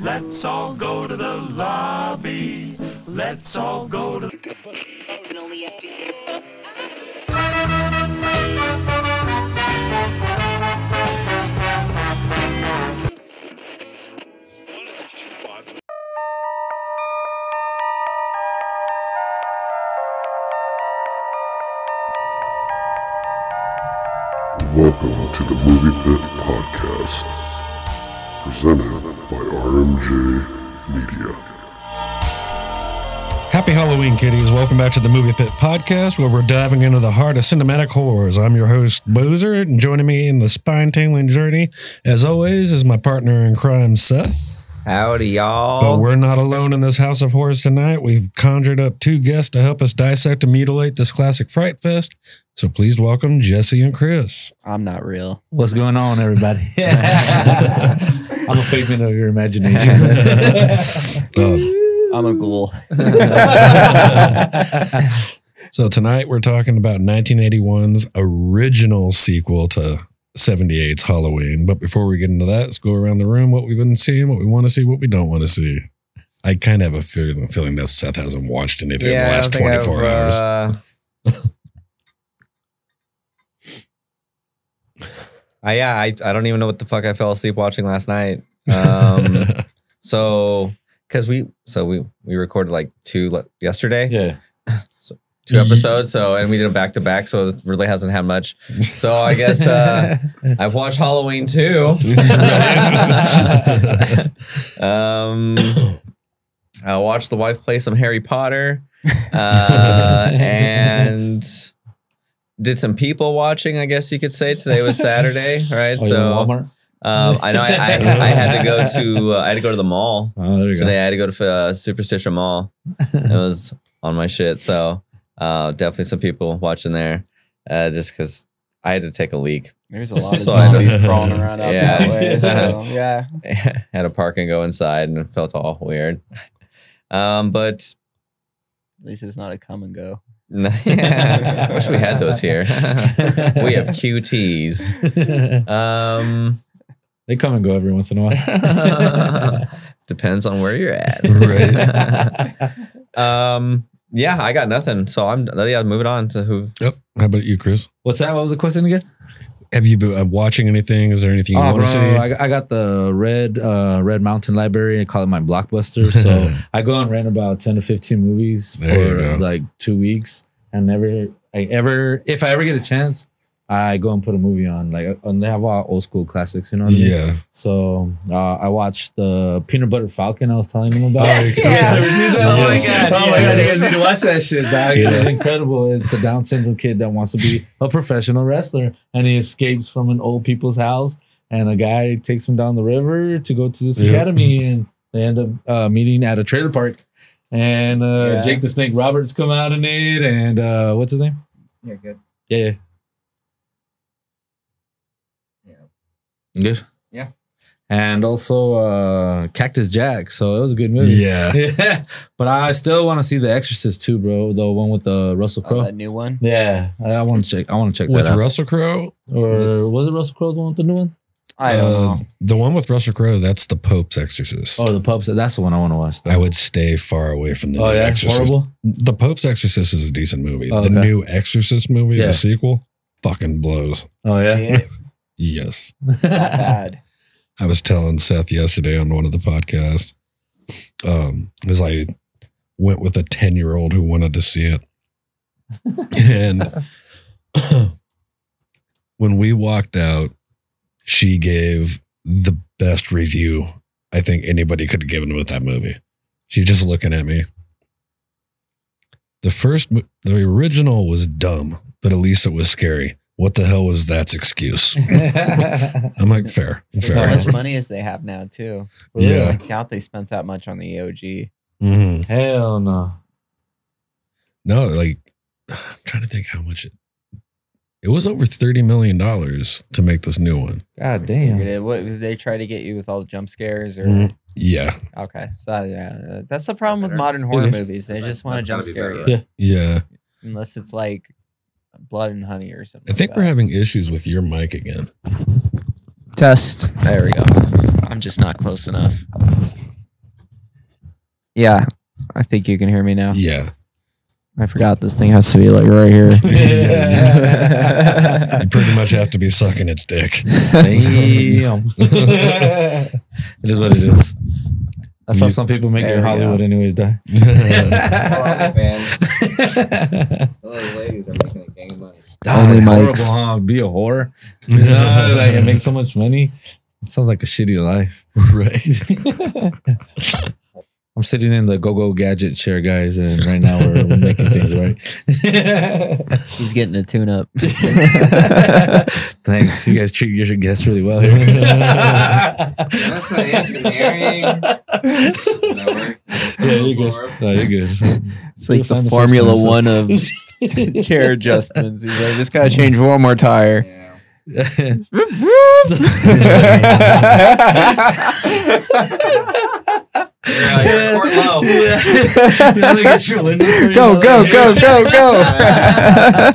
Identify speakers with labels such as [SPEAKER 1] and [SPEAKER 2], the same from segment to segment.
[SPEAKER 1] Let's all go to the lobby. Let's all go to
[SPEAKER 2] Welcome to the Movie Pit Podcast, presented by RMJ Media.
[SPEAKER 3] Happy Halloween, kiddies. Welcome back to the Movie Pit Podcast, where we're diving into the heart of cinematic horrors. I'm your host, Bozer, and joining me in the spine tingling journey, as always, is my partner in crime, Seth.
[SPEAKER 4] Howdy,
[SPEAKER 3] But
[SPEAKER 4] y'all.
[SPEAKER 3] we're not alone in this house of horrors tonight. We've conjured up two guests to help us dissect and mutilate this classic Fright Fest. So please welcome Jesse and Chris.
[SPEAKER 5] I'm not real.
[SPEAKER 6] What's going on, everybody? I'm a figment of your imagination.
[SPEAKER 5] I'm a ghoul.
[SPEAKER 3] So tonight we're talking about 1981's original sequel to 78's Halloween. But before we get into that, let's go around the room what we've been seeing, what we want to see, what we don't want to see. I kind of have a feeling, feeling that Seth hasn't watched anything in the last 24
[SPEAKER 6] uh,
[SPEAKER 3] hours.
[SPEAKER 4] hours. I, yeah, I, I don't even know what the fuck I fell asleep watching last night. Um, so, because we so we we recorded like two le- yesterday,
[SPEAKER 6] yeah.
[SPEAKER 4] two episodes. So and we did them back to back. So it really hasn't had much. So I guess
[SPEAKER 6] Oh,
[SPEAKER 4] uh, I've watched Halloween too. Um, I watched the wife play some Harry Potter, uh, and did some people watching. I guess you could say today was Saturday, right? so
[SPEAKER 6] Oh, so, Walmart.
[SPEAKER 4] um, I know I, I, I had to go to uh, I had to go to the mall
[SPEAKER 6] Oh, there you
[SPEAKER 4] today. I had to go to uh, Superstition Mall. It was on my shit, so uh, definitely some people watching there, uh, just because I had to take a leak.
[SPEAKER 5] There's a lot of
[SPEAKER 4] So I
[SPEAKER 5] zombies crawling around out
[SPEAKER 4] Yeah.
[SPEAKER 5] that way. So yeah.
[SPEAKER 4] had to park and go inside, and it felt all weird. Um, but
[SPEAKER 5] At least it's not a come and go.
[SPEAKER 4] I wish we had those here. we have QTs.
[SPEAKER 6] go.
[SPEAKER 4] Um,
[SPEAKER 6] they come and go every once in a while.
[SPEAKER 4] depends on where you're at.
[SPEAKER 3] Right.
[SPEAKER 4] um, yeah, I got nothing. So I'm yeah, moving on to who.
[SPEAKER 3] Yep. How about you, Chris?
[SPEAKER 6] What's that? What was the question again?
[SPEAKER 3] Have you been uh, watching anything? Is there anything you
[SPEAKER 6] oh,
[SPEAKER 3] want
[SPEAKER 6] bro,
[SPEAKER 3] to see?
[SPEAKER 6] I, I got the Red uh, Red Mountain Library. I call it my blockbuster. So I go and rent about ten to fifteen movies
[SPEAKER 3] There you go.
[SPEAKER 6] for like two weeks, and never, I ever, if I ever get a chance, I go and put a movie on. Like, uh, and they have all old school classics. You know what I mean?
[SPEAKER 3] yeah.
[SPEAKER 6] So uh, I watched the Peanut Butter Falcon I was telling them about.
[SPEAKER 3] Yeah.
[SPEAKER 6] You guys ever do that?
[SPEAKER 3] Oh my Yes. God,
[SPEAKER 6] Oh my God, you
[SPEAKER 3] yes.
[SPEAKER 6] guys need to watch that shit, dog.
[SPEAKER 3] Yeah.
[SPEAKER 6] It's incredible. It's a Down syndrome kid that wants to be a professional wrestler and he escapes from an old people's house and a guy takes him down the river to go to this
[SPEAKER 3] Yeah.
[SPEAKER 6] academy and they end up uh, meeting at a trailer park. And uh,
[SPEAKER 5] Yeah.
[SPEAKER 6] Jake the Snake Roberts come out in it and uh, what's his name?
[SPEAKER 4] Yeah, good.
[SPEAKER 6] Yeah, yeah. Good.
[SPEAKER 4] Yeah.
[SPEAKER 6] And also uh Cactus Jack, so it was a good movie.
[SPEAKER 3] Yeah.
[SPEAKER 6] Yeah. but I still want to see The Exorcist too, bro. The one with the Russell
[SPEAKER 5] Oh,
[SPEAKER 6] Crowe.
[SPEAKER 5] that new one.
[SPEAKER 6] yeah, I, want to check. I want to check
[SPEAKER 3] With
[SPEAKER 6] that out.
[SPEAKER 3] Russell Crowe?
[SPEAKER 6] or was it Russell Crowe the one with the new one?
[SPEAKER 5] I don't
[SPEAKER 3] Uh,
[SPEAKER 5] know.
[SPEAKER 3] The one with Russell Crowe, that's The Pope's Exorcist.
[SPEAKER 6] Oh, the pubs. That's the one I want to watch.
[SPEAKER 3] I would stay far away from the
[SPEAKER 6] oh
[SPEAKER 3] new
[SPEAKER 6] yeah,
[SPEAKER 3] Exorcist.
[SPEAKER 6] horrible.
[SPEAKER 3] The Pope's Exorcist is a decent movie.
[SPEAKER 6] Oh,
[SPEAKER 3] The
[SPEAKER 6] okay.
[SPEAKER 3] new Exorcist movie,
[SPEAKER 6] Yeah.
[SPEAKER 3] the sequel, fucking blows.
[SPEAKER 6] Oh
[SPEAKER 5] See
[SPEAKER 6] yeah.
[SPEAKER 5] it?
[SPEAKER 3] Yes.
[SPEAKER 5] Not bad.
[SPEAKER 3] I was telling Seth yesterday on one of the podcasts, um, is I went with a 10 year old who wanted to see it. and when we walked out, she gave the best review I think anybody could have given with that movie. She just looking at me. The first, mo- the original was dumb, but at least it was scary. what the hell was that's excuse? I'm like, fair,
[SPEAKER 5] How
[SPEAKER 3] fair.
[SPEAKER 5] much money as they have now too?
[SPEAKER 3] Yeah.
[SPEAKER 5] I doubt they spent that much on the EOG.
[SPEAKER 3] Mhm.
[SPEAKER 6] Hell no.
[SPEAKER 3] No, like I'm trying to think how much it. It was over thirty million dollars to make this new one.
[SPEAKER 6] God
[SPEAKER 5] Figured
[SPEAKER 6] damn.
[SPEAKER 5] it- What did they try to get you with all the jump scares or?
[SPEAKER 3] Mm, Yeah,
[SPEAKER 5] Okay, so yeah, that's the problem with
[SPEAKER 4] Better.
[SPEAKER 5] modern horror
[SPEAKER 6] is.
[SPEAKER 5] movies. They
[SPEAKER 4] That-
[SPEAKER 5] just want to
[SPEAKER 4] that's gotta
[SPEAKER 5] jump
[SPEAKER 4] be
[SPEAKER 5] scare
[SPEAKER 4] better,
[SPEAKER 5] you,
[SPEAKER 4] right?
[SPEAKER 6] Yeah.
[SPEAKER 3] yeah.
[SPEAKER 5] unless it's like blood and honey or something.
[SPEAKER 3] I think we're having issues with your mic again.
[SPEAKER 5] test. There we go. I'm just not close enough. Yeah, I think you can hear me now.
[SPEAKER 3] Yeah,
[SPEAKER 5] I forgot this thing has to be like right here.
[SPEAKER 3] you pretty much have to be sucking its dick.
[SPEAKER 6] Damn.
[SPEAKER 4] It is what it is.
[SPEAKER 6] That's how some people make it
[SPEAKER 5] There
[SPEAKER 6] in
[SPEAKER 5] we
[SPEAKER 6] Hollywood,
[SPEAKER 5] go.
[SPEAKER 6] anyways, die.
[SPEAKER 7] ladies are making a gang of money.
[SPEAKER 5] Only
[SPEAKER 6] horrible,
[SPEAKER 5] mics.
[SPEAKER 6] huh? Be a whore. no, like it makes so much money. It sounds like a shitty life.
[SPEAKER 3] right.
[SPEAKER 6] I'm sitting in the go-go gadget chair, guys, and right now we're, we're making things right.
[SPEAKER 5] He's getting a tune up.
[SPEAKER 6] Thanks. You guys treat your guests really well here.
[SPEAKER 7] That's not engineering.
[SPEAKER 6] Yeah, you're good. No, you're good.
[SPEAKER 5] It's like the
[SPEAKER 6] Find the
[SPEAKER 5] Formula
[SPEAKER 6] fix
[SPEAKER 5] One of chair adjustments. He's like, just gotta change one more tire.
[SPEAKER 7] Yeah.
[SPEAKER 6] You wanna get your window free,
[SPEAKER 5] go, go,
[SPEAKER 6] motherfucker?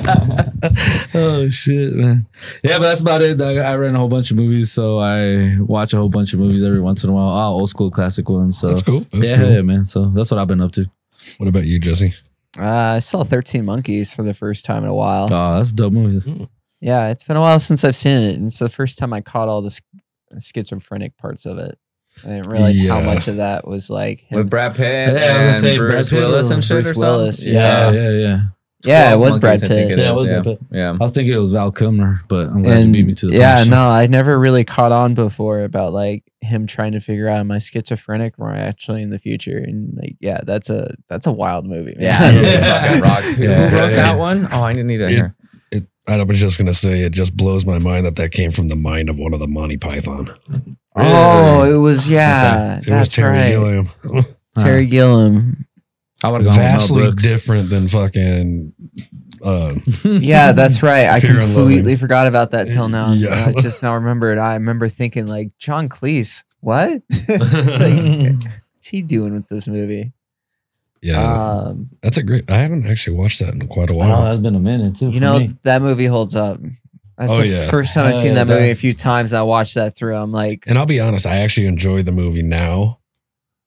[SPEAKER 5] go, go, go.
[SPEAKER 6] oh shit, man. Yeah, but that's about it. dog. I rent a whole bunch of movies, so I watch a whole bunch of movies every once in a while. Oh, old school classic ones. So
[SPEAKER 3] That's cool. That's
[SPEAKER 6] yeah,
[SPEAKER 3] cool.
[SPEAKER 6] yeah, man. So that's what I've been up to.
[SPEAKER 3] What about you, Jesse?
[SPEAKER 5] Uh, I saw 13 Monkeys for the first time in a while.
[SPEAKER 6] Oh, that's a dope movie.
[SPEAKER 5] Yeah, it's been a while since I've seen it. And it's the first time I caught all the sch- schizophrenic parts of it. I didn't realize how
[SPEAKER 3] Yeah.
[SPEAKER 5] much of that was like
[SPEAKER 4] With
[SPEAKER 5] him.
[SPEAKER 4] Brad Pitt
[SPEAKER 6] Yeah, I was gonna
[SPEAKER 4] and
[SPEAKER 6] say Brad
[SPEAKER 4] Bruce
[SPEAKER 6] Pitt
[SPEAKER 4] Willis
[SPEAKER 6] or
[SPEAKER 4] and shit
[SPEAKER 5] Bruce
[SPEAKER 4] or
[SPEAKER 5] Willis,
[SPEAKER 4] something.
[SPEAKER 6] Yeah,
[SPEAKER 5] Yeah.
[SPEAKER 6] yeah, yeah.
[SPEAKER 5] Yeah, it
[SPEAKER 4] 12
[SPEAKER 5] was Brad
[SPEAKER 4] Monkeys, I think
[SPEAKER 5] Pitt.
[SPEAKER 4] it
[SPEAKER 6] Yeah, it
[SPEAKER 4] is,
[SPEAKER 6] was
[SPEAKER 4] yeah.
[SPEAKER 6] Brad Pitt.
[SPEAKER 4] Yeah.
[SPEAKER 6] I was thinking it was Val Kilmer, but I'm glad
[SPEAKER 5] and
[SPEAKER 6] you beat me to the
[SPEAKER 5] yeah,
[SPEAKER 6] punch.
[SPEAKER 5] no, I never really caught on before about like him trying to figure out am I schizophrenic or am I actually in the future? And like, yeah, that's a that's a wild movie. Man.
[SPEAKER 4] Yeah.
[SPEAKER 6] Yeah.
[SPEAKER 4] Fucking rocks. Who
[SPEAKER 6] Yeah.
[SPEAKER 4] wrote
[SPEAKER 6] Yeah.
[SPEAKER 4] that one? Oh, I didn't need to
[SPEAKER 3] Yeah.
[SPEAKER 4] hear.
[SPEAKER 3] It, I was just gonna say it just blows my mind that that came from the mind of one of the Monty Python.
[SPEAKER 5] Oh, it was yeah,
[SPEAKER 3] It was
[SPEAKER 5] that's
[SPEAKER 3] Terry
[SPEAKER 5] right,
[SPEAKER 3] Gilliam.
[SPEAKER 6] Huh.
[SPEAKER 5] Terry Gilliam.
[SPEAKER 6] I would have gone
[SPEAKER 3] Vastly
[SPEAKER 6] with Mel
[SPEAKER 3] different than fucking. Uh,
[SPEAKER 6] Brooks.
[SPEAKER 5] Yeah, that's right. I
[SPEAKER 3] Fear and
[SPEAKER 5] completely
[SPEAKER 3] Loathing.
[SPEAKER 5] forgot about that till now.
[SPEAKER 3] Yeah.
[SPEAKER 5] I just now remember it. I remember thinking like John Cleese. What? like,
[SPEAKER 6] yeah,
[SPEAKER 5] what's he doing with this movie?
[SPEAKER 3] yeah,
[SPEAKER 5] Um,
[SPEAKER 3] that's a great. I haven't actually watched that in quite a
[SPEAKER 6] wow,
[SPEAKER 3] while.
[SPEAKER 6] that's been a minute too.
[SPEAKER 5] You
[SPEAKER 6] for
[SPEAKER 5] know
[SPEAKER 6] me.
[SPEAKER 5] that movie holds up. That's
[SPEAKER 3] Oh,
[SPEAKER 5] the
[SPEAKER 3] yeah.
[SPEAKER 5] first time I've
[SPEAKER 6] Hell
[SPEAKER 5] seen that
[SPEAKER 6] yeah.
[SPEAKER 5] movie a few times. I watched that through. I'm like,
[SPEAKER 3] And I'll be honest, I actually enjoy the movie now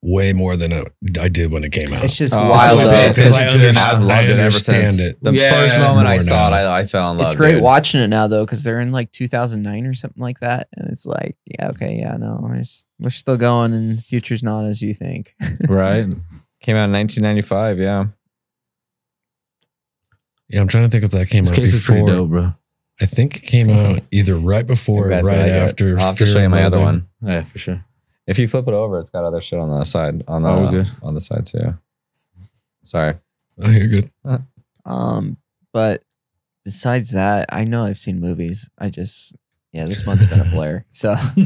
[SPEAKER 3] way more than I, I did when it came out.
[SPEAKER 5] it's just
[SPEAKER 4] Oh,
[SPEAKER 5] wild.
[SPEAKER 4] it's
[SPEAKER 5] Though.
[SPEAKER 4] way
[SPEAKER 3] Because I,
[SPEAKER 4] better.
[SPEAKER 5] It's,
[SPEAKER 4] It's
[SPEAKER 3] under-
[SPEAKER 4] just- I've loved
[SPEAKER 3] I
[SPEAKER 4] it ever
[SPEAKER 3] understand
[SPEAKER 4] since.
[SPEAKER 3] it.
[SPEAKER 4] The
[SPEAKER 6] Yeah.
[SPEAKER 4] first moment I
[SPEAKER 3] More
[SPEAKER 4] saw it,
[SPEAKER 3] now.
[SPEAKER 4] I, I fell in love.
[SPEAKER 5] it's great
[SPEAKER 4] dude.
[SPEAKER 5] watching it now though because they're in like 2009 or something like that, and it's like, yeah, okay, yeah, no, we're s- we're still going, and the future's not as you think.
[SPEAKER 6] right?
[SPEAKER 4] Came out in 1995. Yeah.
[SPEAKER 3] Yeah, I'm trying to think if that came
[SPEAKER 6] This
[SPEAKER 3] out
[SPEAKER 6] case is pretty
[SPEAKER 3] before. Uh-huh.
[SPEAKER 6] dope, bro.
[SPEAKER 3] I think it came out either right before or
[SPEAKER 4] That's what
[SPEAKER 3] right
[SPEAKER 4] I get.
[SPEAKER 3] after.
[SPEAKER 4] I'll have to
[SPEAKER 3] Fear
[SPEAKER 4] show you
[SPEAKER 3] and
[SPEAKER 4] my other
[SPEAKER 3] Loathing.
[SPEAKER 4] one.
[SPEAKER 6] Yeah, for sure.
[SPEAKER 4] If you flip it over, it's got other shit on the side. On the
[SPEAKER 6] Oh, we're good.
[SPEAKER 4] on the side too. Sorry.
[SPEAKER 3] Oh, you're good.
[SPEAKER 5] Um, but besides that, I know I've seen movies. I just, yeah, this month's been a blur. So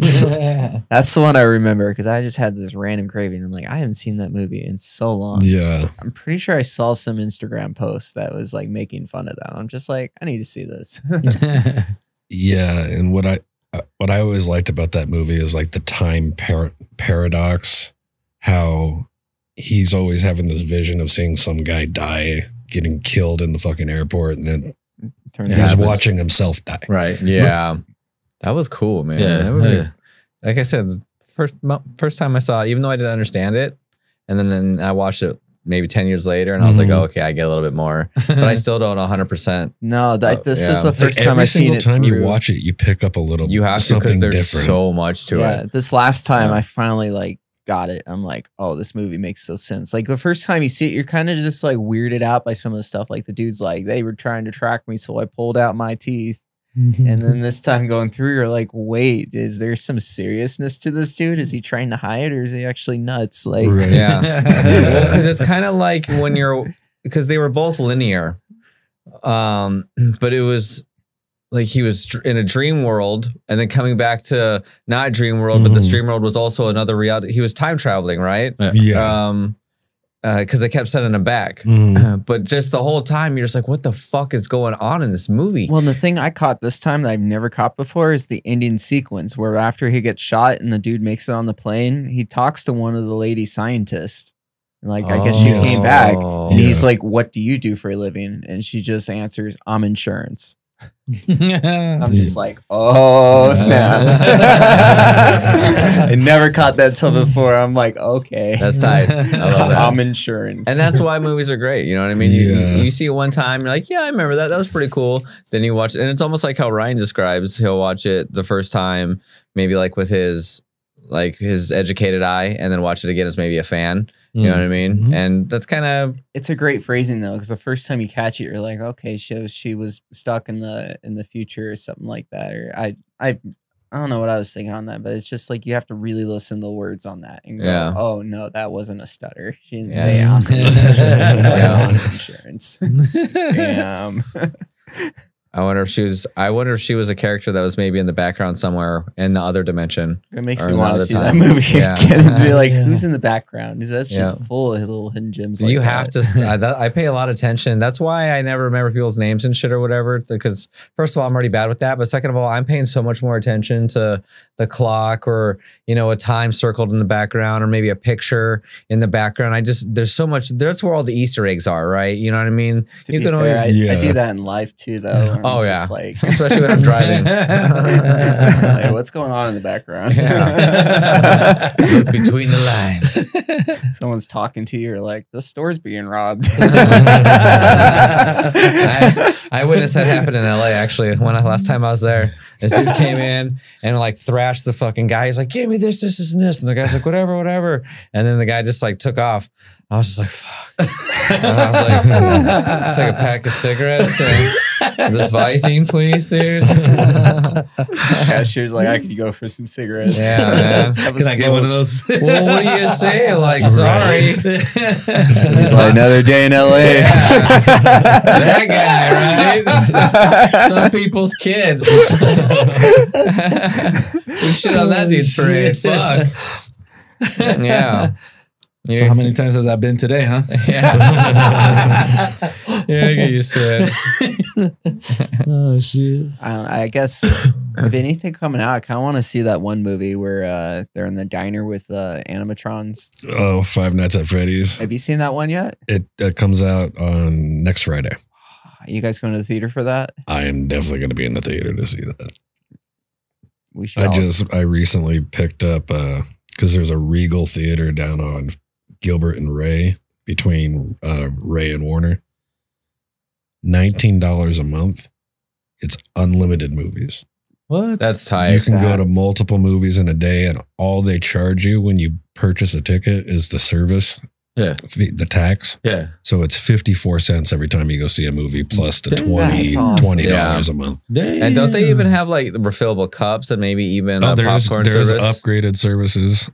[SPEAKER 5] that's the one I remember because I just had this random craving. I'm like, I haven't seen that movie in so long.
[SPEAKER 3] Yeah.
[SPEAKER 5] I'm pretty sure I saw some Instagram post that was like making fun of that. I'm just like, I need to see this.
[SPEAKER 3] Yeah, and what I uh, what I always liked about that movie is like the time par- paradox, how he's always having this vision of seeing some guy die, getting killed in the fucking airport, and then
[SPEAKER 5] Turns
[SPEAKER 3] he's
[SPEAKER 5] out it's-
[SPEAKER 3] watching himself die.
[SPEAKER 6] right.
[SPEAKER 4] Yeah. That was cool, man.
[SPEAKER 6] Yeah.
[SPEAKER 4] That
[SPEAKER 6] hell
[SPEAKER 4] was-
[SPEAKER 6] yeah.
[SPEAKER 4] Like I said, the first mo- first time I saw it, even though I didn't understand it, and then, then I watched it maybe 10 years later, and I was like,
[SPEAKER 3] Mhm.
[SPEAKER 6] Mm-hmm.
[SPEAKER 4] oh, okay, I get a little bit more, but I still don't 100. percent
[SPEAKER 5] No, that,
[SPEAKER 4] Oh,
[SPEAKER 5] this
[SPEAKER 4] yeah.
[SPEAKER 5] is the
[SPEAKER 4] Like,
[SPEAKER 5] first
[SPEAKER 3] Like,
[SPEAKER 5] time
[SPEAKER 3] every
[SPEAKER 5] I've seen
[SPEAKER 3] single
[SPEAKER 5] it.
[SPEAKER 3] time you
[SPEAKER 5] through.
[SPEAKER 3] watch it, you pick up a little
[SPEAKER 4] You have to because
[SPEAKER 3] something
[SPEAKER 4] there's
[SPEAKER 3] different.
[SPEAKER 4] so much to
[SPEAKER 5] yeah,
[SPEAKER 4] it.
[SPEAKER 5] this last time
[SPEAKER 4] Yeah.
[SPEAKER 5] I finally like got it. I'm like, oh, this movie makes so sense. Like the first time you see it, you're kind of just like weirded out by some of the stuff. Like the dude's like, they were trying to track me, so I pulled out my teeth. And then this time going through, you're like, wait, is there some seriousness to this dude? Is he trying to hide or is he actually nuts? Like,
[SPEAKER 3] Right.
[SPEAKER 4] Yeah. because it's kind of like when you're because they were both linear um but it was like he was dr- in a dream world and then coming back to not a dream world, but this
[SPEAKER 3] Mhm.
[SPEAKER 4] dream world was also another reality. He was time traveling, right?
[SPEAKER 3] Yeah.
[SPEAKER 4] Um, because they kept sending him back.
[SPEAKER 3] Mhm.
[SPEAKER 4] But just the whole time, you're just like, what the fuck is going on in this movie?
[SPEAKER 5] Well, and the thing I caught this time that I've never caught before is the ending sequence where after he gets shot and the dude makes it on the plane, he talks to one of the lady scientists. And like, I guess she
[SPEAKER 3] Oh.
[SPEAKER 5] came back. And
[SPEAKER 3] Yeah.
[SPEAKER 5] he's like, What do you do for a living? And she just answers, I'm insurance. I'm just like, Oh, snap. I never caught that till before. I'm like, Okay.
[SPEAKER 4] That's tight. I love that.
[SPEAKER 5] I'm insurance.
[SPEAKER 4] And that's why movies are great. You know what I mean? You-
[SPEAKER 3] Yeah.
[SPEAKER 4] You, you see it one time, you're like, yeah, I remember that. That was pretty cool. Then you watch it. And it's almost like how Ryan describes he'll watch it the first time, maybe like with his like his educated eye, and then watch it again as maybe a fan. You know what I mean?
[SPEAKER 3] Mhm.
[SPEAKER 4] And that's kind of
[SPEAKER 5] it's a great phrasing though, because the first time you catch it, you're like, okay, so she was stuck in the in the future or something like that, or I I I don't know what I was thinking on that, but it's just like you have to really listen to the words on that and go,
[SPEAKER 4] Yeah.
[SPEAKER 5] oh no, that wasn't a stutter. She didn't
[SPEAKER 4] Yeah.
[SPEAKER 5] say I'm
[SPEAKER 3] Yeah.
[SPEAKER 5] on insurance. Damn.
[SPEAKER 4] I wonder if she was I wonder if she was a character that was maybe in the background somewhere in the other dimension.
[SPEAKER 5] It makes
[SPEAKER 4] Or
[SPEAKER 5] me want
[SPEAKER 4] another
[SPEAKER 5] to see
[SPEAKER 4] time.
[SPEAKER 5] that movie
[SPEAKER 4] Yeah.
[SPEAKER 5] again and be like,
[SPEAKER 8] Yeah.
[SPEAKER 5] who's in the background? Because that's just
[SPEAKER 4] Yeah.
[SPEAKER 5] full of little hidden gems.
[SPEAKER 4] So
[SPEAKER 5] like
[SPEAKER 4] you have
[SPEAKER 5] that.
[SPEAKER 4] to. St- I, that, I pay a lot of attention. That's why I never remember people's names and shit or whatever. Because first of all, I'm already bad with that. But second of all, I'm paying so much more attention to the clock or you know a time circled in the background or maybe a picture in the background. I just there's so much. That's where all the Easter eggs are, right? You know what I mean?
[SPEAKER 5] To
[SPEAKER 4] you
[SPEAKER 5] be
[SPEAKER 4] can
[SPEAKER 5] fair,
[SPEAKER 4] always-
[SPEAKER 5] I, I
[SPEAKER 3] Yeah.
[SPEAKER 5] do that in life too, though. where I'm
[SPEAKER 4] Oh,
[SPEAKER 5] just
[SPEAKER 4] yeah.
[SPEAKER 5] Like,
[SPEAKER 4] Especially when I'm driving.
[SPEAKER 5] Like, what's going on in the background?
[SPEAKER 4] Yeah. Between the lines.
[SPEAKER 5] Someone's talking to you, you're like, the store's being robbed.
[SPEAKER 4] I, I witnessed that happen in LA actually when I last time I was there. This dude came in and like thrashed the fucking guy. He's like, give me this, this, this, and this. And the guy's like, whatever, whatever. And then the guy just like took off. I was just like, fuck. And I was like, take a pack of cigarettes and this Visine, please, dude.
[SPEAKER 5] Cashier's like, I could go for some cigarettes.
[SPEAKER 4] Yeah, man.
[SPEAKER 5] Have a
[SPEAKER 8] Can I get one of
[SPEAKER 5] smoke.
[SPEAKER 8] those?
[SPEAKER 4] well, what do you say? Like, sorry.
[SPEAKER 5] He's like, another day in LA.
[SPEAKER 4] That guy, right? Some people's kids. we shit on that dude's parade. Fuck. Yeah.
[SPEAKER 8] So how many times has that been today, huh?
[SPEAKER 4] Yeah. yeah, I get used to it.
[SPEAKER 8] Oh shit.
[SPEAKER 5] I, don't, I guess if anything coming out, I kind of want to see that one movie where uh, they're in the diner with uh, animatrons.
[SPEAKER 3] Oh, Five Nights at Freddy's.
[SPEAKER 5] Have you seen that one yet?
[SPEAKER 3] It, it comes out on next Friday.
[SPEAKER 5] You guys going to the theater for that?
[SPEAKER 3] I am definitely going to be in the theater to see that.
[SPEAKER 5] We should.
[SPEAKER 3] I
[SPEAKER 4] Oh.
[SPEAKER 5] all-
[SPEAKER 3] just I recently picked up because there's a Regal Theater down on Gilbert and Ray between uh, Ray and Warner. Nineteen dollars a month. It's unlimited movies.
[SPEAKER 8] What?
[SPEAKER 4] That's tight.
[SPEAKER 3] You can go to
[SPEAKER 5] that's-
[SPEAKER 3] multiple movies in a day, and all they charge you when you purchase a ticket is the service.
[SPEAKER 8] Yeah.
[SPEAKER 3] fee- The tax.
[SPEAKER 8] yeah.
[SPEAKER 3] So it's 54 cents every time you go see a movie plus the
[SPEAKER 8] That's
[SPEAKER 3] 20
[SPEAKER 5] awesome.
[SPEAKER 3] $20 dollars a month.
[SPEAKER 4] and don't they even have like refillable cups and maybe even
[SPEAKER 3] Oh,
[SPEAKER 4] a
[SPEAKER 3] there's
[SPEAKER 4] popcorn
[SPEAKER 3] there's
[SPEAKER 4] service?
[SPEAKER 3] upgraded services.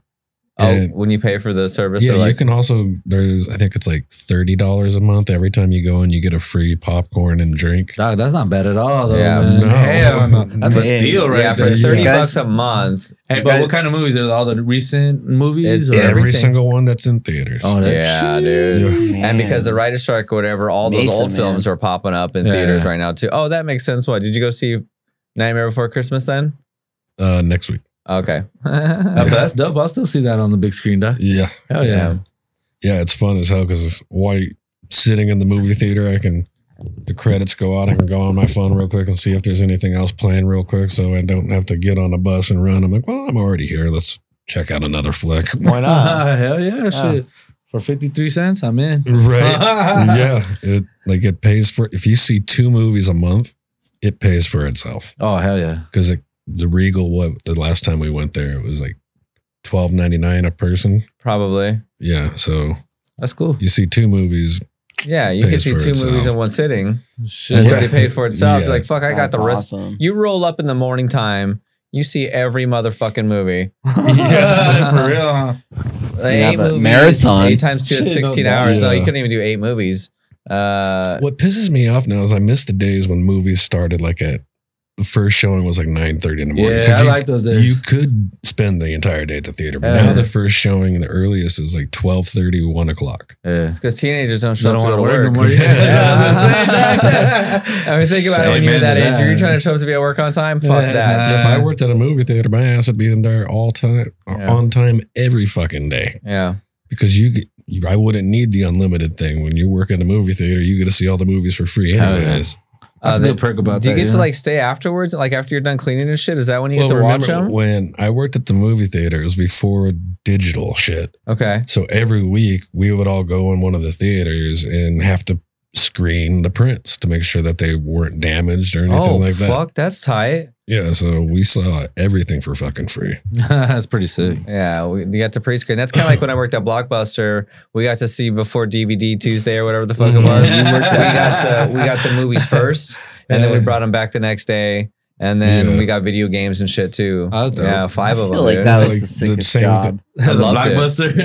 [SPEAKER 4] oh,
[SPEAKER 3] and-
[SPEAKER 4] when you pay for the service,
[SPEAKER 3] yeah,
[SPEAKER 4] they're
[SPEAKER 3] you
[SPEAKER 4] like,
[SPEAKER 3] can also there's I think it's like $30 a month every time you go and you get a free popcorn and drink.
[SPEAKER 8] Dog, that's not bad at all, though.
[SPEAKER 4] yeah,
[SPEAKER 8] man.
[SPEAKER 3] No.
[SPEAKER 4] hell no.
[SPEAKER 8] That's a
[SPEAKER 5] Yeah.
[SPEAKER 8] steal right
[SPEAKER 4] yeah, for
[SPEAKER 8] there.
[SPEAKER 3] Yeah.
[SPEAKER 4] thirty
[SPEAKER 5] Guys-
[SPEAKER 4] bucks a month.
[SPEAKER 8] Hey,
[SPEAKER 5] You
[SPEAKER 8] but
[SPEAKER 5] guys-
[SPEAKER 8] what kind of movies are all the recent movies?
[SPEAKER 4] It's
[SPEAKER 8] or-
[SPEAKER 3] Every
[SPEAKER 4] everything.
[SPEAKER 3] single one that's in theaters.
[SPEAKER 8] Oh, that-
[SPEAKER 4] Yeah, dude. And because the
[SPEAKER 5] Man.
[SPEAKER 4] writer strike or whatever, all those
[SPEAKER 5] Mesa,
[SPEAKER 4] old films
[SPEAKER 5] man.
[SPEAKER 4] are popping up in
[SPEAKER 8] Yeah.
[SPEAKER 4] theaters right now too. Oh, that makes sense. What did you go see Nightmare Before Christmas then?
[SPEAKER 3] Uh, next week.
[SPEAKER 4] Okay.
[SPEAKER 8] Uh, but that's dope. I'll still see that on the big screen, dog.
[SPEAKER 3] Yeah.
[SPEAKER 8] Hell yeah.
[SPEAKER 3] Yeah, it's fun as hell because why sitting in the movie theater, I can the credits go out, I can go on my phone real quick and see if there's anything else playing real quick, so I don't have to get on a bus and run. I'm like, well, I'm already here. Let's check out another flick,
[SPEAKER 4] Why
[SPEAKER 8] Hell yeah, shit. For 53 cents, I'm in.
[SPEAKER 3] right? yeah, it like it pays for if you see two movies a month, it pays for itself
[SPEAKER 8] Oh, hell yeah.
[SPEAKER 3] because it the Regal. What the last time we went there, it was like twelve ninety nine a person.
[SPEAKER 4] Probably.
[SPEAKER 3] Yeah, so
[SPEAKER 8] That's cool.
[SPEAKER 3] you see two movies.
[SPEAKER 4] Yeah, you can
[SPEAKER 3] Pays
[SPEAKER 4] see
[SPEAKER 3] for
[SPEAKER 4] two
[SPEAKER 3] itself.
[SPEAKER 4] movies in one sitting.
[SPEAKER 8] Shit.
[SPEAKER 4] And it's
[SPEAKER 3] Yeah.
[SPEAKER 4] already paid for itself.
[SPEAKER 3] Yeah.
[SPEAKER 4] You're like, fuck, I got
[SPEAKER 5] That's
[SPEAKER 4] the rest.
[SPEAKER 5] Awesome.
[SPEAKER 4] You roll up in the morning time, you see every motherfucking movie.
[SPEAKER 8] yeah, for real, huh?
[SPEAKER 5] Yeah,
[SPEAKER 4] eight
[SPEAKER 5] but
[SPEAKER 4] movies,
[SPEAKER 5] marathon.
[SPEAKER 4] Eight times two is
[SPEAKER 8] Shit,
[SPEAKER 4] sixteen
[SPEAKER 8] no
[SPEAKER 4] hours. No,
[SPEAKER 3] doubt.
[SPEAKER 4] you couldn't even do eight movies. Uh
[SPEAKER 3] What pisses me off now is I miss the days when movies started like at the first showing was like nine thirty in the morning.
[SPEAKER 8] Yeah,
[SPEAKER 3] 'Cause
[SPEAKER 8] I
[SPEAKER 3] you,
[SPEAKER 8] like those days.
[SPEAKER 3] you could spend the entire day at the theater, but
[SPEAKER 8] Yeah.
[SPEAKER 3] now the first showing, the earliest is like 1230, 1 o'clock.
[SPEAKER 8] yeah.
[SPEAKER 4] Because teenagers don't
[SPEAKER 8] They
[SPEAKER 4] show
[SPEAKER 8] don't
[SPEAKER 4] up
[SPEAKER 8] wanna
[SPEAKER 4] to, go
[SPEAKER 8] work no
[SPEAKER 4] to work.
[SPEAKER 8] more. Yeah.
[SPEAKER 4] Yeah, that's what I'm saying. I mean, think about it when you're
[SPEAKER 8] Amen
[SPEAKER 4] that
[SPEAKER 8] to
[SPEAKER 4] age.
[SPEAKER 8] that.
[SPEAKER 4] You're trying to show up to be at work on time. Fuck
[SPEAKER 8] Yeah,
[SPEAKER 4] that.
[SPEAKER 8] nah.
[SPEAKER 3] if I worked at a movie theater, my ass would be in there all time,
[SPEAKER 4] Yeah.
[SPEAKER 3] on time every fucking day.
[SPEAKER 4] Yeah.
[SPEAKER 3] Because you, get- you, I wouldn't need the unlimited thing. When you work at a movie theater, you get to see all the movies for free,
[SPEAKER 8] Hell yeah.
[SPEAKER 3] anyways.
[SPEAKER 8] That's
[SPEAKER 4] Uh,
[SPEAKER 8] a
[SPEAKER 4] they-
[SPEAKER 8] good perk about
[SPEAKER 4] Do you
[SPEAKER 8] that,
[SPEAKER 4] get to
[SPEAKER 8] yeah.
[SPEAKER 4] like stay afterwards? Like after you're done cleaning and shit? Is that when you
[SPEAKER 3] Well,
[SPEAKER 4] get to watch
[SPEAKER 3] remember
[SPEAKER 4] them?
[SPEAKER 3] when I worked at the movie theater, it was before digital shit.
[SPEAKER 4] Okay.
[SPEAKER 3] So every week we would all go in one of the theaters and have to screen the prints to make sure that they weren't damaged or anything
[SPEAKER 4] Oh
[SPEAKER 3] like that.
[SPEAKER 4] fuck, that's tight.
[SPEAKER 3] Yeah, so we saw everything for fucking free.
[SPEAKER 8] That's pretty sick.
[SPEAKER 4] Yeah, we, you got to pre-screen. That's kind of like when I worked at Blockbuster. We got to see before DVD Tuesday or whatever the fuck it was.
[SPEAKER 3] Mhm.
[SPEAKER 4] we,
[SPEAKER 8] You worked at-
[SPEAKER 4] got to, we got the movies first, and then we
[SPEAKER 8] Yeah.
[SPEAKER 4] brought them back the next day, and then
[SPEAKER 3] Yeah.
[SPEAKER 4] we got video games and shit too.
[SPEAKER 8] Oh, dope.
[SPEAKER 4] yeah, five
[SPEAKER 5] I
[SPEAKER 4] of them.
[SPEAKER 5] feel like
[SPEAKER 4] dude.
[SPEAKER 5] that was
[SPEAKER 3] Like,
[SPEAKER 5] the
[SPEAKER 3] the
[SPEAKER 5] sickest
[SPEAKER 3] same
[SPEAKER 5] job.
[SPEAKER 3] thing.
[SPEAKER 4] I loved it. Yeah,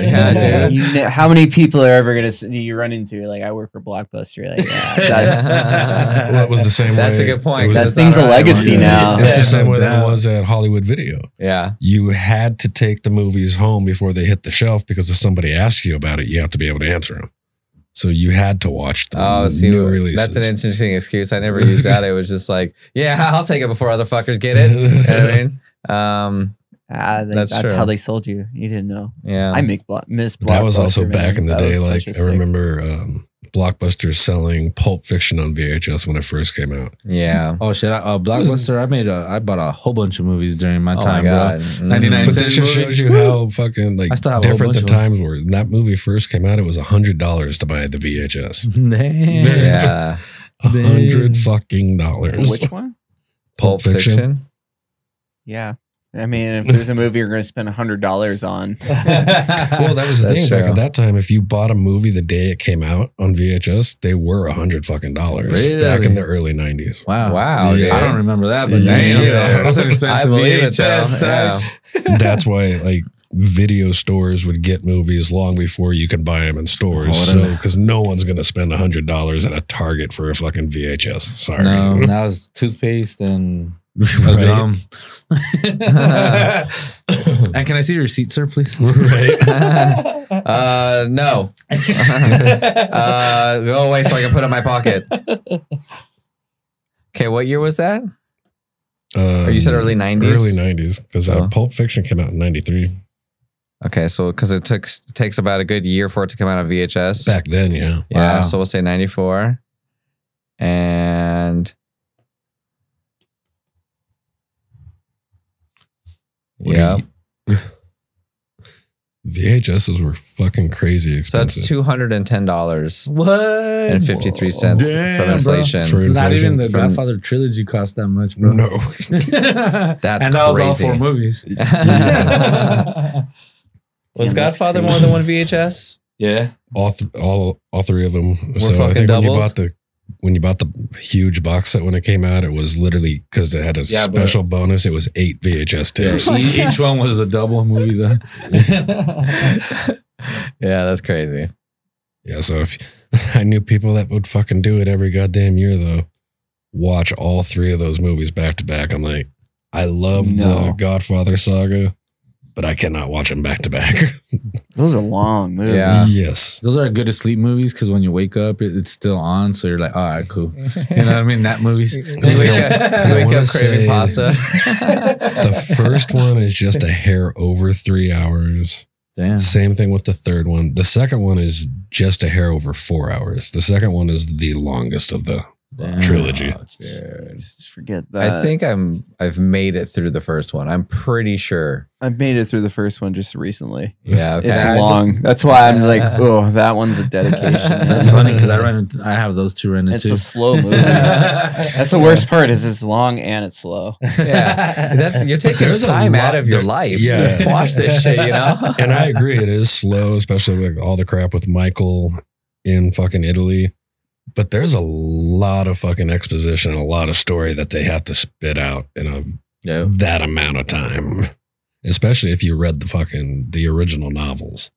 [SPEAKER 5] Yeah,
[SPEAKER 4] dude.
[SPEAKER 5] you kn- how many people are ever gonna s- do you run into? You're like, I work for Blockbuster. You're like, yeah, that's
[SPEAKER 3] Well, that was the same
[SPEAKER 4] That's
[SPEAKER 3] way.
[SPEAKER 4] a good point,
[SPEAKER 3] it was-
[SPEAKER 5] that
[SPEAKER 4] That's
[SPEAKER 5] thing's
[SPEAKER 4] not
[SPEAKER 5] a
[SPEAKER 4] right
[SPEAKER 5] legacy
[SPEAKER 4] anymore.
[SPEAKER 5] now.
[SPEAKER 3] It's the
[SPEAKER 8] Yeah,
[SPEAKER 3] same
[SPEAKER 8] no
[SPEAKER 3] way that
[SPEAKER 8] doubt.
[SPEAKER 3] was at Hollywood Video.
[SPEAKER 4] Yeah.
[SPEAKER 3] You had to take the movies home before they hit the shelf because if somebody asks you about it, you have to be able to answer them. So you had to watch the
[SPEAKER 4] Oh, see,
[SPEAKER 3] new releases.
[SPEAKER 4] that's an interesting excuse. I never used that. It was just like, yeah, I'll take it before other fuckers get it. You know what I mean? Um,
[SPEAKER 5] Ah, they-
[SPEAKER 4] That's
[SPEAKER 5] that's,
[SPEAKER 4] true.
[SPEAKER 5] how they sold you. You didn't know.
[SPEAKER 4] yeah.
[SPEAKER 5] I make blo- miss Blockbuster.
[SPEAKER 3] that was also
[SPEAKER 5] man.
[SPEAKER 3] back in the
[SPEAKER 5] That
[SPEAKER 3] day.
[SPEAKER 5] was
[SPEAKER 3] Like
[SPEAKER 5] such a
[SPEAKER 3] I
[SPEAKER 5] sick-
[SPEAKER 3] remember um, Blockbuster selling Pulp Fiction on VHS when it first came out.
[SPEAKER 4] yeah.
[SPEAKER 8] Oh shit! I, uh, Blockbuster. I made a. I bought a whole bunch of movies during my
[SPEAKER 4] oh
[SPEAKER 8] time,
[SPEAKER 4] my
[SPEAKER 8] bro.
[SPEAKER 4] god. Mhm.
[SPEAKER 8] 99
[SPEAKER 3] But
[SPEAKER 8] cent
[SPEAKER 3] that just
[SPEAKER 8] movies.
[SPEAKER 3] shows you
[SPEAKER 8] Woo!
[SPEAKER 3] how fucking like
[SPEAKER 8] I still have a whole
[SPEAKER 3] different the
[SPEAKER 8] bunch of
[SPEAKER 3] times were. When that movie first came out, it was hundred dollars to buy the VHS.
[SPEAKER 8] Damn.
[SPEAKER 4] Yeah.
[SPEAKER 3] A hundred
[SPEAKER 8] Damn.
[SPEAKER 3] fucking dollars.
[SPEAKER 5] Which one?
[SPEAKER 3] Pulp Fiction.
[SPEAKER 5] Yeah. I mean, if there's a movie you're going to spend hundred dollars on,
[SPEAKER 3] Well, that was the
[SPEAKER 4] That's
[SPEAKER 3] thing back
[SPEAKER 4] true.
[SPEAKER 3] at that time. If you bought a movie the day it came out on VHS, they were a hundred fucking dollars back in
[SPEAKER 8] Really?
[SPEAKER 3] the early nineties.
[SPEAKER 8] Wow.
[SPEAKER 4] Wow.
[SPEAKER 3] Yeah.
[SPEAKER 8] I don't remember that, but
[SPEAKER 3] Yeah.
[SPEAKER 8] damn,
[SPEAKER 3] Yeah.
[SPEAKER 8] that's an
[SPEAKER 4] I
[SPEAKER 8] expensive
[SPEAKER 4] believe it, though.
[SPEAKER 8] VHS.
[SPEAKER 4] Yeah.
[SPEAKER 8] dog.
[SPEAKER 3] That's why like video stores would get movies long before you can buy them in stores.
[SPEAKER 4] Oh,
[SPEAKER 8] Hold
[SPEAKER 3] So
[SPEAKER 8] on.
[SPEAKER 3] because no one's gonna spend a hundred dollars at a Target for a fucking VHS. Sorry.
[SPEAKER 8] No, that was toothpaste and a
[SPEAKER 3] right.
[SPEAKER 8] gum. and can I see your receipt, sir, please?
[SPEAKER 3] Right.
[SPEAKER 4] Uh, no. uh, go away so I can put it in my pocket. Okay, what year was that?
[SPEAKER 3] Um,
[SPEAKER 4] Or you said early 90s?
[SPEAKER 3] Early nineties, because uh,
[SPEAKER 4] Oh.
[SPEAKER 3] Pulp Fiction came out in ninety three.
[SPEAKER 4] Okay, so because it took takes about a good year for it to come out on VHS.
[SPEAKER 3] Back then, yeah.
[SPEAKER 4] Yeah,
[SPEAKER 8] Wow.
[SPEAKER 4] so we'll say 94. And
[SPEAKER 3] What do
[SPEAKER 4] yeah,
[SPEAKER 3] VHSs were fucking crazy
[SPEAKER 4] so that's
[SPEAKER 3] expensive.
[SPEAKER 4] two hundred and ten dollars
[SPEAKER 8] what?
[SPEAKER 4] and fifty three cents
[SPEAKER 8] Damn,
[SPEAKER 4] from
[SPEAKER 8] bro.
[SPEAKER 4] inflation.
[SPEAKER 3] For-
[SPEAKER 8] Not even the
[SPEAKER 4] From-
[SPEAKER 8] Godfather trilogy cost that much, bro.
[SPEAKER 3] no.
[SPEAKER 8] That's and that was all
[SPEAKER 4] crazy.
[SPEAKER 8] four movies.
[SPEAKER 4] Was
[SPEAKER 5] Damn, that's
[SPEAKER 4] Godfather
[SPEAKER 5] crazy.
[SPEAKER 4] more than one VHS?
[SPEAKER 8] yeah.
[SPEAKER 3] all th- all all three of them.
[SPEAKER 4] Were
[SPEAKER 3] so I
[SPEAKER 4] fucking
[SPEAKER 3] think when
[SPEAKER 4] doubles?
[SPEAKER 3] you bought the when you bought the huge box set when it came out, it was literally because it had a
[SPEAKER 8] Yeah, but-
[SPEAKER 3] special bonus. It was eight VHS tapes.
[SPEAKER 8] Yeah, e- each one was a double movie, though.
[SPEAKER 4] yeah, that's crazy.
[SPEAKER 3] Yeah, so if I knew people that would fucking do it every goddamn year though, watch all three of those movies back to back. I'm like, I love the
[SPEAKER 5] No.
[SPEAKER 3] Godfather saga, but I cannot watch them back to back.
[SPEAKER 5] those are long movies.
[SPEAKER 4] Yeah.
[SPEAKER 3] Yes.
[SPEAKER 8] Those are good to sleep movies because when you wake up, it, it's still on. So you're like, all right, cool. You know what I mean? Nap movies.
[SPEAKER 4] You wake up, you
[SPEAKER 3] I
[SPEAKER 4] wake
[SPEAKER 3] wanna
[SPEAKER 4] up craving
[SPEAKER 3] say-
[SPEAKER 4] pasta.
[SPEAKER 3] The first one is just a hair over three hours.
[SPEAKER 8] Damn.
[SPEAKER 3] Same thing with the third one. The second one is just a hair over four hours. The second one is the longest of the.
[SPEAKER 8] Damn.
[SPEAKER 3] Trilogy.
[SPEAKER 8] Oh, shit.
[SPEAKER 5] Just forget that.
[SPEAKER 4] I think I'm I've made it through the first one. I'm pretty sure.
[SPEAKER 5] I've made it through the first one just recently.
[SPEAKER 4] Yeah, okay.
[SPEAKER 5] It's
[SPEAKER 4] I just-
[SPEAKER 5] long. That's why I'm like, oh, that one's a dedication.
[SPEAKER 8] That's funny because I run. I have those two rented
[SPEAKER 5] It's
[SPEAKER 8] too.
[SPEAKER 5] a slow movie. That's the worst part is it's long and it's slow.
[SPEAKER 4] Yeah, that, you're taking
[SPEAKER 3] There's a
[SPEAKER 4] time
[SPEAKER 3] lot
[SPEAKER 4] out of your
[SPEAKER 3] there-
[SPEAKER 4] life
[SPEAKER 3] yeah.
[SPEAKER 4] to watch this shit. You know.
[SPEAKER 3] And I agree, it is slow, especially with all the crap with Michael in fucking Italy. But there's a lot of fucking exposition and a lot of story that they have to spit out in a
[SPEAKER 8] Yeah.
[SPEAKER 3] that amount of time. Especially if you read the fucking the original novels.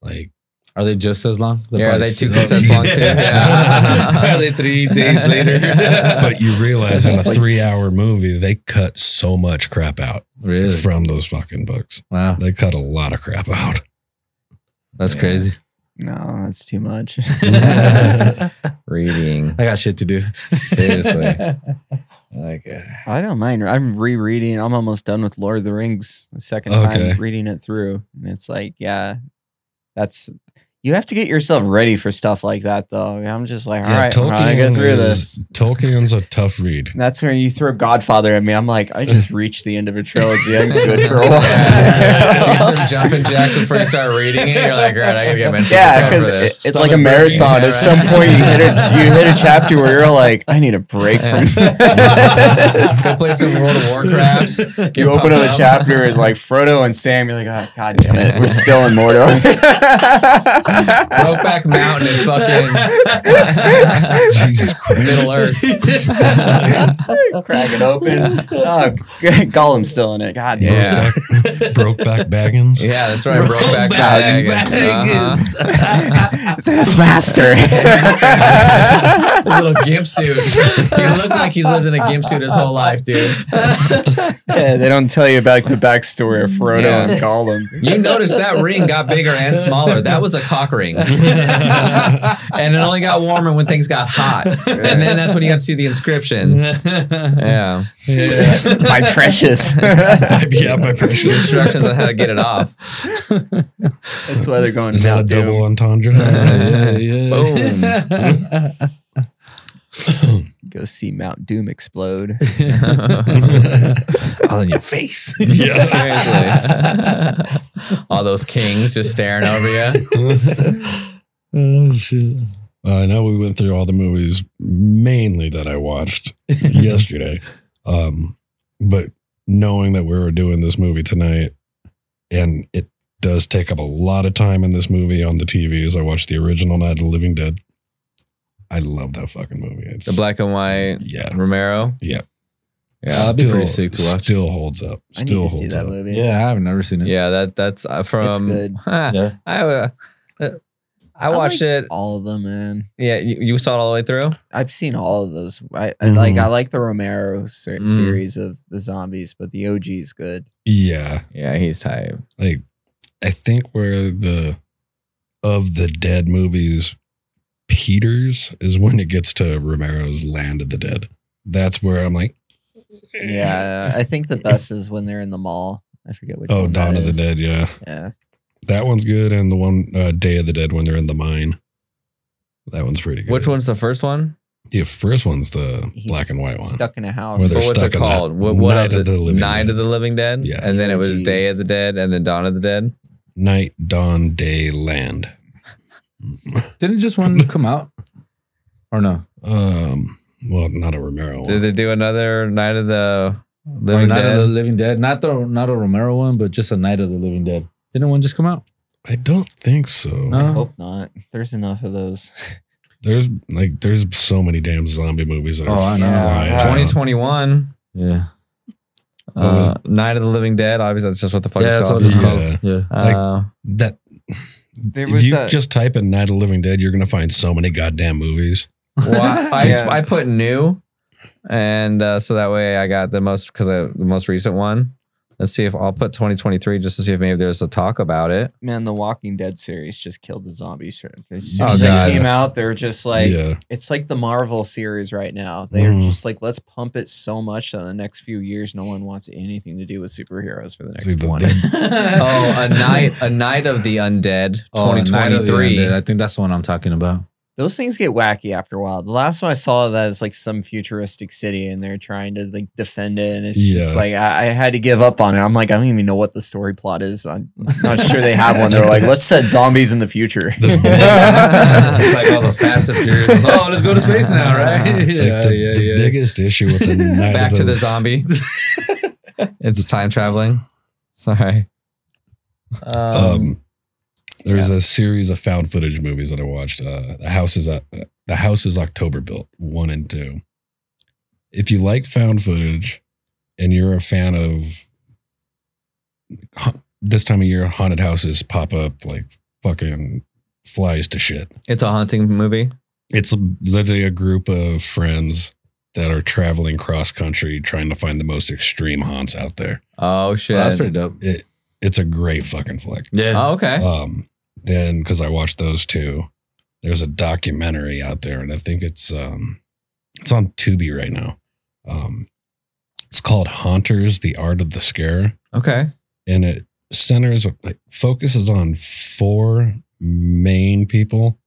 [SPEAKER 3] Like
[SPEAKER 8] Are they just as long? They're
[SPEAKER 4] Yeah, are
[SPEAKER 8] probably
[SPEAKER 4] they two
[SPEAKER 8] six-
[SPEAKER 3] six-
[SPEAKER 4] consents long too?
[SPEAKER 3] Yeah.
[SPEAKER 4] Yeah. Probably three days later.
[SPEAKER 5] Uh,
[SPEAKER 3] But you realize in a three hour movie, they cut so much crap out
[SPEAKER 8] Really?
[SPEAKER 3] from those fucking books.
[SPEAKER 8] Wow,
[SPEAKER 3] They cut a lot of crap out.
[SPEAKER 8] that's
[SPEAKER 4] Yeah.
[SPEAKER 8] crazy.
[SPEAKER 5] No, that's too much.
[SPEAKER 8] I
[SPEAKER 4] Reading.
[SPEAKER 8] got shit to do.
[SPEAKER 4] Seriously. Like, uh,
[SPEAKER 5] I don't mind. I'm rereading. I'm almost done with Lord of the Rings the second
[SPEAKER 3] Okay.
[SPEAKER 5] time reading it through. And it's like, yeah, that's you have to get yourself ready for stuff like that though. I'm just like, all right, all right, I go through
[SPEAKER 3] is-
[SPEAKER 5] this.
[SPEAKER 3] Tolkien's a tough read.
[SPEAKER 5] And that's where you throw Godfather at me. I'm like, I just reached the end of a trilogy. I'm good for a
[SPEAKER 4] yeah. do some
[SPEAKER 5] while.
[SPEAKER 4] jumping jacks before you start reading it. You're like, all right, I gotta get my
[SPEAKER 5] Yeah, because it's like a marathon. At some point, you hit a you hit a chapter where you're like, I need a break from this.
[SPEAKER 4] Go play some World of Warcraft. get
[SPEAKER 5] you open up a
[SPEAKER 4] pumped
[SPEAKER 5] chapter it's like Frodo and Sam. You're like, oh god damn it, we're still in Mordor.
[SPEAKER 4] Brokeback Mountain and fucking
[SPEAKER 3] Jesus Christ.
[SPEAKER 4] Middle Earth.
[SPEAKER 5] Crack it open. Oh, Gollum's still in it. God damn.
[SPEAKER 4] Yeah.
[SPEAKER 3] Broke back Baggins.
[SPEAKER 4] Yeah, that's right. Brokeback
[SPEAKER 5] Brokeback
[SPEAKER 4] Mountain.
[SPEAKER 5] This master.
[SPEAKER 4] His little gimp suit. He looked like he's lived in a gimp suit his whole life, dude.
[SPEAKER 5] yeah, they don't tell you about the backstory of Frodo
[SPEAKER 4] Yeah.
[SPEAKER 5] and Gollum.
[SPEAKER 4] You noticed that ring got bigger and smaller. That was a cock ring. and it only got warmer when things got hot. And then that's when you got to see the inscriptions. Yeah.
[SPEAKER 5] My precious.
[SPEAKER 3] Yeah, my
[SPEAKER 4] The
[SPEAKER 3] precious.
[SPEAKER 4] instructions on how to get it off.
[SPEAKER 5] That's why they're going.
[SPEAKER 3] Is that a
[SPEAKER 5] Mount Doom.
[SPEAKER 3] double entendre?
[SPEAKER 4] Boom.
[SPEAKER 5] Go see Mount Doom explode.
[SPEAKER 8] All in your face.
[SPEAKER 3] yeah.
[SPEAKER 4] Seriously. All those kings just staring over you.
[SPEAKER 8] Oh shit.
[SPEAKER 3] I know Uh, we went through all the movies mainly that I watched yesterday. Um, but knowing that we were doing this movie tonight and it does take up a lot of time in this movie on the TV as I watched the original Night of the Living Dead. I love that fucking movie. It's
[SPEAKER 4] The black and white
[SPEAKER 3] yeah.
[SPEAKER 4] Romero.
[SPEAKER 3] Yeah.
[SPEAKER 4] Yeah. I'll be-
[SPEAKER 8] be pretty sick to watch.
[SPEAKER 3] Still holds up.
[SPEAKER 5] I
[SPEAKER 3] Still
[SPEAKER 5] need to
[SPEAKER 3] holds
[SPEAKER 5] see that
[SPEAKER 3] up.
[SPEAKER 5] movie.
[SPEAKER 8] Yeah, I've never seen it.
[SPEAKER 4] yeah, that that's uh, from
[SPEAKER 5] It's good.
[SPEAKER 4] Huh.
[SPEAKER 8] Yeah.
[SPEAKER 4] I uh, uh, I
[SPEAKER 5] I
[SPEAKER 4] watched
[SPEAKER 5] like
[SPEAKER 4] it.
[SPEAKER 5] All of them, man.
[SPEAKER 4] Yeah, you, you saw it all the way through.
[SPEAKER 5] I've seen all of those. I, I like.
[SPEAKER 3] Mhm.
[SPEAKER 5] I like the Romero ser-
[SPEAKER 4] Mm.
[SPEAKER 5] series of the zombies, but the OG is good.
[SPEAKER 3] Yeah.
[SPEAKER 4] Yeah, he's tight.
[SPEAKER 3] like I think where the of the dead movies Peters is when it gets to Romero's Land of the Dead. That's where I'm like,
[SPEAKER 5] Yeah, I think the best is when they're in the mall. I forget which.
[SPEAKER 3] oh,
[SPEAKER 5] one
[SPEAKER 3] Dawn
[SPEAKER 5] that
[SPEAKER 3] of the
[SPEAKER 5] is.
[SPEAKER 3] Dead, yeah,
[SPEAKER 5] Yeah,
[SPEAKER 3] that one's good, and the one uh, Day of the Dead when they're in the mine, that one's pretty good.
[SPEAKER 4] Which one's the first one?
[SPEAKER 3] The first one's the
[SPEAKER 5] He's
[SPEAKER 3] black and white one.
[SPEAKER 5] stuck in a house.
[SPEAKER 3] Where they're
[SPEAKER 4] But what's
[SPEAKER 3] stuck
[SPEAKER 4] it
[SPEAKER 3] in that
[SPEAKER 4] called? What, what
[SPEAKER 3] Night of the Living
[SPEAKER 4] Night
[SPEAKER 3] Dead.
[SPEAKER 4] of the Living Dead.
[SPEAKER 3] Yeah.
[SPEAKER 4] and then it was
[SPEAKER 5] OG.
[SPEAKER 4] Day of the Dead, and then Dawn of the Dead.
[SPEAKER 3] Night, dawn, day, land.
[SPEAKER 8] Didn't just one come out? Or no?
[SPEAKER 3] Um, well, not a Romero
[SPEAKER 4] Did
[SPEAKER 3] one.
[SPEAKER 4] they do another Night of the
[SPEAKER 8] Or
[SPEAKER 4] Living
[SPEAKER 8] Night
[SPEAKER 4] Dead?
[SPEAKER 8] of the Living Dead. Not the not a Romero one, but just a Night of the Living Dead. Didn't one just come out?
[SPEAKER 3] I don't think so.
[SPEAKER 8] No.
[SPEAKER 5] I hope not. There's enough of those.
[SPEAKER 3] There's like there's so many damn zombie movies that are
[SPEAKER 8] Oh, I know.
[SPEAKER 3] flying.
[SPEAKER 8] Yeah.
[SPEAKER 3] around.
[SPEAKER 4] 2021.
[SPEAKER 8] Yeah.
[SPEAKER 3] What was-
[SPEAKER 4] Uh, Night of the Living Dead. Obviously, that's just what the fuck
[SPEAKER 8] yeah, that's
[SPEAKER 4] it's called.
[SPEAKER 8] what it's
[SPEAKER 3] Yeah.
[SPEAKER 8] called. Yeah.
[SPEAKER 3] Like-
[SPEAKER 4] Uh,
[SPEAKER 3] that
[SPEAKER 5] There
[SPEAKER 3] if
[SPEAKER 5] was
[SPEAKER 3] you
[SPEAKER 5] that-
[SPEAKER 3] just type in Night of the Living Dead, you're gonna find so many goddamn movies.
[SPEAKER 4] well, I, I,
[SPEAKER 5] Yeah.
[SPEAKER 4] I put new, and uh, so that way I got the most because the most recent one. Let's see if I'll put 2023 just to see if maybe there's a talk about it.
[SPEAKER 5] Man, the Walking Dead series just killed the zombies. As
[SPEAKER 3] Oh,
[SPEAKER 5] soon as
[SPEAKER 4] God.
[SPEAKER 5] they came out, they're just like,
[SPEAKER 3] yeah,
[SPEAKER 5] it's like the Marvel series right now. They're
[SPEAKER 3] Mhm.
[SPEAKER 5] just like, let's pump it so much that in the next few years, no one wants anything to do with superheroes for the
[SPEAKER 3] See,
[SPEAKER 5] next
[SPEAKER 3] the-
[SPEAKER 5] 20.
[SPEAKER 3] the-
[SPEAKER 4] Oh, a night, a night of the undead,
[SPEAKER 8] Oh, Night of the
[SPEAKER 4] 2023.
[SPEAKER 8] Undead. I think that's the one I'm talking about.
[SPEAKER 5] Those things get wacky after a while. The last one I saw of that is like some futuristic city and they're trying to like defend it. And it's just
[SPEAKER 3] Yeah.
[SPEAKER 5] like, I, I had to give up on it. I'm like, I don't even know what the story plot is. I'm not sure they have one. They're like, let's set zombies in the future.
[SPEAKER 8] it's like all the Fast and Furious. ones. Oh, let's go to space now, right?
[SPEAKER 3] like, the, the biggest issue with the Night
[SPEAKER 4] Back
[SPEAKER 3] of
[SPEAKER 4] to the zombie. it's time traveling. Sorry. Um,
[SPEAKER 3] um, there's a series of found footage movies that I watched. Uh, the house is uh, the house is October built one and two. If you like found footage, and you're a fan of ha- this time of year, haunted houses pop up like fucking flies to shit.
[SPEAKER 4] It's a haunting movie.
[SPEAKER 3] It's literally a group of friends that are traveling cross country trying to find the most extreme haunts out there.
[SPEAKER 4] Oh shit.
[SPEAKER 8] Well, that's pretty dope.
[SPEAKER 3] It it's a great fucking flick.
[SPEAKER 8] Yeah.
[SPEAKER 4] Oh, okay.
[SPEAKER 3] Um, then because I watched those two, there's a documentary out there, and I think it's um, it's on Tubi right now. Um, it's called "Haunters: The Art of the Scare,"
[SPEAKER 4] Okay.
[SPEAKER 3] and it centers like focuses on four main people,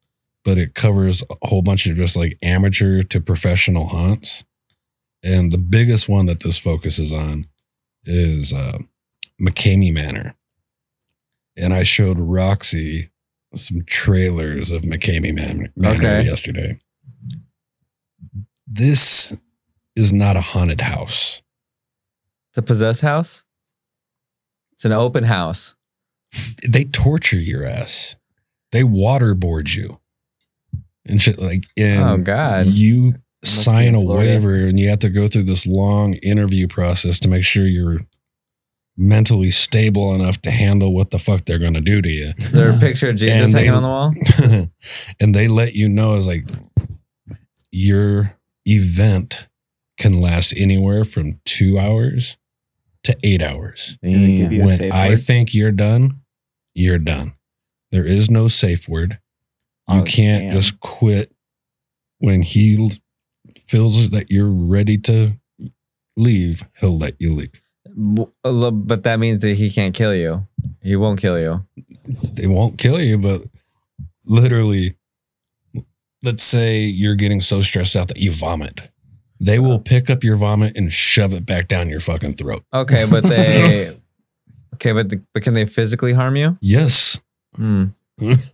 [SPEAKER 3] but it covers a whole bunch of just like amateur to professional haunts. And the biggest one that this focuses on is uh, McCamey Manor. And I showed Roxy some trailers of McCamey Man- Manor
[SPEAKER 4] Okay.
[SPEAKER 3] yesterday. This is not a haunted house.
[SPEAKER 4] The possessed house. It's an open house.
[SPEAKER 3] they torture your ass. They waterboard you and shit like and
[SPEAKER 4] Oh, God.
[SPEAKER 3] you sign
[SPEAKER 5] in
[SPEAKER 3] a
[SPEAKER 5] Florida.
[SPEAKER 3] waiver and you have to go through this long interview process to make sure you're mentally stable enough to handle what the fuck they're gonna do to you.
[SPEAKER 4] Is there a picture of Jesus
[SPEAKER 3] And they-
[SPEAKER 4] hanging on the wall?
[SPEAKER 3] and they let you know is like your event can last anywhere from two hours to eight hours
[SPEAKER 5] And they give you a
[SPEAKER 3] when
[SPEAKER 5] safe
[SPEAKER 3] I
[SPEAKER 5] word.
[SPEAKER 3] think you're done, you're done. There is no safe word. You
[SPEAKER 5] Oh,
[SPEAKER 3] can't
[SPEAKER 5] damn.
[SPEAKER 3] just quit when he l- feels that you're ready to leave. He'll let you leave.
[SPEAKER 4] W- a little- But that means that he can't kill you. He won't kill you.
[SPEAKER 3] They won't kill you, but literally, let's say you're getting so stressed out that you vomit. They
[SPEAKER 5] Oh.
[SPEAKER 3] will pick up your vomit and shove it back down your fucking throat.
[SPEAKER 4] Okay, but they. okay, but the, but can they physically harm you?
[SPEAKER 3] Yes,
[SPEAKER 4] Hmm.
[SPEAKER 3] Mm.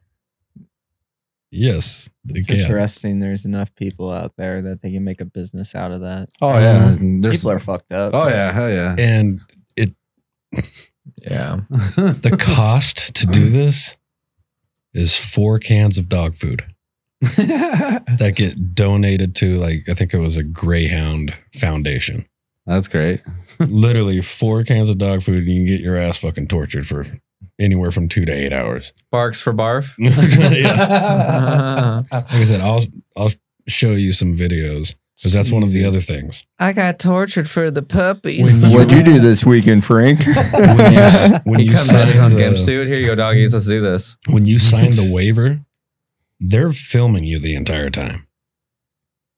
[SPEAKER 3] yes, they
[SPEAKER 5] It's
[SPEAKER 3] can.
[SPEAKER 5] interesting. There's enough people out there that they can make a business out of that.
[SPEAKER 8] Oh yeah.
[SPEAKER 4] Mm-hmm.
[SPEAKER 3] Mm.
[SPEAKER 8] There's-
[SPEAKER 5] people are fucked up.
[SPEAKER 8] oh yeah. Hell yeah.
[SPEAKER 3] And
[SPEAKER 4] Yeah.
[SPEAKER 3] the cost to do this is four cans of dog food that get donated to like I think it was a Greyhound Foundation.
[SPEAKER 8] That's great.
[SPEAKER 3] Literally four cans of dog food and you can get your ass fucking tortured for anywhere from two to eight hours.
[SPEAKER 4] Barks for barf.
[SPEAKER 3] Yeah. Like I said, I'll I'll show you some videos because that's one of the other things.
[SPEAKER 4] I got tortured for the puppies.
[SPEAKER 3] When you
[SPEAKER 5] do this weekend, Frank?
[SPEAKER 3] When you, s- when
[SPEAKER 4] he
[SPEAKER 3] you
[SPEAKER 4] comes out
[SPEAKER 3] sign
[SPEAKER 4] his own gimp
[SPEAKER 3] the,
[SPEAKER 4] suit. Here you go, doggies. Let's do this.
[SPEAKER 3] when you sign the waiver, they're filming you the entire time.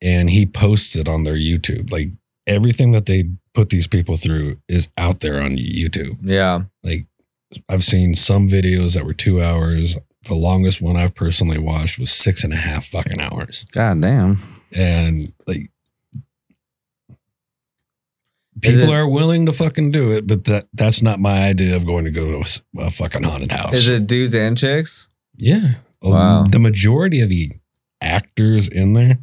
[SPEAKER 3] And he posts it on their YouTube. Like everything that they put these people through is out there on YouTube.
[SPEAKER 4] Yeah.
[SPEAKER 3] I've seen some videos that were two hours. The longest one I've personally watched was six and a half fucking hours.
[SPEAKER 8] God damn.
[SPEAKER 3] And like
[SPEAKER 4] Is
[SPEAKER 3] people
[SPEAKER 4] it-
[SPEAKER 3] are willing to fucking do it, but that that's not my idea of going to go to a s- a, fucking haunted house.
[SPEAKER 4] Is it dudes and chicks?
[SPEAKER 3] Yeah. Um,
[SPEAKER 4] Wow.
[SPEAKER 3] The majority of the actors in there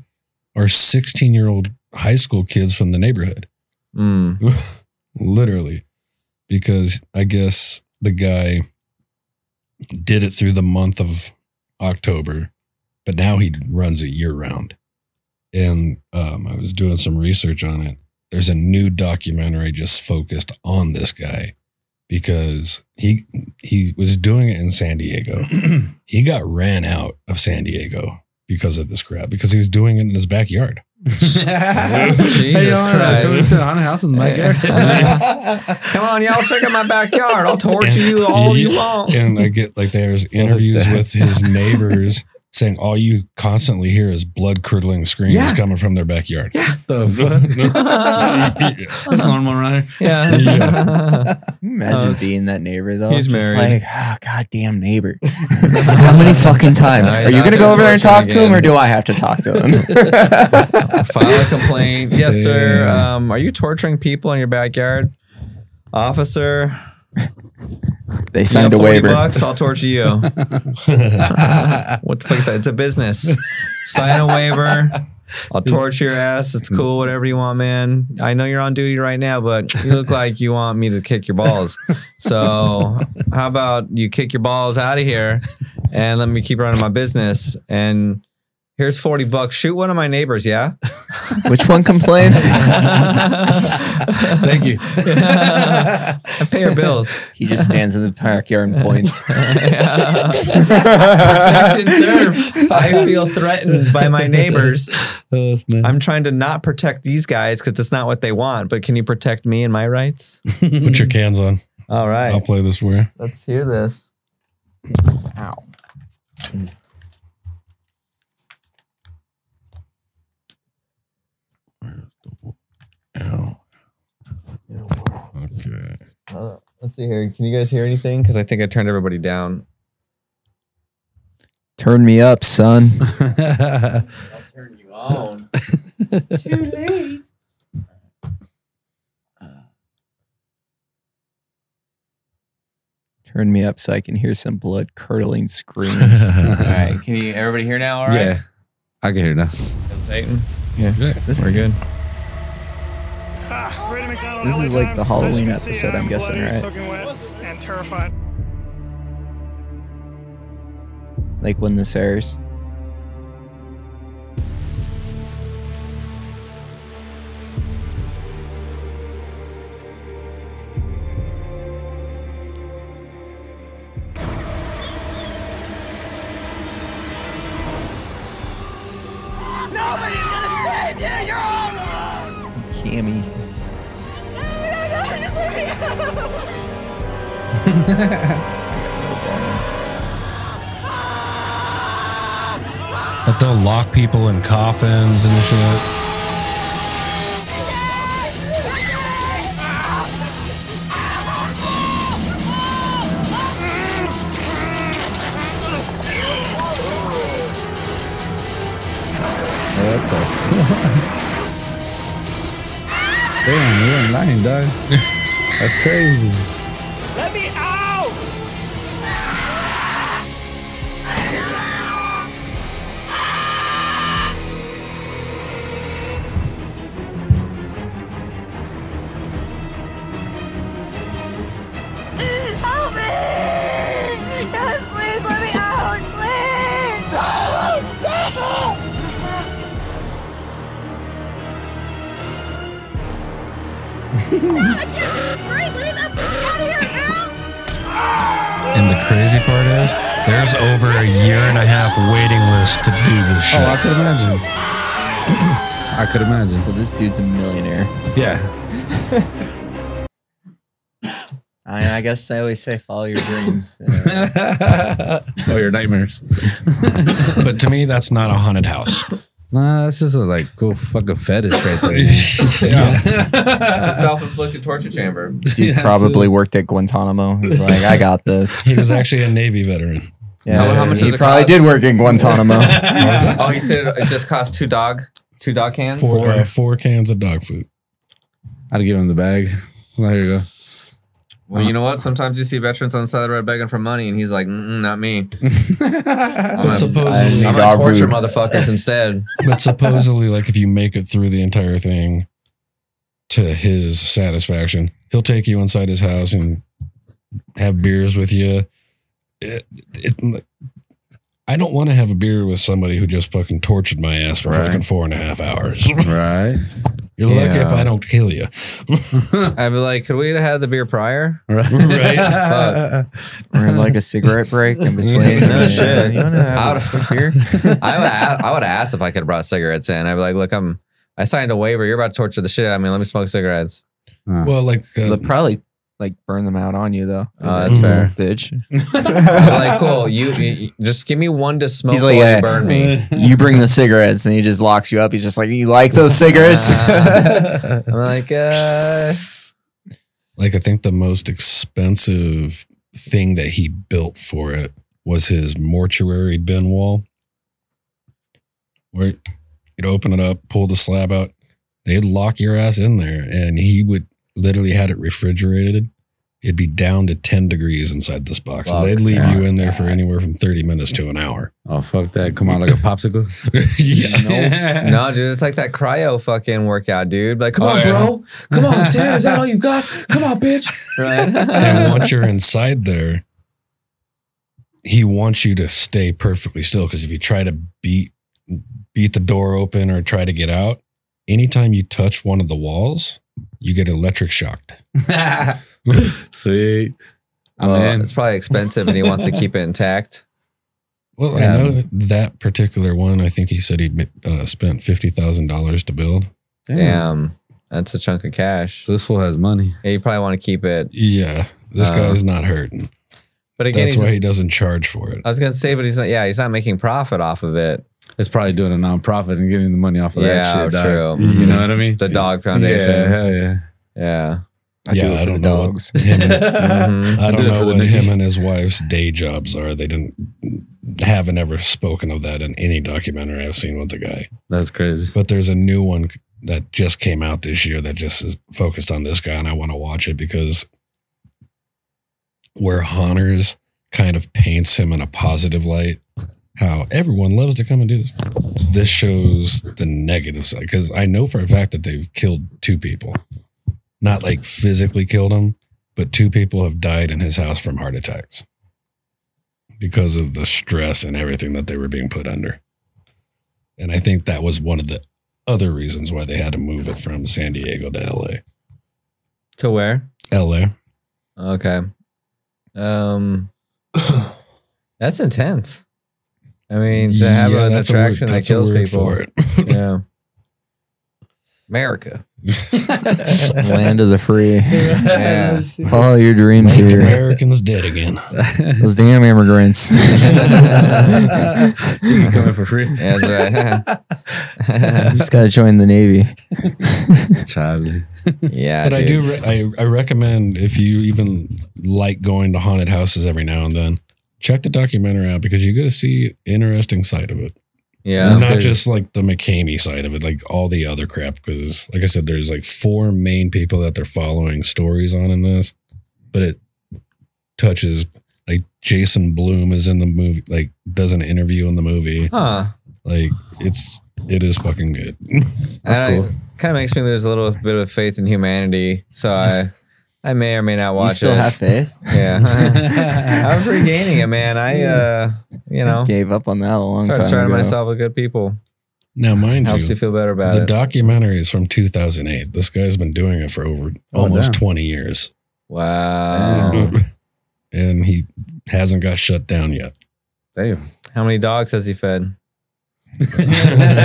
[SPEAKER 3] are 16 year old high school kids from the neighborhood,
[SPEAKER 4] Hmm.
[SPEAKER 3] Mm. literally, because I guess the guy did it through the month of October, but now he runs it year round. And um, I was doing some research on it. There's a new documentary just focused on this guy because he he was doing it in San Diego he got ran out of San Diego because of this crap because he was doing it in his backyard.
[SPEAKER 8] Jesus
[SPEAKER 4] Christ.
[SPEAKER 8] Coming to the haunted house in my
[SPEAKER 6] eh?
[SPEAKER 8] backyard.
[SPEAKER 4] Come on, y'all, check out my backyard. I'll torture you all you long.
[SPEAKER 3] And I get like there's interviews
[SPEAKER 5] that.
[SPEAKER 3] with his neighbors saying all you constantly hear is blood curdling screams
[SPEAKER 4] Yeah.
[SPEAKER 3] coming from their backyard.
[SPEAKER 8] the fuck? That's normal, right?
[SPEAKER 4] yeah.
[SPEAKER 5] Imagine
[SPEAKER 4] Oh,
[SPEAKER 5] being that neighbor though.
[SPEAKER 4] he's
[SPEAKER 5] just
[SPEAKER 4] married.
[SPEAKER 5] Like, oh, goddamn neighbor. How many fucking times
[SPEAKER 4] No, he's
[SPEAKER 5] are you
[SPEAKER 4] out
[SPEAKER 5] gonna
[SPEAKER 4] there
[SPEAKER 5] go over there and talk
[SPEAKER 4] torturing
[SPEAKER 5] to him, or
[SPEAKER 4] again.
[SPEAKER 5] do I have to talk to him?
[SPEAKER 4] File a complaint. Yes, sir.
[SPEAKER 3] Damn.
[SPEAKER 4] Um, are you torturing people in your backyard? Officer,
[SPEAKER 5] they
[SPEAKER 4] you know,
[SPEAKER 5] signed a
[SPEAKER 4] 40
[SPEAKER 5] waiver.
[SPEAKER 4] Bucks, I'll torture you. what the fuck is that? It's a business. Sign a waiver. I'll torture your ass. It's cool, whatever you want, man. I know you're on duty right now, but you look like you want me to kick your balls. So how about you kick your balls out of here and let me keep running my business? And here's 40 bucks. Shoot one of my neighbors, yeah?
[SPEAKER 5] Which one complained?
[SPEAKER 8] Thank you.
[SPEAKER 4] I pay your bills.
[SPEAKER 5] he just stands in the backyard and points.
[SPEAKER 4] Protect and serve. I feel threatened by my neighbors.
[SPEAKER 8] Oh, that's nice.
[SPEAKER 4] I'm trying to not protect these guys because it's not what they want. But can you protect me and my rights?
[SPEAKER 3] Put your cans on.
[SPEAKER 4] All
[SPEAKER 3] I'll
[SPEAKER 4] right,
[SPEAKER 3] play this for you.
[SPEAKER 4] let's hear this.
[SPEAKER 5] Ow.
[SPEAKER 3] Okay.
[SPEAKER 4] Uh, let's see here. Can you guys hear anything? Because I think I turned everybody down.
[SPEAKER 5] Turn me up, son.
[SPEAKER 9] I'll turn you on.
[SPEAKER 5] Turn me up so I can hear some blood curdling screams.
[SPEAKER 9] All right. Can you, everybody hear now? All right.
[SPEAKER 6] Yeah. I can hear now.
[SPEAKER 4] Satan.
[SPEAKER 3] Okay.
[SPEAKER 5] This,
[SPEAKER 4] We're good.
[SPEAKER 5] This is like the Halloween episode, I'm guessing, right?
[SPEAKER 10] And terrified.
[SPEAKER 5] like when this airs. Cammy.
[SPEAKER 3] But they'll lock people in coffins and shit.
[SPEAKER 6] Damn, you ain't lying, dog. That's crazy.
[SPEAKER 10] Let me out!
[SPEAKER 11] Help me! Yes, please let me out, please! stop it! I can't breathe. Let me out of here, girl!
[SPEAKER 3] And the crazy part is, there's over a year and a half waiting list to do this shit.
[SPEAKER 6] Oh, I could imagine. I could
[SPEAKER 5] So
[SPEAKER 6] imagine.
[SPEAKER 5] this dude's a millionaire.
[SPEAKER 6] Yeah.
[SPEAKER 5] I, I guess I always say follow your dreams. Uh,
[SPEAKER 6] Oh, your nightmares.
[SPEAKER 3] but to me, that's not a haunted house.
[SPEAKER 6] Nah, that's just a like cool fucking fetish right there. yeah.
[SPEAKER 4] Self-inflicted torture chamber.
[SPEAKER 5] dude
[SPEAKER 6] Yeah,
[SPEAKER 5] probably
[SPEAKER 6] absolutely.
[SPEAKER 5] worked at Guantanamo. He's like, I got this.
[SPEAKER 3] He was actually a Navy veteran.
[SPEAKER 5] Yeah,
[SPEAKER 4] How- how much
[SPEAKER 5] he
[SPEAKER 4] does it
[SPEAKER 5] probably
[SPEAKER 4] cost?
[SPEAKER 5] did work in Guantanamo.
[SPEAKER 4] oh, you said it just cost two dog, two dog cans.
[SPEAKER 3] Four, uh, four cans of dog food.
[SPEAKER 6] I'd give him the bag. Well, here you go.
[SPEAKER 4] Well, you know what? Sometimes you see veterans on the side of the road begging for money, and he's like, Mm-mm, "Not me. I'm
[SPEAKER 3] But
[SPEAKER 4] gonna,
[SPEAKER 3] supposedly,
[SPEAKER 4] I'm
[SPEAKER 5] Dog
[SPEAKER 4] gonna torture
[SPEAKER 5] food.
[SPEAKER 4] motherfuckers instead."
[SPEAKER 3] but supposedly, like if you make it through the entire thing to his satisfaction, he'll take you inside his house and have beers with you. It, it, I don't want to have a beer with somebody who just fucking tortured my ass for
[SPEAKER 4] Right.
[SPEAKER 3] fucking four and a half hours.
[SPEAKER 6] Right.
[SPEAKER 3] You're lucky if
[SPEAKER 4] Yeah.
[SPEAKER 3] I don't kill you.
[SPEAKER 4] I'd be like, "Could we have had the beer prior?"
[SPEAKER 6] Right.
[SPEAKER 4] Right.
[SPEAKER 5] or like a cigarette break in between.
[SPEAKER 4] No
[SPEAKER 5] Yeah,
[SPEAKER 4] shit.
[SPEAKER 5] You want to have a
[SPEAKER 4] Out-
[SPEAKER 5] quick beer?
[SPEAKER 4] I would, a- I would have asked if I could have brought cigarettes in. I'd be like, "Look, I'm, I signed a waiver. You're about to torture the shit out of me. Let me smoke cigarettes."
[SPEAKER 3] Well, like uh,
[SPEAKER 5] They'll probably like burn them out on you though.
[SPEAKER 4] Oh, that's
[SPEAKER 3] fair.
[SPEAKER 5] Bitch.
[SPEAKER 4] I'd be like, "Cool, you, you- just give me one to smoke
[SPEAKER 5] He's like,
[SPEAKER 4] while
[SPEAKER 5] "Yeah."
[SPEAKER 4] you burn me.
[SPEAKER 5] You bring the cigarettes and he just locks you up. He's just like, You like those cigarettes?
[SPEAKER 4] I'm like, uh,
[SPEAKER 3] like I think the most expensive thing that he built for it was his mortuary bin wall. Where you'd open it up, pull the slab out, they'd lock your ass in there, and he would literally had it refrigerated. It'd be down to 10 degrees inside this box. and
[SPEAKER 4] Fuck
[SPEAKER 3] they'd leave you in there for
[SPEAKER 6] that.
[SPEAKER 3] anywhere from 30 minutes to an hour.
[SPEAKER 6] Oh fuck that! Come on, like a popsicle. Yeah.
[SPEAKER 4] No, dude, it's like that cryo fucking workout, dude. Like, come
[SPEAKER 6] Oh,
[SPEAKER 4] on,
[SPEAKER 6] yeah.
[SPEAKER 4] bro. Come on, dad. Is that all you got? Come on, bitch.
[SPEAKER 3] and
[SPEAKER 4] Right.
[SPEAKER 3] once you're inside there, he wants you to stay perfectly still because if you try to beat beat the door open or try to get out, anytime you touch one of the walls, you get electric shocked.
[SPEAKER 6] Sweet. Uh, I'm
[SPEAKER 4] Well,
[SPEAKER 6] in.
[SPEAKER 4] it's probably expensive, and he wants to keep it intact.
[SPEAKER 3] Well,
[SPEAKER 6] Yeah.
[SPEAKER 3] I know that particular one. I think he said he uh, spent fifty thousand dollars to build.
[SPEAKER 6] Damn.
[SPEAKER 4] Damn, Um, that's a chunk of cash.
[SPEAKER 6] So this fool has money.
[SPEAKER 4] Yeah, you probably want to keep it.
[SPEAKER 3] Yeah, this
[SPEAKER 4] Uh,
[SPEAKER 3] guy's not hurting.
[SPEAKER 4] But again,
[SPEAKER 3] That's
[SPEAKER 4] he's-
[SPEAKER 3] why he doesn't charge for it.
[SPEAKER 4] I was gonna say, but he's not. Yeah, he's not making profit off of it.
[SPEAKER 6] It's probably doing a nonprofit and getting the money off of
[SPEAKER 4] yeah,
[SPEAKER 6] that shit. dog.
[SPEAKER 4] true.
[SPEAKER 6] You know what I mean?
[SPEAKER 4] The Dog
[SPEAKER 6] Yeah,
[SPEAKER 4] Foundation.
[SPEAKER 6] hell yeah.
[SPEAKER 4] Yeah.
[SPEAKER 3] yeah,
[SPEAKER 5] do it
[SPEAKER 3] I
[SPEAKER 5] for
[SPEAKER 3] don't
[SPEAKER 5] the
[SPEAKER 3] know. what
[SPEAKER 5] dogs.
[SPEAKER 3] him and-
[SPEAKER 4] Mhm.
[SPEAKER 3] I
[SPEAKER 6] Mm-hmm. I do
[SPEAKER 3] don't
[SPEAKER 6] it for
[SPEAKER 3] know
[SPEAKER 6] the
[SPEAKER 3] what
[SPEAKER 6] Nikki.
[SPEAKER 3] him and his wife's day jobs are. They didn't haven't ever spoken of that in any documentary I've seen with the guy.
[SPEAKER 6] That's crazy.
[SPEAKER 3] But there's a new one that just came out this year that just is focused on this guy, and I want to watch it because where Honners kind of paints him in a positive light, how everyone loves to come and do this. This shows the negative side because I know for a fact that they've killed two people, not like physically killed them, but two people have died in his house from heart attacks because of the stress and everything that they were being put under. And I think that was one of the other reasons why they had to move it from San Diego to
[SPEAKER 4] To where?
[SPEAKER 3] LA. LA.
[SPEAKER 4] Okay. Um, that's intense. I mean, to have
[SPEAKER 3] Yeah,
[SPEAKER 4] an
[SPEAKER 3] that's a word-
[SPEAKER 4] attraction that
[SPEAKER 3] that's a
[SPEAKER 4] kills
[SPEAKER 3] word
[SPEAKER 4] people.
[SPEAKER 3] for it.
[SPEAKER 4] Yeah.
[SPEAKER 9] America.
[SPEAKER 5] Land of the free.
[SPEAKER 9] Yeah.
[SPEAKER 5] Follow your dreams
[SPEAKER 3] Make
[SPEAKER 5] here.
[SPEAKER 3] Americans dead again.
[SPEAKER 5] Those damn immigrants.
[SPEAKER 6] you can come in for free.
[SPEAKER 4] Yeah, that's right.
[SPEAKER 5] just gotta join the navy.
[SPEAKER 6] Charlie.
[SPEAKER 4] yeah.
[SPEAKER 3] But I
[SPEAKER 4] dude.
[SPEAKER 3] do, re- I, I recommend if you even like going to haunted houses every now and then, check the documentary out because you're going to see interesting side of it.
[SPEAKER 4] Yeah.
[SPEAKER 3] not
[SPEAKER 6] Okay.
[SPEAKER 3] just like the McCamey side of it, like all the other crap. Because, like I said, there's like four main people that they're following stories on in this, but it touches like Jason Bloom is in the movie, like does an interview in the movie.
[SPEAKER 4] Huh.
[SPEAKER 3] Like it's it is fucking good.
[SPEAKER 6] That's
[SPEAKER 4] I don't-
[SPEAKER 6] cool.
[SPEAKER 4] Kind of makes me lose a little bit of faith in humanity. So I, I may or may not watch
[SPEAKER 5] you still
[SPEAKER 4] it.
[SPEAKER 5] have faith?
[SPEAKER 4] yeah. I was regaining it, man. I, uh, you know,
[SPEAKER 5] Gave up on that a long
[SPEAKER 4] started
[SPEAKER 5] time
[SPEAKER 4] surrounding
[SPEAKER 5] ago.
[SPEAKER 4] myself with good people.
[SPEAKER 3] Now, mind
[SPEAKER 4] Helps you
[SPEAKER 3] you,
[SPEAKER 4] feel better about
[SPEAKER 3] the
[SPEAKER 4] it.
[SPEAKER 3] documentary is from 2008. This guy's been doing it for over
[SPEAKER 6] Oh,
[SPEAKER 3] almost
[SPEAKER 6] damn.
[SPEAKER 3] 20 years,
[SPEAKER 4] wow.
[SPEAKER 3] and he hasn't got shut down yet.
[SPEAKER 6] Damn.
[SPEAKER 4] How many dogs has he fed?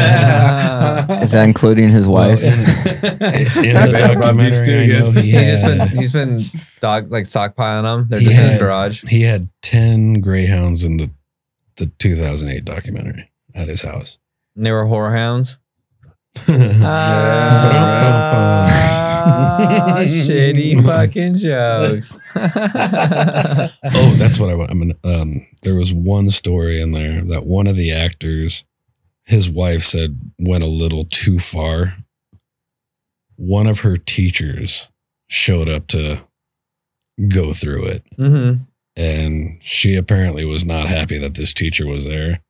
[SPEAKER 5] Is that including his wife?
[SPEAKER 3] Well, in- in the
[SPEAKER 6] Bad Rob Beef
[SPEAKER 3] documentary,
[SPEAKER 6] Stew
[SPEAKER 3] I know
[SPEAKER 6] again.
[SPEAKER 3] he
[SPEAKER 4] He's just been
[SPEAKER 3] had,
[SPEAKER 4] he's been dog like stockpiling them. They're
[SPEAKER 3] He
[SPEAKER 4] just in his
[SPEAKER 3] had-
[SPEAKER 4] garage.
[SPEAKER 3] he had 10 greyhounds in the, the 2008 documentary at his house.
[SPEAKER 4] And they were whorehounds. Uh.
[SPEAKER 3] Yeah.
[SPEAKER 4] Ah, shitty fucking jokes.
[SPEAKER 3] oh, that's what I want. I mean, um, there was one story in there that one of the actors, his wife said, went a little too far. One of her teachers showed up to go through it.
[SPEAKER 4] hmm
[SPEAKER 3] and she apparently was not happy that this teacher was there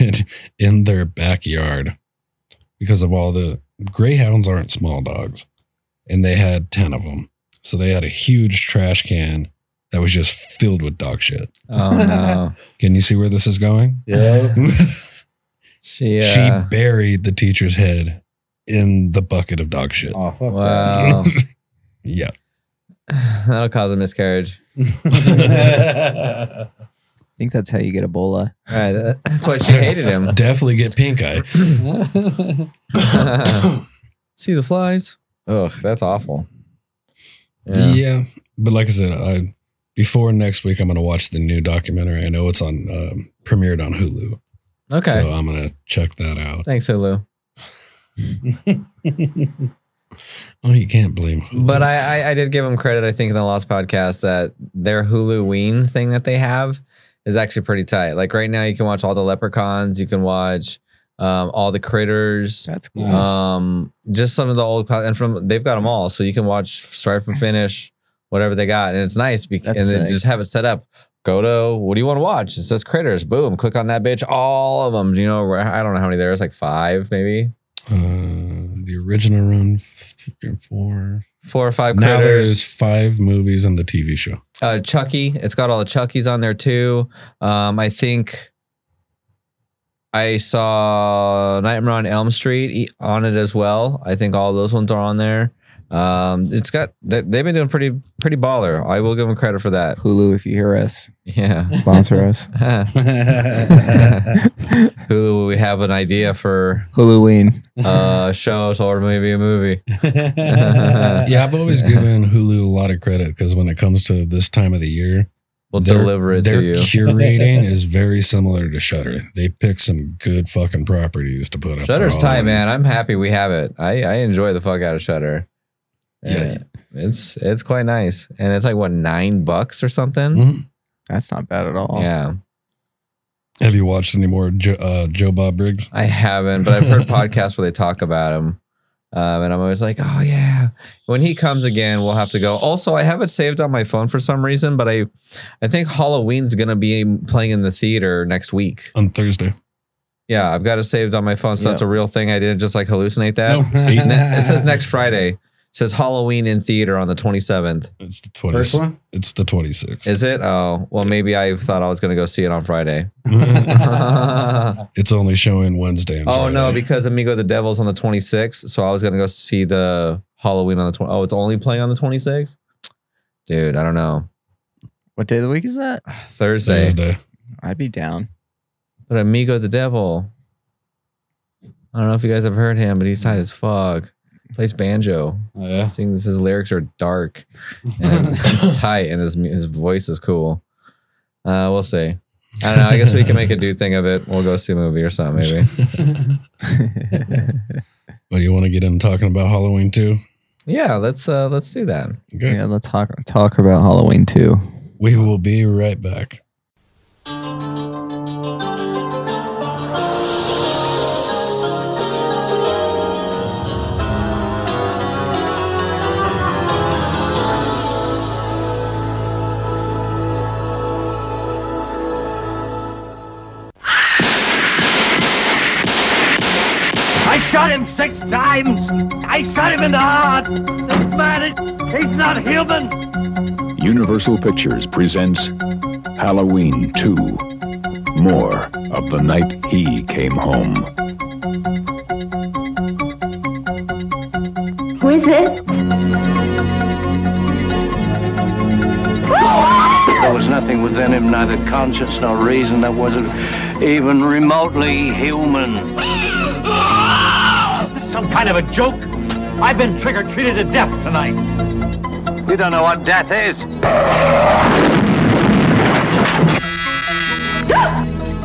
[SPEAKER 3] and in their backyard because of all the greyhounds aren't small dogs and they had 10 of them so they had a huge trash can that was just filled with dog shit
[SPEAKER 4] Oh no.
[SPEAKER 3] can you see where this is going
[SPEAKER 8] Yeah.
[SPEAKER 4] She, uh,
[SPEAKER 3] she buried the teacher's head in the bucket of dog shit
[SPEAKER 6] Oh, fuck.
[SPEAKER 4] Wow.
[SPEAKER 3] yeah
[SPEAKER 4] That'll cause a miscarriage.
[SPEAKER 5] I think that's how you get Ebola.
[SPEAKER 4] All right. that- That's why she hated him.
[SPEAKER 3] definitely get pink eye
[SPEAKER 4] See the flies? Ugh, that's awful.
[SPEAKER 3] Yeah. But like I said, I before next week I'm gonna watch the new documentary. I know it's on um, premiered on Hulu.
[SPEAKER 4] Okay.
[SPEAKER 3] So uh, I'm gonna check that out.
[SPEAKER 4] Thanks, Hulu.
[SPEAKER 3] Oh, you can't blame Hulu.
[SPEAKER 4] But I, I, I did give them credit, I think, in the Lost podcast that their Huluween thing that they have is actually pretty tight. Like right now, you can watch all the leprechauns, you can watch um, all the critters,
[SPEAKER 5] That's cool.
[SPEAKER 6] cool. Nice.
[SPEAKER 4] um, just some of the old cla- and from they've got them all, so you can watch start from finish, whatever they got, and it's nice because
[SPEAKER 5] That's
[SPEAKER 4] and then
[SPEAKER 5] sick.
[SPEAKER 4] just have it set up. Go to what do you want to watch? It says critters. Boom, click on that bitch. All of them. You know, I don't know how many there is, like five maybe,
[SPEAKER 3] uh, the original run three and four.
[SPEAKER 4] four or five
[SPEAKER 3] Now
[SPEAKER 4] critters.
[SPEAKER 3] there's five movies and the TV show.
[SPEAKER 4] uh Chucky. It's got all the Chuckies on there too. Um, I think I saw Nightmare on Elm Street e- on it as well. I think all those ones are on there. Um, it's got they- they've been doing pretty pretty baller. I will give them credit for that.
[SPEAKER 5] Hulu, if you hear us,
[SPEAKER 4] Yeah.
[SPEAKER 5] sponsor us.
[SPEAKER 4] Hulu, we have an idea for
[SPEAKER 5] Halloween.
[SPEAKER 4] uh shows or maybe a movie.
[SPEAKER 3] Yeah, I've always given Hulu a lot of credit because when it comes to this time of the year,
[SPEAKER 4] We'll
[SPEAKER 3] their-
[SPEAKER 4] deliver it
[SPEAKER 3] their
[SPEAKER 4] to you.
[SPEAKER 3] curating is very similar to Shutter. They pick some good fucking properties to put up. for
[SPEAKER 4] Shutter's tight,
[SPEAKER 3] Halloween.
[SPEAKER 4] man. I'm happy we have it. I, I enjoy the fuck out of Shutter.
[SPEAKER 3] Yeah.
[SPEAKER 4] It's it's quite nice. And it's like what nine bucks or something?
[SPEAKER 3] Mhm.
[SPEAKER 5] That's not bad at
[SPEAKER 3] Mm-hmm.
[SPEAKER 5] all.
[SPEAKER 4] Yeah.
[SPEAKER 3] Have you watched any more jo- uh, Joe Bob Briggs?
[SPEAKER 4] I haven't, but I've heard podcasts where they talk about him. Um, and I'm always like, oh yeah. When he comes again, we'll have to go. Also, I have it saved on my phone for some reason, but I I think Halloween's gonna be playing in the theater next week.
[SPEAKER 3] On Thursday.
[SPEAKER 4] Yeah, I've got it saved on my phone, so that's a real thing. I didn't just like hallucinate that.
[SPEAKER 3] No, eight,
[SPEAKER 4] Ne- it says next Friday. It says Halloween in theater on the 27th.
[SPEAKER 3] it's the 20,
[SPEAKER 8] First one?
[SPEAKER 3] It's the 26th.
[SPEAKER 4] Is it? Oh, well, maybe I thought I was going to go see it on Friday. oh,
[SPEAKER 3] it's only showing Wednesday. And
[SPEAKER 4] no,
[SPEAKER 3] Friday.
[SPEAKER 4] because Amigo the Devil's on the 26th. So I was going to go see the Halloween on the 20th. Oh, it's only playing on the 26th? Dude, I don't know.
[SPEAKER 5] What day of the week is that?
[SPEAKER 4] Thursday.
[SPEAKER 3] Thursday.
[SPEAKER 5] I'd be down.
[SPEAKER 4] But Amigo the Devil. I don't know if you guys have heard him, but he's tight as fuck. Plays banjo.
[SPEAKER 8] Oh, yeah.
[SPEAKER 4] Sings, his lyrics are dark. and it's tight and his his voice is cool. Uh, we'll see. I don't know. I guess we can make a dude thing of it. We'll go see a movie or something, maybe.
[SPEAKER 3] But you want to get in talking about Halloween too?
[SPEAKER 4] Yeah, let's uh, let's do that.
[SPEAKER 3] Okay.
[SPEAKER 5] yeah, let's talk talk about Halloween too.
[SPEAKER 3] We will be right back.
[SPEAKER 10] I shot him six times. I shot him in the heart. This man, is- he's not human.
[SPEAKER 12] Universal Pictures presents Halloween 2 More of the Night He Came Home.
[SPEAKER 11] Who is it?
[SPEAKER 13] There was nothing within him, neither conscience nor reason, that wasn't even remotely human.
[SPEAKER 10] This is some kind of a joke. I've been trigger treated to death tonight.
[SPEAKER 13] You don't know what death is.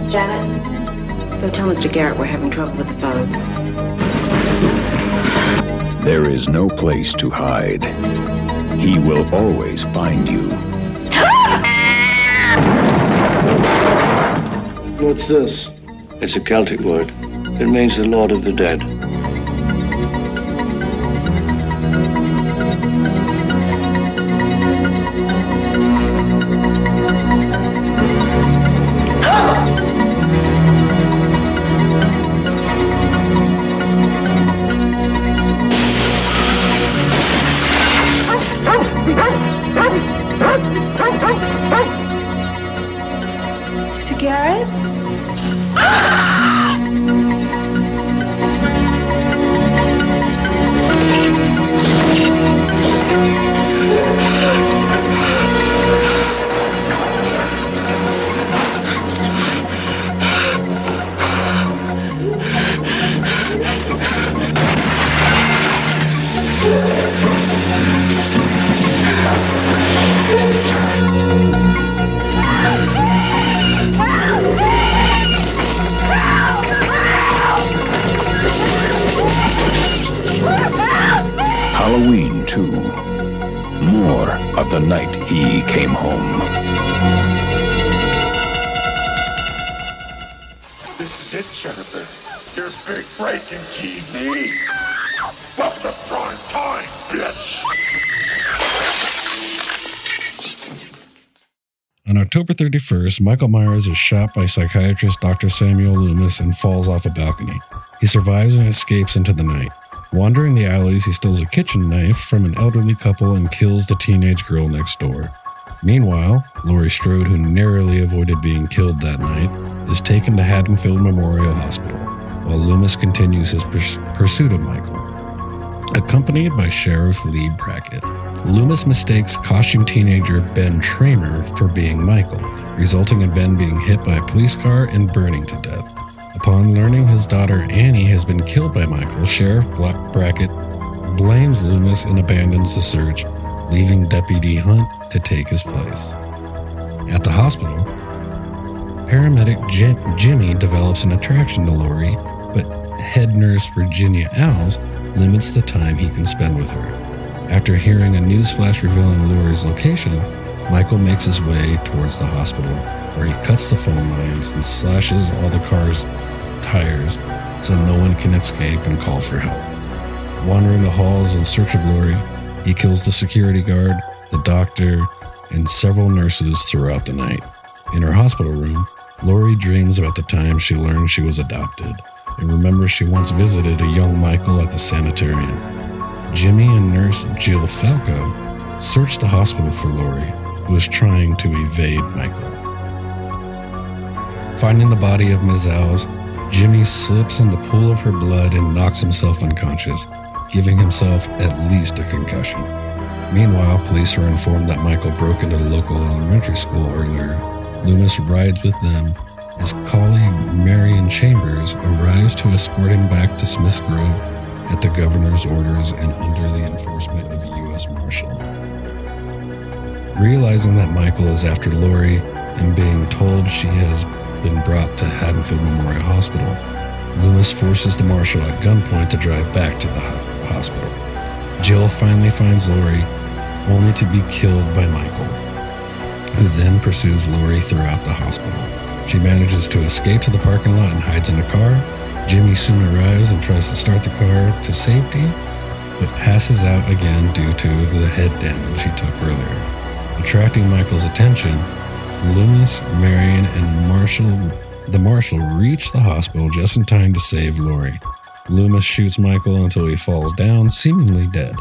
[SPEAKER 11] Janet, go tell Mr. Garrett we're having trouble with the phones.
[SPEAKER 12] There is no place to hide. He will always find you.
[SPEAKER 13] What's this? It's a Celtic word. It means the Lord of the Dead.
[SPEAKER 11] Mr. Garrett?
[SPEAKER 12] Halloween 2 More of the Night He Came Home.
[SPEAKER 13] This is it, Jennifer. Your big break in TV. Welcome to prime time, bitch.
[SPEAKER 3] On October 31st, Michael Myers is shot by psychiatrist Dr. Samuel Loomis and falls off a balcony. He survives and escapes into the night. Wandering the alleys, he steals a kitchen knife from an elderly couple and kills the teenage girl next door. Meanwhile, Laurie Strode, who narrowly avoided being killed that night, is taken to Haddonfield Memorial Hospital, while Loomis continues his purs- pursuit of Michael. Accompanied by Sheriff Lee Brackett, Loomis mistakes costume teenager Ben Tramer for being Michael, resulting in Ben being hit by a police car and burning to death. Upon learning his daughter Annie has been killed by Michael, Sheriff Bla- Brackett blames Loomis and abandons the search, leaving Deputy Hunt to take his place. At the hospital, paramedic Jim- Jimmy develops an attraction to Lori, but head nurse Virginia Owls limits the time he can spend with her. After hearing a newsflash revealing Lori's location, Michael makes his way towards the hospital, where he cuts the phone lines and slashes all the car's tires so no one can escape and call for help. Wandering the halls in search of Lori, he kills the security guard, the doctor, and several nurses throughout the night. In her hospital room, Lori dreams about the time she learned she was adopted and remembers she once visited a young Michael at the sanitarium. Jimmy and nurse Jill Falco search the hospital for Lori, who is trying to evade Michael. Finding the body of Ms. Owls, Jimmy slips in the pool of her blood and knocks himself unconscious, giving himself at least a concussion. Meanwhile, police are informed that Michael broke into the local elementary school earlier. Loomis rides with them. His colleague Marion Chambers arrives to escort him back to Smith Grove at the governor's orders and under the enforcement of U.S. Marshal. Realizing that Michael is after Lori and being told she has been brought to Haddonfield Memorial Hospital, Loomis forces the marshal at gunpoint to drive back to the ho- hospital. Jill finally finds Lori, only to be killed by Michael, who then pursues Lori throughout the hospital. She manages to escape to the parking lot and hides in a car. Jimmy soon arrives and tries to start the car to safety, but passes out again due to the head damage he took earlier. Attracting Michael's attention, Loomis, Marion, and Marshall, the marshal, reach the hospital just in time to save Lori. Loomis shoots Michael until he falls down, seemingly dead.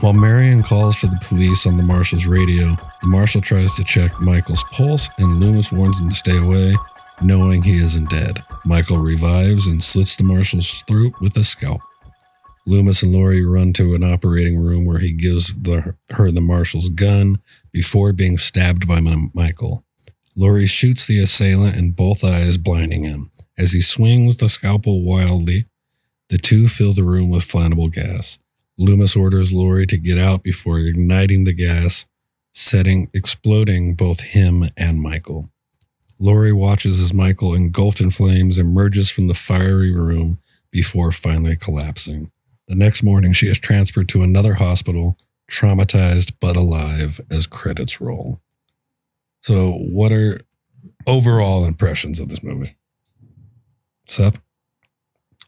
[SPEAKER 3] While Marion calls for the police on the marshal's radio, the marshal tries to check Michael's pulse and Loomis warns him to stay away, knowing he isn't dead. Michael revives and slits the marshal's throat with a scalpel. Loomis and Lori run to an operating room where he gives the, her the marshal's gun before being stabbed by Mi- Michael. Lori shoots the assailant in both eyes, blinding him. As he swings the scalpel wildly, the two fill the room with flammable gas. Loomis orders Lori to get out before igniting the gas, setting exploding both him and Michael. Lori watches as Michael, engulfed in flames, emerges from the fiery room before finally collapsing. The next morning, she is transferred to another hospital, traumatized but alive as credits roll. So, what are overall impressions of this movie? Seth?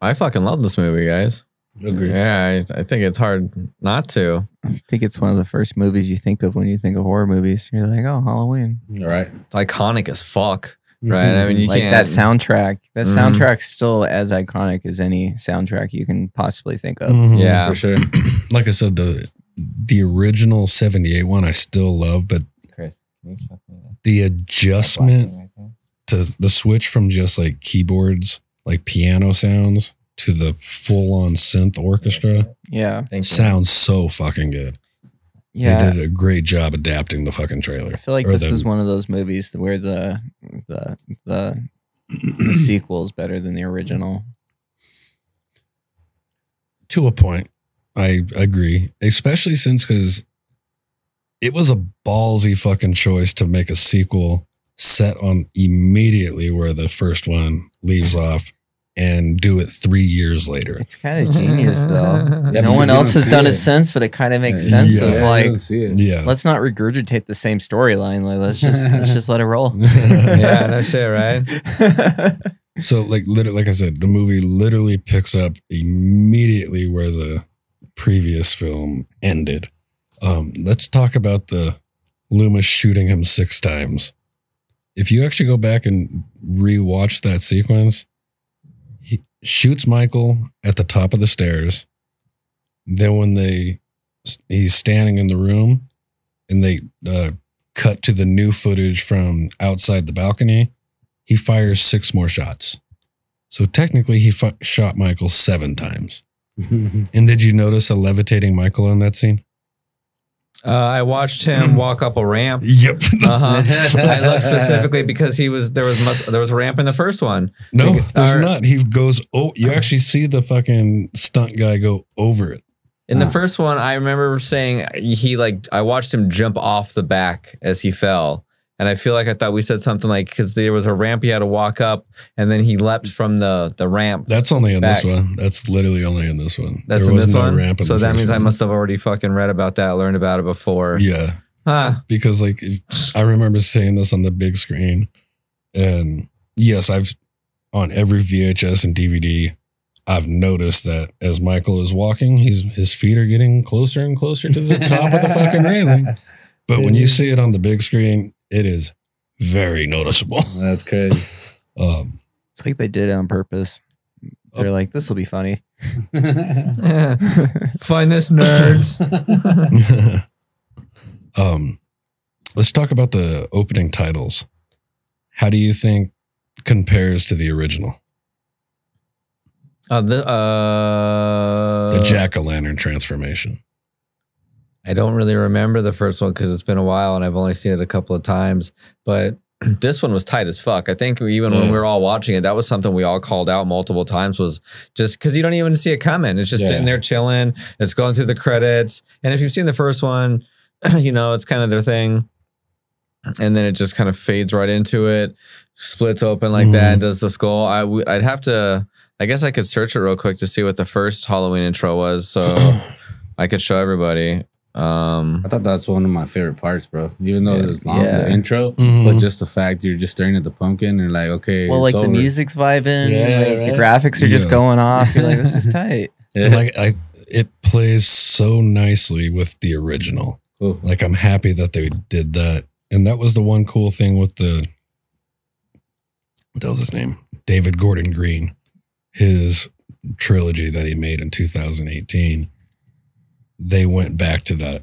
[SPEAKER 4] I fucking love this movie, guys. Yeah, I, I think it's hard not to.
[SPEAKER 5] I think it's one of the first movies you think of when you think of horror movies. You're like, oh, Halloween.
[SPEAKER 8] All right.
[SPEAKER 4] It's iconic as fuck,
[SPEAKER 3] Hmm,
[SPEAKER 4] right? I mean, you
[SPEAKER 5] like
[SPEAKER 4] can't.
[SPEAKER 5] that soundtrack. That
[SPEAKER 4] Mhm.
[SPEAKER 5] soundtrack's still as iconic as any soundtrack you can possibly think of.
[SPEAKER 4] Yeah.
[SPEAKER 8] Mm, For sure.
[SPEAKER 3] Mm-hmm. like I said, the the original '78 one I still love, but
[SPEAKER 9] Chris, can you fuck me? that
[SPEAKER 3] the
[SPEAKER 9] black
[SPEAKER 3] adjustment
[SPEAKER 9] thing right there?
[SPEAKER 3] to the switch from just like keyboards, like piano sounds, to the full on synth orchestra
[SPEAKER 5] Yeah.
[SPEAKER 9] Thank you.
[SPEAKER 3] sounds so fucking good.
[SPEAKER 5] Yeah.
[SPEAKER 3] They did a great job adapting the fucking trailer.
[SPEAKER 5] I feel like
[SPEAKER 3] Or
[SPEAKER 5] this
[SPEAKER 3] the-
[SPEAKER 5] is one of those movies where the the the, the sequel is better than the original.
[SPEAKER 3] to a point. I agree, especially since because it was a ballsy fucking choice to make a sequel set on immediately where the first one leaves off and do it three years later.
[SPEAKER 5] It's kind of genius though.
[SPEAKER 8] Yeah,
[SPEAKER 5] no
[SPEAKER 8] but
[SPEAKER 5] one
[SPEAKER 8] you don't
[SPEAKER 5] else has
[SPEAKER 8] see
[SPEAKER 5] done it.
[SPEAKER 8] it.
[SPEAKER 5] since, but it kind of makes sense
[SPEAKER 3] Yeah.
[SPEAKER 5] of
[SPEAKER 8] I
[SPEAKER 5] like
[SPEAKER 8] don't see it.
[SPEAKER 3] Yeah.
[SPEAKER 5] let's not regurgitate the same storyline. Like let's just let's just let it roll.
[SPEAKER 4] yeah, no shit, right?
[SPEAKER 3] So like literally, like I said, the movie literally picks up immediately where the previous film ended. Um, let's talk about the Loomis shooting him six times. If you actually go back and rewatch that sequence, he shoots Michael at the top of the stairs. Then when they he's standing in the room and they uh, cut to the new footage from outside the balcony, he fires six more shots. So technically, he fi- shot Michael seven times. and did you notice a levitating Michael on that scene?
[SPEAKER 4] Uh, I watched him walk up a ramp.
[SPEAKER 3] Yep.
[SPEAKER 4] Uh-huh. I looked specifically because he was there was must, there was a ramp in the first one.
[SPEAKER 3] No,
[SPEAKER 4] Like,
[SPEAKER 3] there's
[SPEAKER 4] or-
[SPEAKER 3] not. He goes, oh, you actually see the fucking stunt guy go over it.
[SPEAKER 4] In the first one, I remember saying he like I watched him jump off the back as he fell, and I feel like I thought we said something like because there was a ramp he had to walk up, and then he leapt from the the ramp.
[SPEAKER 3] That's only in this
[SPEAKER 4] Back.
[SPEAKER 3] one. That's literally only in this one.
[SPEAKER 4] That's
[SPEAKER 3] there
[SPEAKER 4] in
[SPEAKER 3] was
[SPEAKER 4] this
[SPEAKER 3] no
[SPEAKER 4] one.
[SPEAKER 3] ramp in
[SPEAKER 4] so
[SPEAKER 3] the
[SPEAKER 4] that
[SPEAKER 3] first
[SPEAKER 4] means I
[SPEAKER 3] one.
[SPEAKER 4] must have already fucking read about that, learned about it before.
[SPEAKER 3] Yeah.
[SPEAKER 4] Huh.
[SPEAKER 3] because like if- I remember seeing this on the big screen, and yes, I've on every VHS and DVD, I've noticed that as Michael is walking, he's his feet are getting closer and closer to the top of the fucking railing. But when you see it on the big screen, it is very noticeable.
[SPEAKER 8] That's crazy.
[SPEAKER 3] Um,
[SPEAKER 5] It's like they did it on purpose. They're like, this will be funny.
[SPEAKER 4] Find this nerds.
[SPEAKER 3] um, let's talk about the opening titles. How do you think compares to the original?
[SPEAKER 4] Uh, the uh,
[SPEAKER 3] The jack o' lantern transformation.
[SPEAKER 4] I don't really remember the first one because it's been a while and I've only seen it a couple of times. But this one was tight as fuck. I think even when
[SPEAKER 3] Mm.
[SPEAKER 4] we were all watching it, that was something we all called out multiple times. Was just because you don't even see it coming. It's just
[SPEAKER 8] Yeah.
[SPEAKER 4] sitting there chilling. It's going through the credits, and if you've seen the first one, you know it's kind of their thing. And then it just kind of fades right into it, splits open like that, and does the skull. I w- I'd have to. I guess I could search it real quick to see what the first Halloween intro was, so I could show everybody. Um,
[SPEAKER 8] I thought that's one of my favorite parts, bro. Even though it was long,
[SPEAKER 5] Yeah.
[SPEAKER 8] the intro,
[SPEAKER 3] Mhm.
[SPEAKER 8] but just the fact you're just staring at the pumpkin and like, okay,
[SPEAKER 5] well,
[SPEAKER 8] it's
[SPEAKER 5] like the
[SPEAKER 8] over.
[SPEAKER 5] music's vibing,
[SPEAKER 8] Yeah,
[SPEAKER 5] like,
[SPEAKER 8] right?
[SPEAKER 5] the graphics are just
[SPEAKER 3] Yeah.
[SPEAKER 5] going off. You're like, this is tight.
[SPEAKER 3] And
[SPEAKER 8] Yeah.
[SPEAKER 3] like I, it plays so nicely with the original.
[SPEAKER 8] Cool.
[SPEAKER 3] Like I'm happy that they did that, and that was the one cool thing with the. What the hell's his name? David Gordon Green, his trilogy that he made in 2018. They went back to that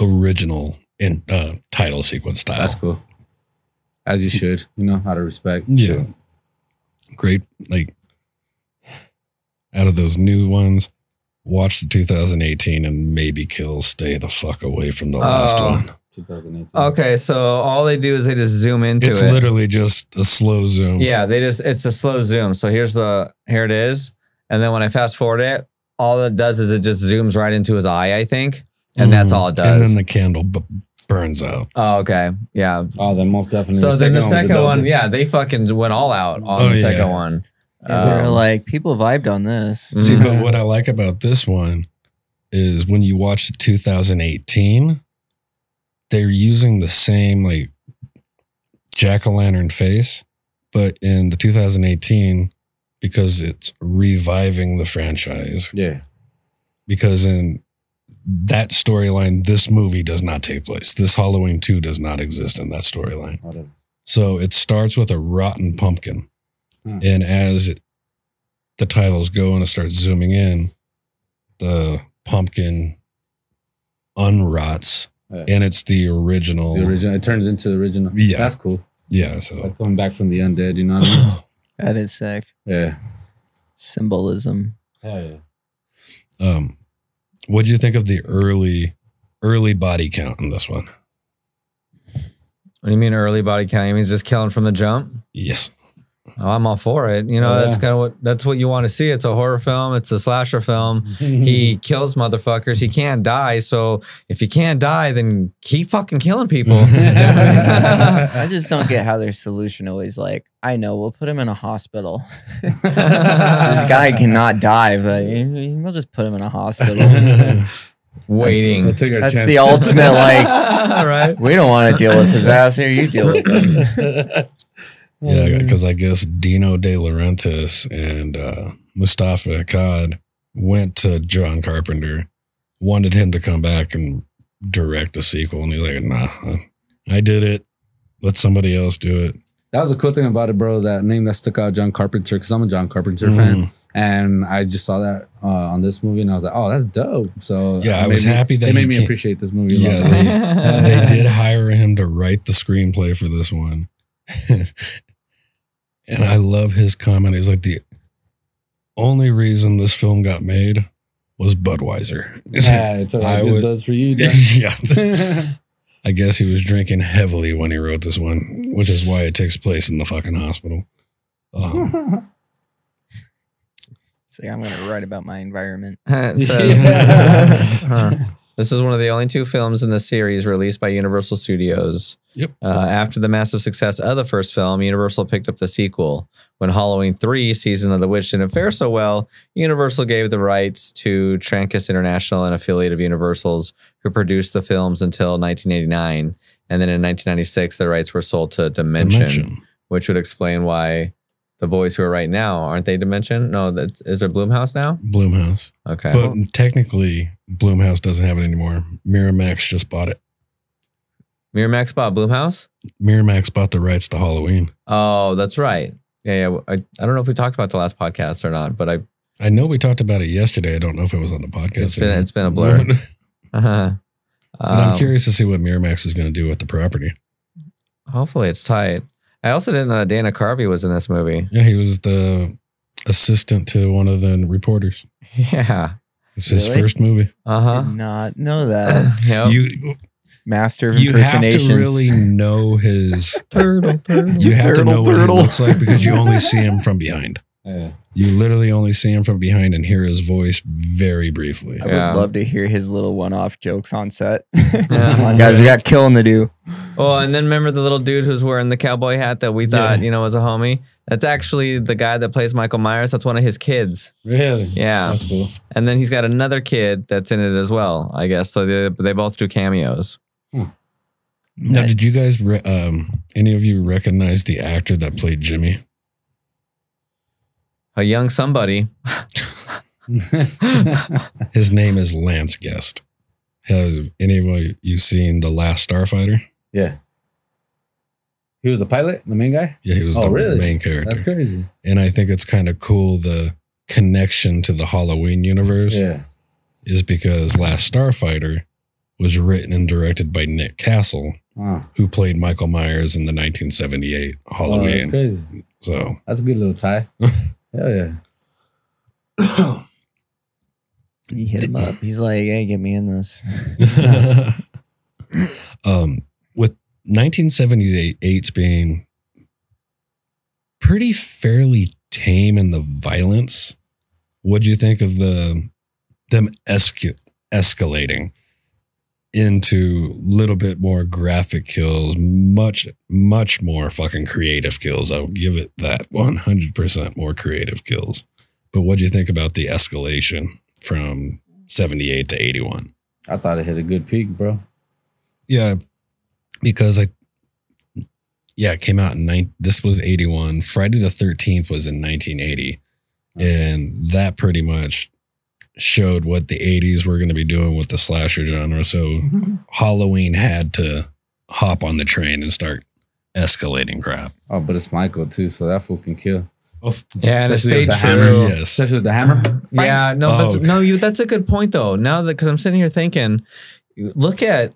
[SPEAKER 3] original in uh, title sequence style.
[SPEAKER 8] That's cool. As you should, you know, out of respect.
[SPEAKER 3] Yeah. Great. Like, out of those new ones, watch the 2018 and maybe kill Stay the Fuck Away from the last
[SPEAKER 4] Oh,
[SPEAKER 3] one.
[SPEAKER 8] 2018.
[SPEAKER 4] Okay, so all they do is they just zoom into
[SPEAKER 3] It's
[SPEAKER 4] it.
[SPEAKER 3] literally just a slow zoom.
[SPEAKER 4] yeah, they just it's a slow zoom. So here's the here it is, and then when I fast forward it, all it does is it just zooms right into his eye, I think, and that's
[SPEAKER 3] Mhm.
[SPEAKER 4] all it
[SPEAKER 3] And
[SPEAKER 4] does.
[SPEAKER 3] then the candle b- burns out.
[SPEAKER 4] oh, okay, yeah.
[SPEAKER 8] Oh, then most definitely.
[SPEAKER 4] So then the
[SPEAKER 8] one's
[SPEAKER 4] second one,
[SPEAKER 8] dopest.
[SPEAKER 4] yeah, they fucking went all out on
[SPEAKER 3] Oh,
[SPEAKER 4] the
[SPEAKER 3] yeah.
[SPEAKER 4] second one.
[SPEAKER 5] And they're
[SPEAKER 4] Um,
[SPEAKER 5] like, people vibed on this.
[SPEAKER 4] Mm.
[SPEAKER 3] See, but what I like about this one is when you watch the 2018, they're using the same like jack o' lantern face, but in the 2018, because it's reviving the franchise,
[SPEAKER 8] Yeah.
[SPEAKER 3] because in that storyline, this movie does not take place. This Halloween 2 does not exist in that storyline.
[SPEAKER 8] Whatever.
[SPEAKER 3] So it starts with a rotten pumpkin.
[SPEAKER 8] Hmm.
[SPEAKER 3] And as it, the titles go and it starts zooming in, the pumpkin unrots
[SPEAKER 8] Yeah.
[SPEAKER 3] and it's the original.
[SPEAKER 8] The original. It turns into the original.
[SPEAKER 3] Yeah.
[SPEAKER 8] That's cool.
[SPEAKER 3] Yeah. So
[SPEAKER 8] Like coming back from the undead, you know what I mean?
[SPEAKER 5] That is sick.
[SPEAKER 8] Yeah.
[SPEAKER 5] Symbolism.
[SPEAKER 8] Yeah.
[SPEAKER 3] um, what do you think of the early, early body count in this one?
[SPEAKER 4] what do you mean early body count? You mean just killing from the jump?
[SPEAKER 3] Yes.
[SPEAKER 4] Oh, I'm all for it. You know,
[SPEAKER 8] Oh,
[SPEAKER 4] that's
[SPEAKER 8] yeah.
[SPEAKER 4] kind of what that's what you want to see. It's a horror film. It's a slasher film. he kills motherfuckers. He can't die. So if you can't die, then keep fucking killing people.
[SPEAKER 5] I just don't get how their solution always like, I know, we'll put him in a hospital. this guy cannot die, but we'll just put him in a hospital.
[SPEAKER 4] Waiting.
[SPEAKER 8] take our
[SPEAKER 5] That's
[SPEAKER 8] chance.
[SPEAKER 5] the ultimate, like,
[SPEAKER 4] All right.
[SPEAKER 5] we don't want to deal with his ass here. You deal with him.
[SPEAKER 3] Yeah,
[SPEAKER 6] Mm.
[SPEAKER 3] because I guess Dino De Laurentiis and uh, Mustafa Akkad went to John Carpenter, wanted him to come back and direct a sequel, and he's like, "Nah, I did it. Let somebody else do it."
[SPEAKER 8] That was a cool thing about it, bro. That name that stuck out, John Carpenter, because I'm a John Carpenter
[SPEAKER 3] Mhm.
[SPEAKER 8] fan.
[SPEAKER 6] And I just saw that uh, on this movie, and I was like, "Oh, that's dope!" So
[SPEAKER 3] Yeah,
[SPEAKER 6] it
[SPEAKER 3] I was
[SPEAKER 6] made me-
[SPEAKER 3] happy that
[SPEAKER 6] it
[SPEAKER 3] he
[SPEAKER 6] made me
[SPEAKER 3] came-
[SPEAKER 6] appreciate this movie. a lot more.
[SPEAKER 3] Yeah, they, they did hire him to write the screenplay for this one. and I love his comment. He's like, the only reason this film got made was Budweiser.
[SPEAKER 8] Yeah, it's all right.
[SPEAKER 3] I
[SPEAKER 8] This
[SPEAKER 3] would-
[SPEAKER 8] does for you. Doc.
[SPEAKER 3] yeah. I guess he was drinking heavily when he wrote this one, which is why it takes place in the fucking hospital. Um,
[SPEAKER 5] It's like I'm gonna write about my environment.
[SPEAKER 4] It says,
[SPEAKER 5] uh,
[SPEAKER 4] Huh. This is one of the only two films in the series released by Universal Studios.
[SPEAKER 3] Yep.
[SPEAKER 4] Uh, after the massive success of the first film, Universal picked up the sequel. When Halloween 3, Season of the Witch, didn't fare so well, Universal gave the rights to Trancas International, an affiliate of Universal's, who produced the films until 1989. And then in 1996, the rights were sold to Dimension,
[SPEAKER 3] Dimension.
[SPEAKER 4] which would explain why the boys who are right now aren't they Dimension? No, that's, is there Bloomhouse now?
[SPEAKER 3] Bloomhouse.
[SPEAKER 4] Okay.
[SPEAKER 3] But technically, Bloomhouse doesn't have it anymore. Miramax just bought it.
[SPEAKER 4] Miramax bought Bloomhouse?
[SPEAKER 3] Miramax bought the rights to Halloween.
[SPEAKER 4] Oh, that's right. Yeah, yeah. I, I don't know if we talked about the last podcast or not, but I
[SPEAKER 3] I know we talked about it yesterday. I don't know if it was on the podcast.
[SPEAKER 4] it's
[SPEAKER 3] or
[SPEAKER 4] been
[SPEAKER 3] not.
[SPEAKER 4] it's been a blur.
[SPEAKER 3] But
[SPEAKER 4] Uh-huh.
[SPEAKER 3] I'm
[SPEAKER 4] Um,
[SPEAKER 3] curious to see what Miramax is going to do with the property.
[SPEAKER 4] Hopefully, it's tight. I also didn't know that Dana Carvey was in this movie.
[SPEAKER 3] Yeah, he was the assistant to one of the reporters.
[SPEAKER 4] Yeah.
[SPEAKER 3] It's his
[SPEAKER 5] Really?
[SPEAKER 3] first movie.
[SPEAKER 4] Uh
[SPEAKER 5] Did not
[SPEAKER 4] huh.
[SPEAKER 5] know that.
[SPEAKER 4] yep.
[SPEAKER 3] You
[SPEAKER 5] Master of
[SPEAKER 3] you have
[SPEAKER 5] impersonations.
[SPEAKER 3] to really know his.
[SPEAKER 5] turtle, turtle.
[SPEAKER 3] You have to know what he
[SPEAKER 5] turtle.
[SPEAKER 3] looks like because you only see him from behind.
[SPEAKER 6] Yeah.
[SPEAKER 3] You literally only see him from behind and hear his voice very briefly.
[SPEAKER 5] I
[SPEAKER 4] Yeah.
[SPEAKER 5] would love to hear his little one-off jokes on set.
[SPEAKER 4] Yeah.
[SPEAKER 5] Come on, guys, we got killing to do.
[SPEAKER 4] Oh, and then remember the little dude who's wearing the cowboy hat that we thought you know was a homie. That's actually the guy that plays Michael Myers. That's one of his kids.
[SPEAKER 8] Really?
[SPEAKER 4] Yeah.
[SPEAKER 8] That's cool.
[SPEAKER 4] And then he's got another kid that's in it as well. I guess so. They, they both do cameos.
[SPEAKER 3] Now, did you guys, re- um, any of you recognize the actor that played Jimmy?
[SPEAKER 4] A young somebody.
[SPEAKER 3] His name is Lance Guest. Have any of you seen The Last Starfighter?
[SPEAKER 6] yeah. He was a pilot, the main guy.
[SPEAKER 3] Yeah, he was
[SPEAKER 6] Oh,
[SPEAKER 3] the
[SPEAKER 6] really?
[SPEAKER 3] main character.
[SPEAKER 6] That's crazy.
[SPEAKER 3] and I think it's kind of cool the connection to the Halloween universe
[SPEAKER 6] Yeah.
[SPEAKER 3] is because Last Starfighter was written and directed by Nick Castle,
[SPEAKER 6] Wow.
[SPEAKER 3] who played Michael Myers in the 1978
[SPEAKER 6] Oh, that's
[SPEAKER 3] Halloween.
[SPEAKER 6] crazy.
[SPEAKER 3] so
[SPEAKER 6] That's a good little tie. Hell yeah.
[SPEAKER 5] You hit him up. He's like, "Hey, get me in this."
[SPEAKER 3] um, with 1978's being pretty fairly tame in the violence, what do you think of the them esca- escalating into little bit more graphic kills, much much more fucking creative kills? I'll give it that 100 percent more creative kills. But what do you think about the escalation from 78 to 81?
[SPEAKER 6] I thought it hit a good peak, bro.
[SPEAKER 3] Yeah, because I, yeah, it came out in nine. This was eighty one. Friday the thirteenth was in nineteen eighty, and that pretty much showed what the eighties were going to be doing with the slasher genre. So Halloween had to hop on the train and start escalating crap.
[SPEAKER 6] Oh, but it's Michael too, so that fool can kill.
[SPEAKER 8] Oh,
[SPEAKER 4] Yeah, and it's
[SPEAKER 6] Especially with
[SPEAKER 4] stage
[SPEAKER 6] the
[SPEAKER 4] two.
[SPEAKER 6] hammer.
[SPEAKER 3] Yes,
[SPEAKER 6] Especially with the hammer.
[SPEAKER 4] Yeah, no,
[SPEAKER 3] Oh,
[SPEAKER 4] but
[SPEAKER 3] okay.
[SPEAKER 4] no, you. That's a good point though. Now that because I'm sitting here thinking, you- look at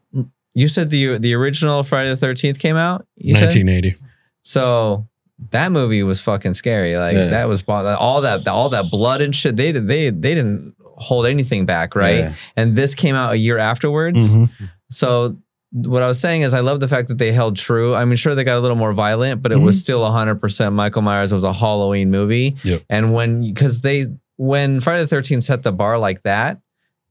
[SPEAKER 4] you said the the original Friday the Thirteenth came out. You said
[SPEAKER 3] nineteen eighty.
[SPEAKER 4] so. That movie was fucking scary. Like
[SPEAKER 6] Yeah.
[SPEAKER 4] that was bo- all that all that blood and shit. They did they they didn't hold anything back, right?
[SPEAKER 6] Yeah.
[SPEAKER 4] And this came out a year afterwards.
[SPEAKER 3] Mm-hmm.
[SPEAKER 4] So what I was saying is I love the fact that they held true. I mean, sure they got a little more violent, but it
[SPEAKER 6] Mm-hmm.
[SPEAKER 4] was still 100% Michael Myers was a Halloween movie.
[SPEAKER 3] Yep.
[SPEAKER 4] And when cuz they when Friday the 13th set the bar like that,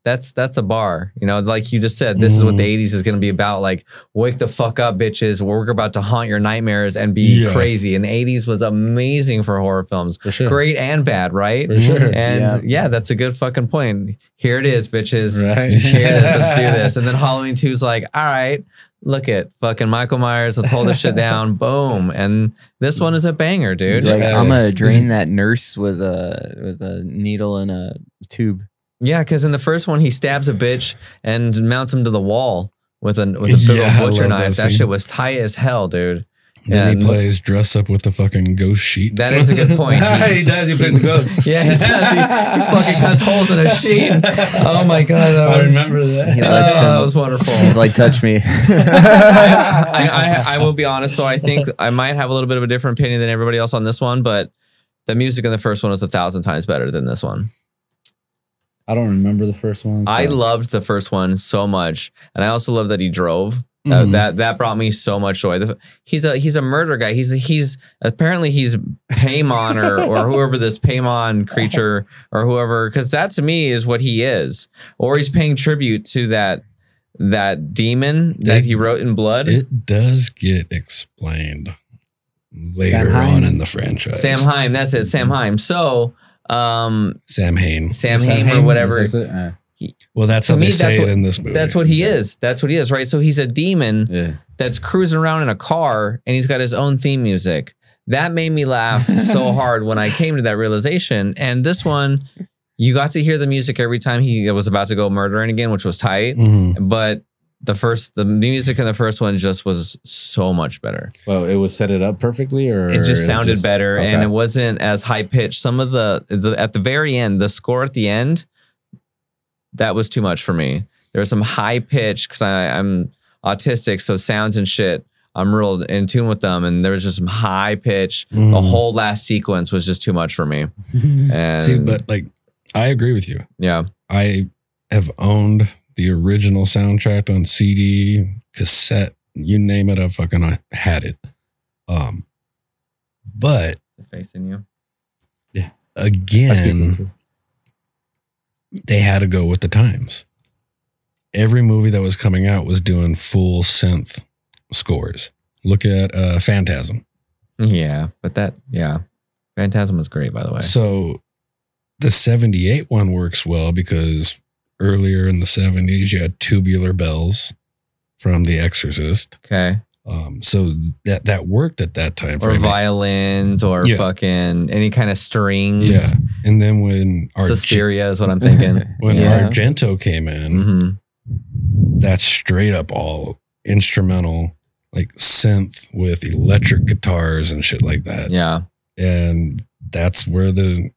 [SPEAKER 4] that's that's a bar. You know, like you just said, this is what
[SPEAKER 6] Mm-hmm.
[SPEAKER 4] the 80s is going to be about like wake the fuck up bitches, we're about to haunt your nightmares and be
[SPEAKER 3] Yeah.
[SPEAKER 4] crazy. And the 80s was amazing for horror films.
[SPEAKER 6] For sure.
[SPEAKER 4] Great and bad, right?
[SPEAKER 6] For sure.
[SPEAKER 4] And yeah. that's a good fucking point. Here it is, bitches.
[SPEAKER 6] Right.
[SPEAKER 4] Here it is. Let's do this. And then Halloween 2's like, all right, look at fucking Michael Myers. Let's hold this shit down. Boom. And this one is a banger, dude. uh,
[SPEAKER 5] He's like,
[SPEAKER 6] Yeah.
[SPEAKER 5] "I'm gonna drain that nurse with a with a needle and a tube."
[SPEAKER 4] yeah, because in the first one, he stabs a bitch and mounts him to the wall with a, with a big
[SPEAKER 3] Yeah, I
[SPEAKER 4] old butcher
[SPEAKER 3] love that
[SPEAKER 4] knife. That,
[SPEAKER 3] scene.
[SPEAKER 4] shit was tight as hell, dude.
[SPEAKER 3] Then
[SPEAKER 4] And-
[SPEAKER 3] he plays dress up with the fucking ghost sheet.
[SPEAKER 4] That is a good point.
[SPEAKER 8] he does. He plays a ghost.
[SPEAKER 4] Yeah, he does. He, he fucking cuts holes in a sheet. Oh my god, that
[SPEAKER 8] I
[SPEAKER 4] was,
[SPEAKER 8] remember that.
[SPEAKER 5] He
[SPEAKER 4] Oh,
[SPEAKER 5] lets him-
[SPEAKER 4] that was wonderful.
[SPEAKER 5] He's like, touch me.
[SPEAKER 4] I, I, I will be honest though. I think I might have a little bit of a different opinion than everybody else on this one, but the music in the first one was a thousand times better than this one.
[SPEAKER 8] I don't remember the first one.
[SPEAKER 4] I
[SPEAKER 8] so-
[SPEAKER 4] loved the first one so much, and I also love that he drove. That,
[SPEAKER 3] Mhm.
[SPEAKER 4] that that brought me so much joy. The, he's a he's a murder guy. He's he's apparently he's Paimon or or whoever this Paimon creature or whoever because that to me is what he is. Or he's paying tribute to that that demon that
[SPEAKER 3] It-
[SPEAKER 4] he wrote in blood.
[SPEAKER 3] It does get explained later
[SPEAKER 8] Samhain.
[SPEAKER 3] on in the franchise.
[SPEAKER 4] Sam Heim, that's it, Sam Heim. So um
[SPEAKER 3] Sam Hain.
[SPEAKER 4] Sam,
[SPEAKER 8] Sam
[SPEAKER 4] Haim or
[SPEAKER 8] Hain,
[SPEAKER 4] whatever.
[SPEAKER 8] is that it? Uh,
[SPEAKER 3] Well, that's
[SPEAKER 4] To
[SPEAKER 3] how
[SPEAKER 4] me,
[SPEAKER 3] they
[SPEAKER 4] that's
[SPEAKER 3] say it
[SPEAKER 4] what-
[SPEAKER 3] in this movie.
[SPEAKER 4] That's what he is. That's what he is, right? So he's a demon.
[SPEAKER 8] yeah.
[SPEAKER 4] that's cruising around in a car and he's got his own theme music. That made me laugh so hard when I came to that realization. And this one, you got to hear the music every time he was about to go murdering again, which was tight.
[SPEAKER 3] Mhm.
[SPEAKER 4] But the first, the music in the first one just was so much better.
[SPEAKER 8] Well, it was set it up perfectly, or
[SPEAKER 4] It just
[SPEAKER 8] it's
[SPEAKER 4] sounded better, and
[SPEAKER 8] okay.
[SPEAKER 4] it wasn't as high pitched. Some of the, the at the very end, the score at the end, that was too much for me. There was some high pitch because I'm autistic, so sounds and shit, I'm real in tune with them, and there was just some high pitch. The
[SPEAKER 3] Mm.
[SPEAKER 4] whole last sequence was just too much for me. And
[SPEAKER 3] See, but like, I agree with you.
[SPEAKER 4] yeah,
[SPEAKER 3] I have owned the original soundtrack on CD, cassette, you name it. I fucking I had it. Um, but
[SPEAKER 4] facing you.
[SPEAKER 8] I speak
[SPEAKER 3] again,
[SPEAKER 8] into it.
[SPEAKER 3] they had to go with the times. Every movie that was coming out was doing full synth scores. Look at uh, Phantasm.
[SPEAKER 4] Yeah, but that yeah, Phantasm was great by the way.
[SPEAKER 3] So the 78 one works well because earlier in the 70s, you had tubular bells from The Exorcist.
[SPEAKER 4] Okay,
[SPEAKER 3] Um, so that that worked at that time
[SPEAKER 4] or
[SPEAKER 3] frame.
[SPEAKER 4] violins, or
[SPEAKER 3] Yeah.
[SPEAKER 4] fucking any kind of strings.
[SPEAKER 3] yeah. And then when Arge-
[SPEAKER 4] Suspiria is what I'm thinking.
[SPEAKER 3] when
[SPEAKER 5] Yeah.
[SPEAKER 3] Argento came in,
[SPEAKER 4] hmm
[SPEAKER 3] that's straight up all instrumental, like synth with electric guitars and shit like that.
[SPEAKER 4] Yeah.
[SPEAKER 3] And that's where the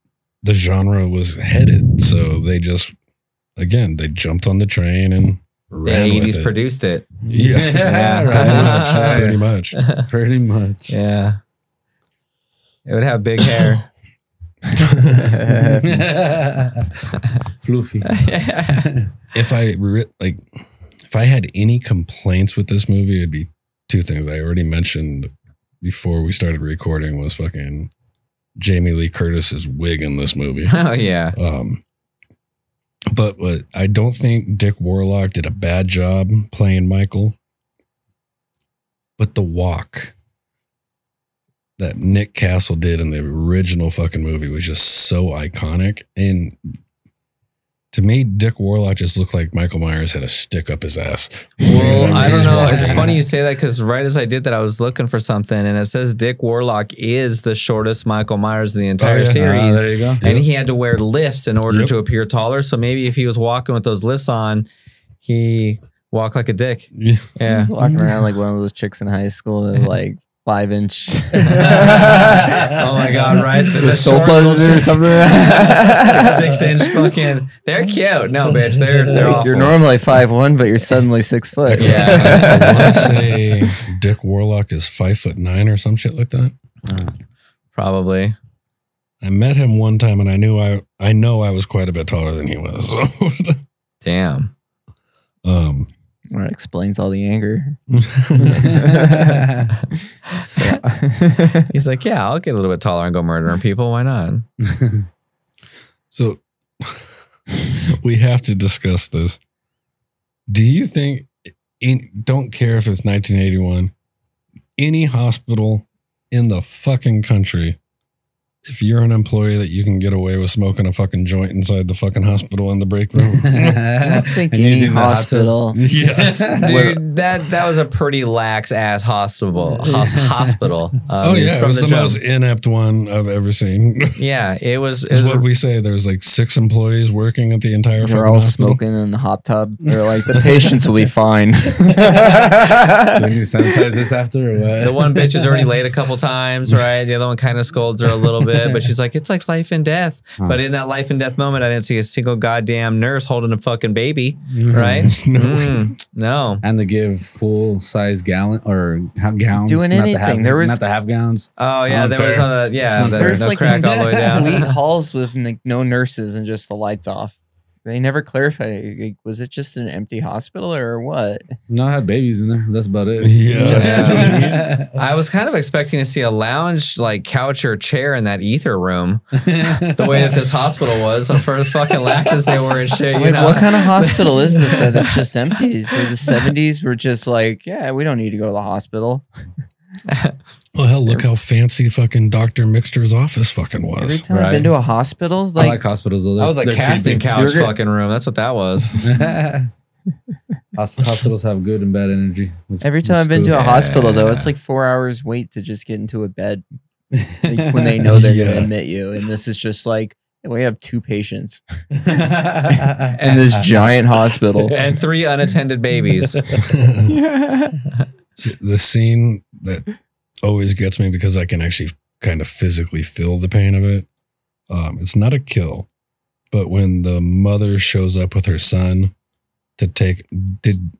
[SPEAKER 3] the genre was headed. So they just again they jumped on the train and ran
[SPEAKER 4] the
[SPEAKER 3] with
[SPEAKER 4] 80s
[SPEAKER 3] it.
[SPEAKER 4] produced it.
[SPEAKER 3] yeah,
[SPEAKER 8] Yeah, right.
[SPEAKER 3] pretty much. Pretty much.
[SPEAKER 8] pretty much.
[SPEAKER 4] yeah. It would have big hair.
[SPEAKER 8] Floofy.
[SPEAKER 4] Ah,
[SPEAKER 3] if I re- like, if I had any complaints with this movie, it'd be two things. I already mentioned before we started recording was fucking Jamie Lee Curtis's wig in this movie.
[SPEAKER 4] oh, yeah.
[SPEAKER 3] Um, but what I don't think Dick Warlock did a bad job playing Michael. But the walk that Nick Castle did in the original fucking movie was just so iconic. And to me, Dick Warlock just looked like Michael Myers had a stick up his ass.
[SPEAKER 4] Well, I don't
[SPEAKER 3] He's
[SPEAKER 4] know. It's
[SPEAKER 3] walking.
[SPEAKER 4] funny you say that because right as I did that, I was looking for something and it says Dick Warlock is the shortest Michael Myers in the entire
[SPEAKER 3] Oh, yeah.
[SPEAKER 8] Ah,
[SPEAKER 4] series.
[SPEAKER 8] there you go.
[SPEAKER 4] and
[SPEAKER 3] Yep.
[SPEAKER 4] he had to wear lifts in order
[SPEAKER 3] Yep.
[SPEAKER 4] to appear taller. So maybe if he was walking with those lifts on, he walked like a dick.
[SPEAKER 3] Yeah.
[SPEAKER 4] Yeah.
[SPEAKER 5] He's walking around like one of those chicks in high school that like five inch.
[SPEAKER 4] oh my god! Right, the,
[SPEAKER 5] The soul
[SPEAKER 4] short little
[SPEAKER 5] or
[SPEAKER 4] shit.
[SPEAKER 5] something.
[SPEAKER 4] six inch fucking. They're cute. No, bitch. They're they're awful.
[SPEAKER 5] You're normally five one, but you're suddenly six foot.
[SPEAKER 4] Yeah.
[SPEAKER 3] I want to say Dick Warlock is five foot nine or some shit like that.
[SPEAKER 4] Probably.
[SPEAKER 3] I met him one time and I knew I I know I was quite a bit taller than he was. So,
[SPEAKER 4] Damn.
[SPEAKER 3] um
[SPEAKER 5] That explains all the anger.
[SPEAKER 4] He's like, yeah, I'll get a little bit taller and go murdering people. Why not?
[SPEAKER 3] so we have to discuss this. Do you think in don't care if it's 1981 any hospital in the fucking country if you're an employee that you can get away with smoking a fucking joint inside the fucking hospital in the break room.
[SPEAKER 6] Uh,
[SPEAKER 5] I don't think any hospital.
[SPEAKER 3] yeah.
[SPEAKER 4] Dude, that that was a pretty lax ass hospital. Hos- hospital. I
[SPEAKER 3] oh
[SPEAKER 4] mean,
[SPEAKER 3] yeah, it
[SPEAKER 4] from
[SPEAKER 3] was the,
[SPEAKER 4] jump.
[SPEAKER 3] most inept one I've ever seen.
[SPEAKER 4] Yeah, it was. It
[SPEAKER 3] Is
[SPEAKER 4] was
[SPEAKER 3] what we say. There's like six employees working at the entire. fucking
[SPEAKER 5] We're all
[SPEAKER 3] hospital.
[SPEAKER 5] smoking in the hot tub. They're like, the patients will be fine.
[SPEAKER 6] Do we need to sanitize this after or what?
[SPEAKER 4] the one bitch is already late a couple times, right? The other one kind of scolds her a little bit, but she's like, "It's like life and death." But in that life and death moment, I didn't see a single goddamn nurse holding a fucking baby, right?
[SPEAKER 3] No.
[SPEAKER 4] Mm, no.
[SPEAKER 6] And they give full size gallon or ha- gowns.
[SPEAKER 5] Doing
[SPEAKER 6] not The half,
[SPEAKER 5] anything. There was-
[SPEAKER 6] not the half gowns.
[SPEAKER 4] Oh yeah,
[SPEAKER 6] Oh,
[SPEAKER 4] there
[SPEAKER 6] fair.
[SPEAKER 4] was on a yeah, the,
[SPEAKER 6] Not fair.
[SPEAKER 5] There's
[SPEAKER 4] no
[SPEAKER 5] like
[SPEAKER 4] crack all the way
[SPEAKER 5] complete
[SPEAKER 4] down.
[SPEAKER 5] halls with n- no nurses and just the lights off. They never clarified. Like, was it just an empty hospital or what?
[SPEAKER 6] No, I had babies in there. That's about it.
[SPEAKER 3] Yeah.
[SPEAKER 4] Yeah. I was kind of expecting to see a lounge like couch or chair in that ether room, the way that this hospital was. So for the fucking laxes they were and shit, you
[SPEAKER 5] like,
[SPEAKER 4] know.
[SPEAKER 5] what kind of hospital is this that it's just empties? Where the seventies were just like, yeah, we don't need to go to the hospital.
[SPEAKER 3] Well, hell, look how fancy fucking Doctor Mixter's office fucking
[SPEAKER 5] Every
[SPEAKER 3] was.
[SPEAKER 5] time I've
[SPEAKER 6] Right.
[SPEAKER 5] been to a hospital,
[SPEAKER 6] I
[SPEAKER 5] like,
[SPEAKER 6] like hospitals. Though.
[SPEAKER 4] that was a
[SPEAKER 6] They're
[SPEAKER 4] casting
[SPEAKER 6] creepy.
[SPEAKER 4] couch
[SPEAKER 5] You're good.
[SPEAKER 4] fucking room. That's what that was.
[SPEAKER 6] Hos- Hospitals have good and bad energy. which-
[SPEAKER 5] every
[SPEAKER 6] which
[SPEAKER 5] time I've been
[SPEAKER 6] is
[SPEAKER 5] to a
[SPEAKER 6] cool.
[SPEAKER 5] hospital though, it's like four hours wait to just get into a bed like, when they know they're
[SPEAKER 3] Yeah.
[SPEAKER 5] gonna admit you. And this is just like we have two patients in
[SPEAKER 4] and,
[SPEAKER 5] this giant hospital.
[SPEAKER 4] and three unattended babies.
[SPEAKER 3] S- the scene that always gets me because I can actually kind of physically feel the pain of it. Um, it's not a kill, but when the mother shows up with her son to take did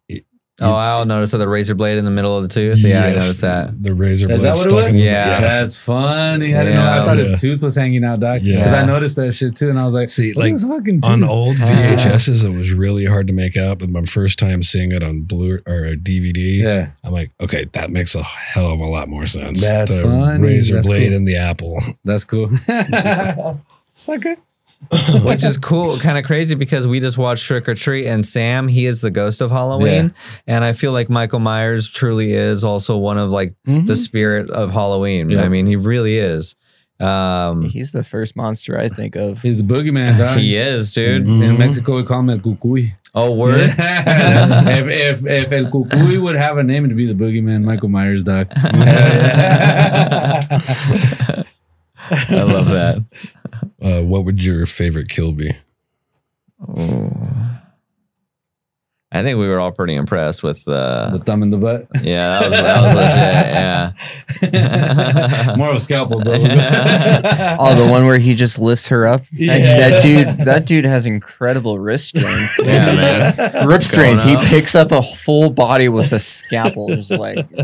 [SPEAKER 4] Oh, I'll notice that the razor blade in the middle of the tooth. Yeah, I
[SPEAKER 3] Yes,
[SPEAKER 4] noticed that.
[SPEAKER 3] the razor blade
[SPEAKER 6] Is that what it
[SPEAKER 3] stuck in
[SPEAKER 6] was?
[SPEAKER 3] his-
[SPEAKER 4] Yeah.
[SPEAKER 6] That's funny. I didn't know. I thought
[SPEAKER 3] Yeah.
[SPEAKER 6] his tooth was hanging out, doc. Because
[SPEAKER 3] Yeah.
[SPEAKER 6] I noticed that shit too, and I was like,
[SPEAKER 3] See,
[SPEAKER 6] "See,
[SPEAKER 3] like,
[SPEAKER 6] like fucking tooth?
[SPEAKER 3] on old VHSs, it was really hard to make out. But my first time seeing it on blue or a DVD,
[SPEAKER 6] yeah,
[SPEAKER 3] I'm like, okay, that makes a hell of a lot more sense.
[SPEAKER 6] That's
[SPEAKER 3] the
[SPEAKER 6] funny.
[SPEAKER 3] razor
[SPEAKER 6] That's
[SPEAKER 3] blade
[SPEAKER 6] cool.
[SPEAKER 3] and the apple.
[SPEAKER 6] that's cool. Sucker.
[SPEAKER 4] which is cool, kind of crazy because we just watched Trick or Treat and Sam, he is the ghost of Halloween, and I feel like Michael Myers truly is also one of like the spirit of Halloween.
[SPEAKER 6] Yeah.
[SPEAKER 4] I mean, he really is. Um,
[SPEAKER 5] He's the first monster I think of.
[SPEAKER 6] He's the boogeyman, dog.
[SPEAKER 4] he is, dude.
[SPEAKER 3] Mm-hmm.
[SPEAKER 6] In Mexico, we call him el cucuy.
[SPEAKER 4] Oh, word.
[SPEAKER 6] if, if if el cucuy would have a name, it'd be the boogeyman, Michael Myers, doc.
[SPEAKER 4] I love that.
[SPEAKER 3] Uh, what would your favorite kill be?
[SPEAKER 4] I think we were all pretty impressed with uh,
[SPEAKER 6] the thumb in the butt.
[SPEAKER 4] yeah, that was, that was legit. Yeah.
[SPEAKER 6] More of a scalpel, bro.
[SPEAKER 5] Oh, the one where he just lifts her up. That- That, dude, that dude has incredible wrist strength.
[SPEAKER 4] yeah, man.
[SPEAKER 5] Rip strength. He
[SPEAKER 4] up.
[SPEAKER 5] picks up a full body with a scalpel. Just like
[SPEAKER 3] but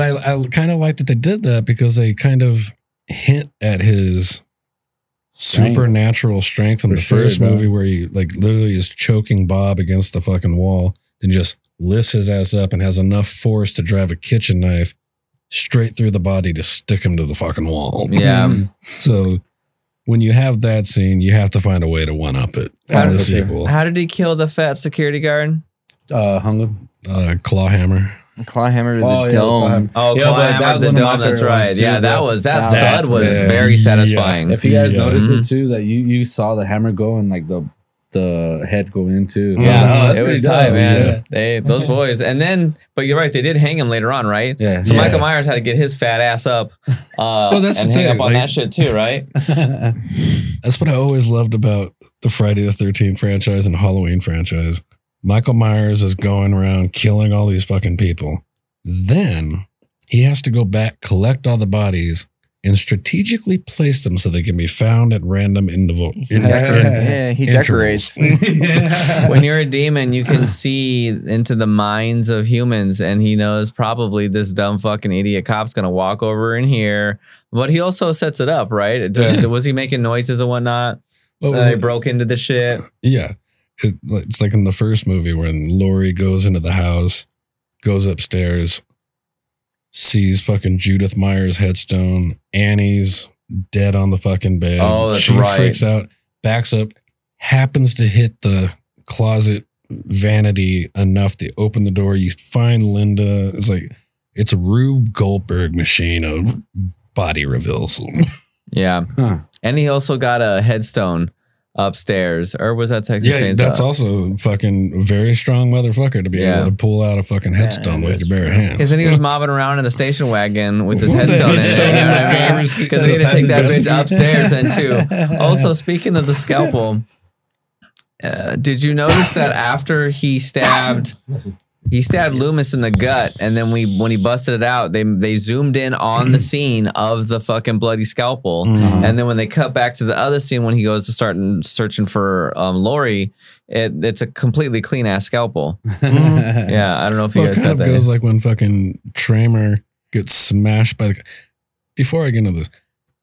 [SPEAKER 3] I, I kind of like that they did that because they kind of hint at his
[SPEAKER 6] Strength.
[SPEAKER 3] supernatural strength in
[SPEAKER 6] For
[SPEAKER 3] the
[SPEAKER 6] sure,
[SPEAKER 3] first
[SPEAKER 6] bro.
[SPEAKER 3] movie where he like literally is choking Bob against the fucking wall then just lifts his ass up and has enough force to drive a kitchen knife straight through the body to stick him to the fucking wall.
[SPEAKER 4] Yeah.
[SPEAKER 6] Mm-hmm.
[SPEAKER 3] So when you have that scene, you have to find a way to one up it
[SPEAKER 4] How
[SPEAKER 3] in the
[SPEAKER 4] did-
[SPEAKER 3] sequel.
[SPEAKER 4] How did he kill the fat security guard?
[SPEAKER 6] uh, hung him.
[SPEAKER 3] Uh, claw hammer.
[SPEAKER 5] claw hammer to the
[SPEAKER 6] Oh, yeah,
[SPEAKER 5] dome.
[SPEAKER 6] claw hammer.
[SPEAKER 4] Oh,
[SPEAKER 6] Yeah,
[SPEAKER 4] yeah,
[SPEAKER 6] but that was
[SPEAKER 4] the
[SPEAKER 6] one of my
[SPEAKER 4] dome. That's
[SPEAKER 6] favorite ones
[SPEAKER 4] right.
[SPEAKER 6] too,
[SPEAKER 4] yeah, that
[SPEAKER 6] bro.
[SPEAKER 4] was that
[SPEAKER 6] That
[SPEAKER 4] thud
[SPEAKER 6] was
[SPEAKER 4] was
[SPEAKER 6] good.
[SPEAKER 4] very
[SPEAKER 3] Yeah.
[SPEAKER 4] satisfying.
[SPEAKER 6] If you guys
[SPEAKER 3] Yeah.
[SPEAKER 6] noticed
[SPEAKER 4] Mhm.
[SPEAKER 6] it too, that you you saw the hammer go and like the the head go in too.
[SPEAKER 4] Yeah,
[SPEAKER 6] I was like, oh, that's
[SPEAKER 4] it was
[SPEAKER 6] pretty dope.
[SPEAKER 4] tight, man.
[SPEAKER 6] Yeah.
[SPEAKER 4] They those boys, and then but you're right, they did hang him later on, right?
[SPEAKER 6] Yeah. Oh,
[SPEAKER 4] So
[SPEAKER 3] Yeah.
[SPEAKER 4] Michael Myers had to get his fat ass up. Uh,
[SPEAKER 3] Well, that's
[SPEAKER 4] and
[SPEAKER 3] the
[SPEAKER 4] hang
[SPEAKER 3] thing,
[SPEAKER 4] up on
[SPEAKER 3] like-
[SPEAKER 4] that shit too, right?
[SPEAKER 3] That's what I always loved about the Friday the 13th franchise and Halloween franchise. Michael Myers is going around killing all these fucking people. Then he has to go back, collect all the bodies, and strategically place them so they can be found at random interval.
[SPEAKER 5] He
[SPEAKER 3] in-
[SPEAKER 5] decor-
[SPEAKER 3] in-
[SPEAKER 5] yeah, he
[SPEAKER 3] intervals.
[SPEAKER 5] decorates.
[SPEAKER 4] when you're a demon, you can see into the minds of humans, and he knows probably this dumb fucking idiot cop's gonna walk over in here. But he also sets it up, right? Did- Was he making noises and whatnot?
[SPEAKER 3] What
[SPEAKER 4] Uh,
[SPEAKER 3] was
[SPEAKER 4] he
[SPEAKER 3] it?
[SPEAKER 4] broke into the shit.
[SPEAKER 3] Yeah. It, it's like in the first movie when Lori goes into the house, goes upstairs, sees fucking Judith Meyer's headstone, Annie's dead on the fucking bed.
[SPEAKER 4] Oh, that's
[SPEAKER 3] she
[SPEAKER 4] right.
[SPEAKER 3] freaks out, backs up, happens to hit the closet vanity enough to open the door. You find Linda. It's like, it's a Rube Goldberg machine of body reveals.
[SPEAKER 4] Yeah. And he also got a headstone upstairs, or was that Texas
[SPEAKER 3] yeah,
[SPEAKER 4] Chainsaw?
[SPEAKER 3] that's also fucking very strong motherfucker to be
[SPEAKER 4] Yeah.
[SPEAKER 3] able to pull out a fucking headstone with your bare hands.
[SPEAKER 4] Because then he was mobbing around in the station wagon with his
[SPEAKER 3] With the
[SPEAKER 4] headstone in
[SPEAKER 3] headstone in the driver's
[SPEAKER 4] it.
[SPEAKER 3] seat
[SPEAKER 4] Because
[SPEAKER 3] of
[SPEAKER 4] he
[SPEAKER 3] the
[SPEAKER 4] had to take that
[SPEAKER 3] passenger
[SPEAKER 4] bitch
[SPEAKER 3] seat.
[SPEAKER 4] upstairs then too. Also, speaking of the scalpel, uh, did you notice that after he stabbed, he stabbed Loomis in the gut, and then we when he busted it out, they they zoomed in on the scene of the fucking bloody scalpel,
[SPEAKER 3] Mhm.
[SPEAKER 4] and then when they cut back to the other scene when he goes to start searching for um, Lori, it, it's a completely clean ass scalpel.
[SPEAKER 6] Mm-hmm.
[SPEAKER 4] Mm-hmm. Yeah, I don't know if you
[SPEAKER 3] Well, it
[SPEAKER 4] guys
[SPEAKER 3] kind
[SPEAKER 4] got
[SPEAKER 3] of
[SPEAKER 4] that.
[SPEAKER 3] goes like when fucking Tramer gets smashed by the. Before I get into this,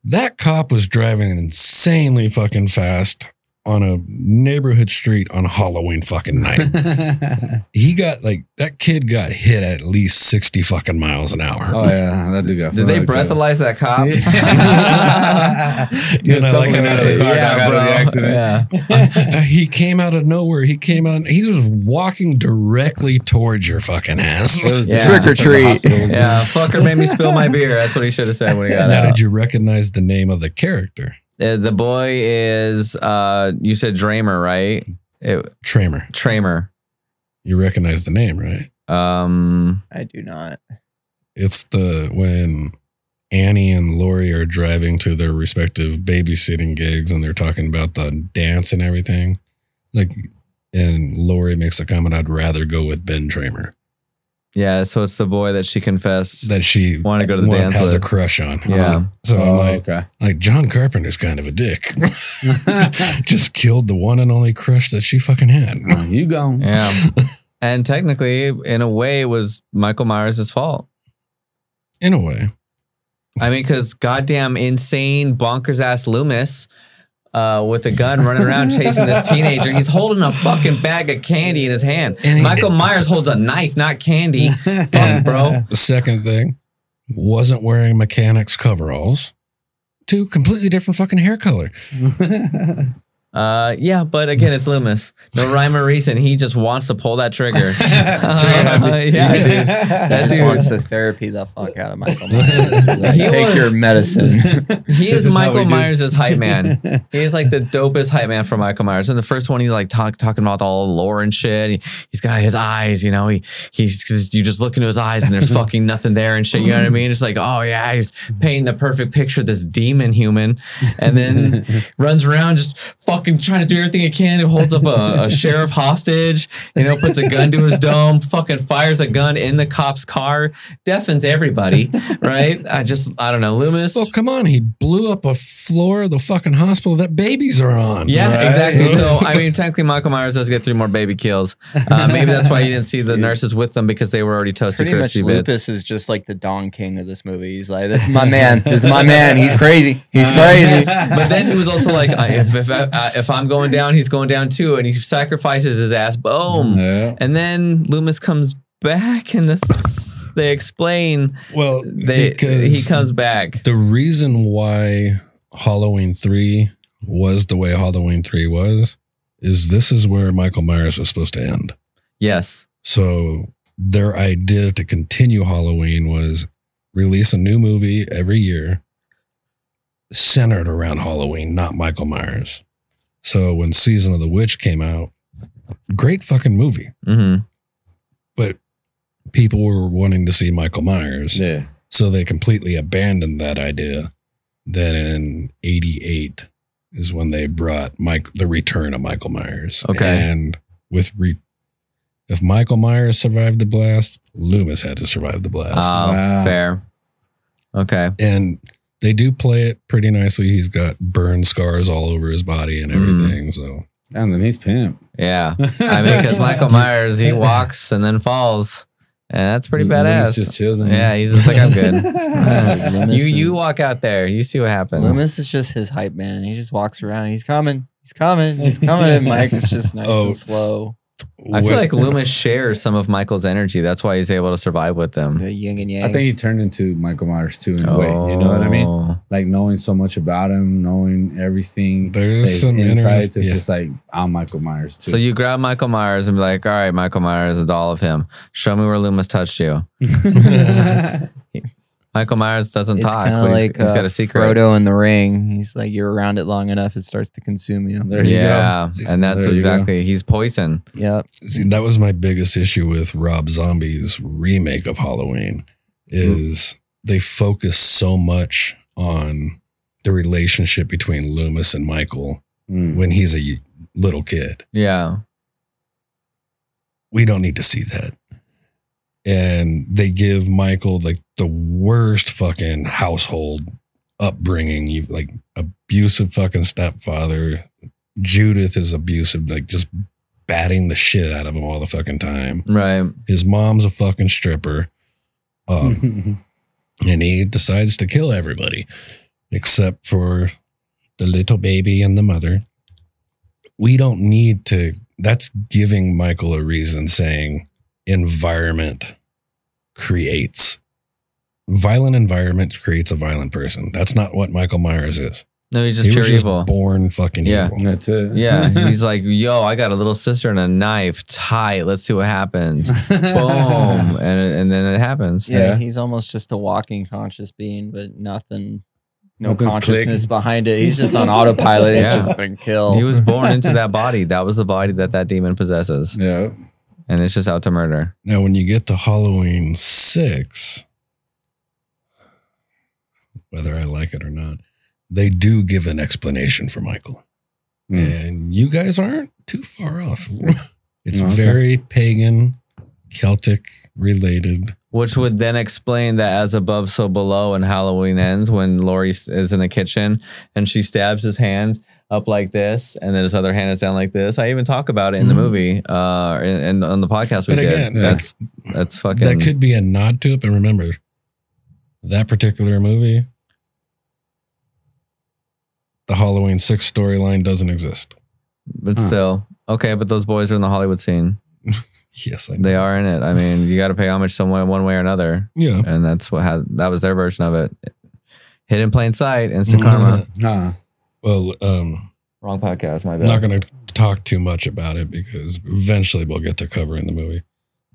[SPEAKER 3] that cop was driving insanely fucking fast on a neighborhood street on Halloween fucking night. he got like that kid got hit at least sixty fucking miles an hour.
[SPEAKER 6] Oh yeah, that dude got.
[SPEAKER 4] Did they
[SPEAKER 3] uh,
[SPEAKER 6] fucked up.
[SPEAKER 4] breathalyze that cop?
[SPEAKER 3] You know, like I said,
[SPEAKER 4] Yeah, bro. Yeah.
[SPEAKER 3] Uh, he came out of nowhere. He came out. He was walking directly towards your fucking ass.
[SPEAKER 4] Yeah.
[SPEAKER 5] Trick or treat.
[SPEAKER 4] Yeah, fucker made me spill my beer. That's what he should have said when he got
[SPEAKER 3] Now,
[SPEAKER 4] out.
[SPEAKER 3] did you recognize the name of the character?
[SPEAKER 4] Uh, the boy is, uh, you said Dramer, right? It,
[SPEAKER 3] Tramer.
[SPEAKER 4] Tramer.
[SPEAKER 3] You recognize the name, right?
[SPEAKER 4] Um,
[SPEAKER 5] I do not.
[SPEAKER 3] It's the when Annie and Lori are driving to their respective babysitting gigs and they're talking about the dance and everything. Like, and Lori makes a comment, I'd rather go with Ben Tramer
[SPEAKER 4] yeah, so it's the boy that she confessed
[SPEAKER 3] that she
[SPEAKER 4] wanted to go to the
[SPEAKER 3] one
[SPEAKER 4] dance
[SPEAKER 3] has
[SPEAKER 4] with.
[SPEAKER 3] a crush on.
[SPEAKER 4] yeah.
[SPEAKER 3] So I'm
[SPEAKER 6] Oh,
[SPEAKER 3] like,
[SPEAKER 6] okay.
[SPEAKER 3] like John Carpenter's kind of a dick. Just killed the one and only crush that she fucking had.
[SPEAKER 6] Uh, you gone?
[SPEAKER 4] Yeah. and technically, in a way, it was Michael Myers' fault.
[SPEAKER 3] In a way.
[SPEAKER 4] I mean, because goddamn insane bonkers ass Loomis uh, with a gun running around chasing this teenager. He's holding a fucking bag of candy in his hand.
[SPEAKER 3] And he-
[SPEAKER 4] Michael Myers holds a knife, not candy. Fuck, bro.
[SPEAKER 3] The second thing wasn't wearing mechanics coveralls. Two completely different fucking hair color.
[SPEAKER 4] Uh, yeah, but again, it's Loomis. No rhyme or reason. He just wants to pull that trigger. Uh, yeah, dude.
[SPEAKER 5] I
[SPEAKER 4] That
[SPEAKER 5] just
[SPEAKER 4] dude-
[SPEAKER 5] wants to therapy the fuck out of Michael Myers. He's like,
[SPEAKER 4] He
[SPEAKER 5] Take
[SPEAKER 4] was-
[SPEAKER 5] your medicine.
[SPEAKER 4] He is,
[SPEAKER 6] is how we
[SPEAKER 4] Michael
[SPEAKER 6] do.
[SPEAKER 4] Myers' hype man. He is like the dopest hype man for Michael Myers. And the first one, he's like talk, talking about all the lore and shit. He, has got his eyes, you know. He he's 'cause you just look into his eyes and there's fucking nothing there and shit. You know what I mean? It's like, oh yeah, he's painting the perfect picture of this demon human, and then runs around just fucking trying to do everything he can. He holds up a, a sheriff hostage, you know, puts a gun to his dome, fucking fires a gun in the cop's car, deafens everybody, right? I just I don't know, Loomis.
[SPEAKER 3] Well, come on. He blew up a floor of the fucking hospital that babies are on.
[SPEAKER 4] Yeah,
[SPEAKER 3] Right?
[SPEAKER 4] exactly. So I mean, technically, Michael Myers does get three more baby kills. Uh, maybe that's why you didn't see the nurses with them because they were already toasted
[SPEAKER 5] Pretty much
[SPEAKER 4] crispy bits.
[SPEAKER 5] Lupus is just like the Don King of this movie. He's like, this is my man. This is my man. He's crazy. He's crazy.
[SPEAKER 4] Uh, But then he was also like, I, if if, I, I, if I'm going down, he's going down too, and he sacrifices his ass. Boom.
[SPEAKER 6] Yeah.
[SPEAKER 4] And then Loomis comes back, and the, they explain
[SPEAKER 3] well,
[SPEAKER 4] they
[SPEAKER 3] because
[SPEAKER 4] he comes back.
[SPEAKER 3] the reason why Halloween 3 was the way Halloween 3 was is this is where Michael Myers was supposed to end.
[SPEAKER 4] Yes.
[SPEAKER 3] So their idea to continue Halloween was release a new movie every year centered around Halloween, not Michael Myers. So when Season of the Witch came out, great fucking movie,
[SPEAKER 4] hmm
[SPEAKER 3] but people were wanting to see Michael Myers.
[SPEAKER 6] Yeah.
[SPEAKER 3] So they completely abandoned that idea. Then in 88 is when they brought Mike the return of Michael Myers.
[SPEAKER 4] Okay.
[SPEAKER 3] And with re, if Michael Myers survived the blast, Loomis had to survive the blast.
[SPEAKER 4] Uh,
[SPEAKER 6] Wow.
[SPEAKER 4] Fair. Okay.
[SPEAKER 3] and they do play it pretty nicely. He's got burn scars all over his body and
[SPEAKER 4] Mhm.
[SPEAKER 3] everything. So
[SPEAKER 6] Damn, then he's pimp.
[SPEAKER 4] Yeah. I mean, because Michael Myers, he walks and then falls, and that's pretty
[SPEAKER 6] Loomis
[SPEAKER 4] badass.
[SPEAKER 6] Just chiseling.
[SPEAKER 4] Yeah, he's just like, I'm good. you
[SPEAKER 5] Loomis
[SPEAKER 4] you
[SPEAKER 5] is-
[SPEAKER 4] walk out there, you see what happens.
[SPEAKER 5] Loomis is just his hype man. He just walks around. He's coming. He's coming. He's coming. And Mike is just nice
[SPEAKER 3] Oh.
[SPEAKER 5] and slow.
[SPEAKER 4] I feel
[SPEAKER 3] what-
[SPEAKER 4] like Loomis shares some of Michael's energy. That's why he's able to survive with them.
[SPEAKER 5] The yin and yang.
[SPEAKER 6] I think he turned into Michael Myers too in a way. You know what I mean?
[SPEAKER 4] Oh.
[SPEAKER 6] Like knowing so much about him, knowing everything.
[SPEAKER 3] there's
[SPEAKER 6] his
[SPEAKER 3] some
[SPEAKER 6] insights.
[SPEAKER 3] insights.
[SPEAKER 6] It's
[SPEAKER 3] Yeah.
[SPEAKER 6] just like I'm Michael Myers too.
[SPEAKER 4] So you grab Michael Myers and be like, all right, Michael Myers, a doll of him. Show me where Loomis touched you. Michael Myers doesn't
[SPEAKER 5] It's
[SPEAKER 4] talk.
[SPEAKER 5] kind
[SPEAKER 4] But
[SPEAKER 5] of like
[SPEAKER 4] he's, he's got
[SPEAKER 5] uh,
[SPEAKER 4] a secret.
[SPEAKER 5] Frodo in the ring. He's like you're around it long enough, it starts to consume you.
[SPEAKER 8] There you
[SPEAKER 4] yeah, and that's
[SPEAKER 8] There you go.
[SPEAKER 4] exactly. He's poison.
[SPEAKER 5] Yep.
[SPEAKER 3] See, that was my biggest issue with Rob Zombie's remake of Halloween is they focus so much on the relationship between Loomis and Michael
[SPEAKER 6] Mm.
[SPEAKER 3] when he's a y- little kid.
[SPEAKER 4] Yeah.
[SPEAKER 3] We don't need to see that. And they give Michael like the worst fucking household upbringing. You like abusive fucking stepfather. Judith is abusive, like just batting the shit out of him all the fucking time.
[SPEAKER 4] Right.
[SPEAKER 3] His mom's a fucking stripper. Um,
[SPEAKER 4] Mm-hmm.
[SPEAKER 3] and he decides to kill everybody except for the little baby and the mother. We don't need to, that's giving Michael a reason saying environment creates. Violent environment creates a violent person. That's not what Michael Myers is.
[SPEAKER 4] No, he's just
[SPEAKER 3] he
[SPEAKER 4] pure
[SPEAKER 3] was just
[SPEAKER 4] evil.
[SPEAKER 3] born fucking
[SPEAKER 4] Yeah.
[SPEAKER 3] evil.
[SPEAKER 8] That's it.
[SPEAKER 4] Yeah, he's like, yo, I got a little sister and a knife. Tight. Let's see what happens. Boom, and and then it happens.
[SPEAKER 5] Yeah,
[SPEAKER 8] Yeah.
[SPEAKER 5] he's almost just a walking conscious being, but nothing, no
[SPEAKER 8] Nothing's
[SPEAKER 5] consciousness
[SPEAKER 8] clicking.
[SPEAKER 5] behind it. He's just on autopilot.
[SPEAKER 4] Yeah.
[SPEAKER 5] He's just been killed.
[SPEAKER 4] He was born into that body. That was the body that that demon possesses,
[SPEAKER 8] Yeah.
[SPEAKER 4] and it's just out to murder.
[SPEAKER 3] Now, when you get to Halloween six, whether I like it or not, they do give an explanation for Michael. And you guys aren't too far off. It's
[SPEAKER 8] Okay.
[SPEAKER 3] very pagan, Celtic related.
[SPEAKER 4] Which would then explain that as above, so below, and Halloween ends when Lori s- is in the kitchen and she stabs his hand up like this, and then his other hand is down like this. I even talk about it in the
[SPEAKER 3] Mhm.
[SPEAKER 4] movie, uh, and, and on the podcast we
[SPEAKER 3] But
[SPEAKER 4] did.
[SPEAKER 3] again,
[SPEAKER 4] that's that's fucking.
[SPEAKER 3] That could be a nod to it, but remember that particular movie, the Halloween six storyline doesn't exist.
[SPEAKER 4] but
[SPEAKER 8] Huh.
[SPEAKER 4] still okay. But those boys are in the Hollywood scene.
[SPEAKER 3] Yes, I know.
[SPEAKER 4] They are in it. I mean, you got to pay homage someone one way or another,
[SPEAKER 3] Yeah.
[SPEAKER 4] and that's what had that was their version of it. Hidden in plain sight, instant
[SPEAKER 3] Mhm.
[SPEAKER 4] karma.
[SPEAKER 8] Nah.
[SPEAKER 3] Well, um,
[SPEAKER 4] Wrong podcast, my
[SPEAKER 3] I'm
[SPEAKER 4] bad.
[SPEAKER 3] not going to talk too much about it because eventually we'll get to covering the movie.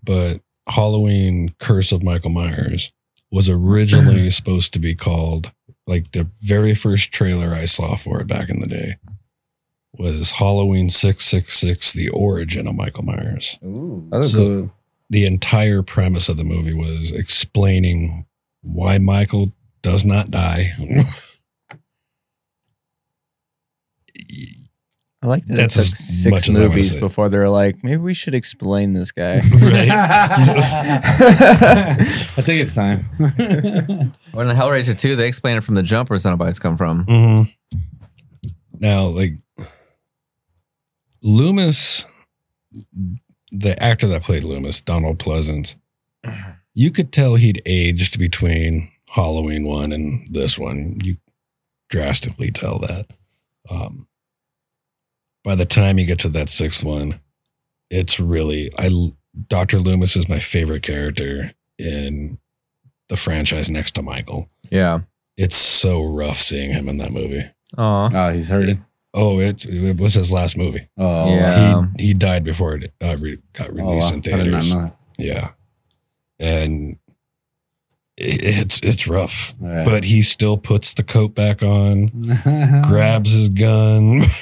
[SPEAKER 3] But Halloween Curse of Michael Myers was originally supposed to be called like the very first trailer I saw for it back in the day was Halloween 666 The Origin of Michael Myers.
[SPEAKER 9] Ooh.
[SPEAKER 8] That's
[SPEAKER 3] So-
[SPEAKER 8] cool.
[SPEAKER 3] The entire premise of the movie was explaining why Michael does not die.
[SPEAKER 5] I like that
[SPEAKER 3] That's
[SPEAKER 5] it
[SPEAKER 3] as
[SPEAKER 5] took
[SPEAKER 3] much
[SPEAKER 5] six
[SPEAKER 3] as I wanna
[SPEAKER 5] movies
[SPEAKER 3] say.
[SPEAKER 5] before they were like, maybe we should explain this guy.
[SPEAKER 3] right?
[SPEAKER 8] I think it's time.
[SPEAKER 4] When the Hellraiser 2, they explain it from the jump where Cenobites come from.
[SPEAKER 3] hmm Now, like Loomis, the actor that played Loomis, Donald Pleasance, you could tell he'd aged between Halloween one and this one. You drastically tell that. Um, by the time you get to that sixth one, it's really I. Doctor Loomis is my favorite character in the franchise next to Michael.
[SPEAKER 4] Yeah.
[SPEAKER 3] It's so rough seeing him in that movie.
[SPEAKER 4] Aw.
[SPEAKER 8] Oh, he's hurting.
[SPEAKER 3] Oh, it, it was his last movie.
[SPEAKER 8] Oh,
[SPEAKER 4] Yeah. Um,
[SPEAKER 3] he, he died before it uh, re, got
[SPEAKER 8] wow. Oh,
[SPEAKER 3] released in
[SPEAKER 8] I did not
[SPEAKER 3] theaters.
[SPEAKER 8] know.
[SPEAKER 3] Yeah, and it, it's it's rough,
[SPEAKER 8] All right.
[SPEAKER 3] but he still puts the coat back on, grabs his gun.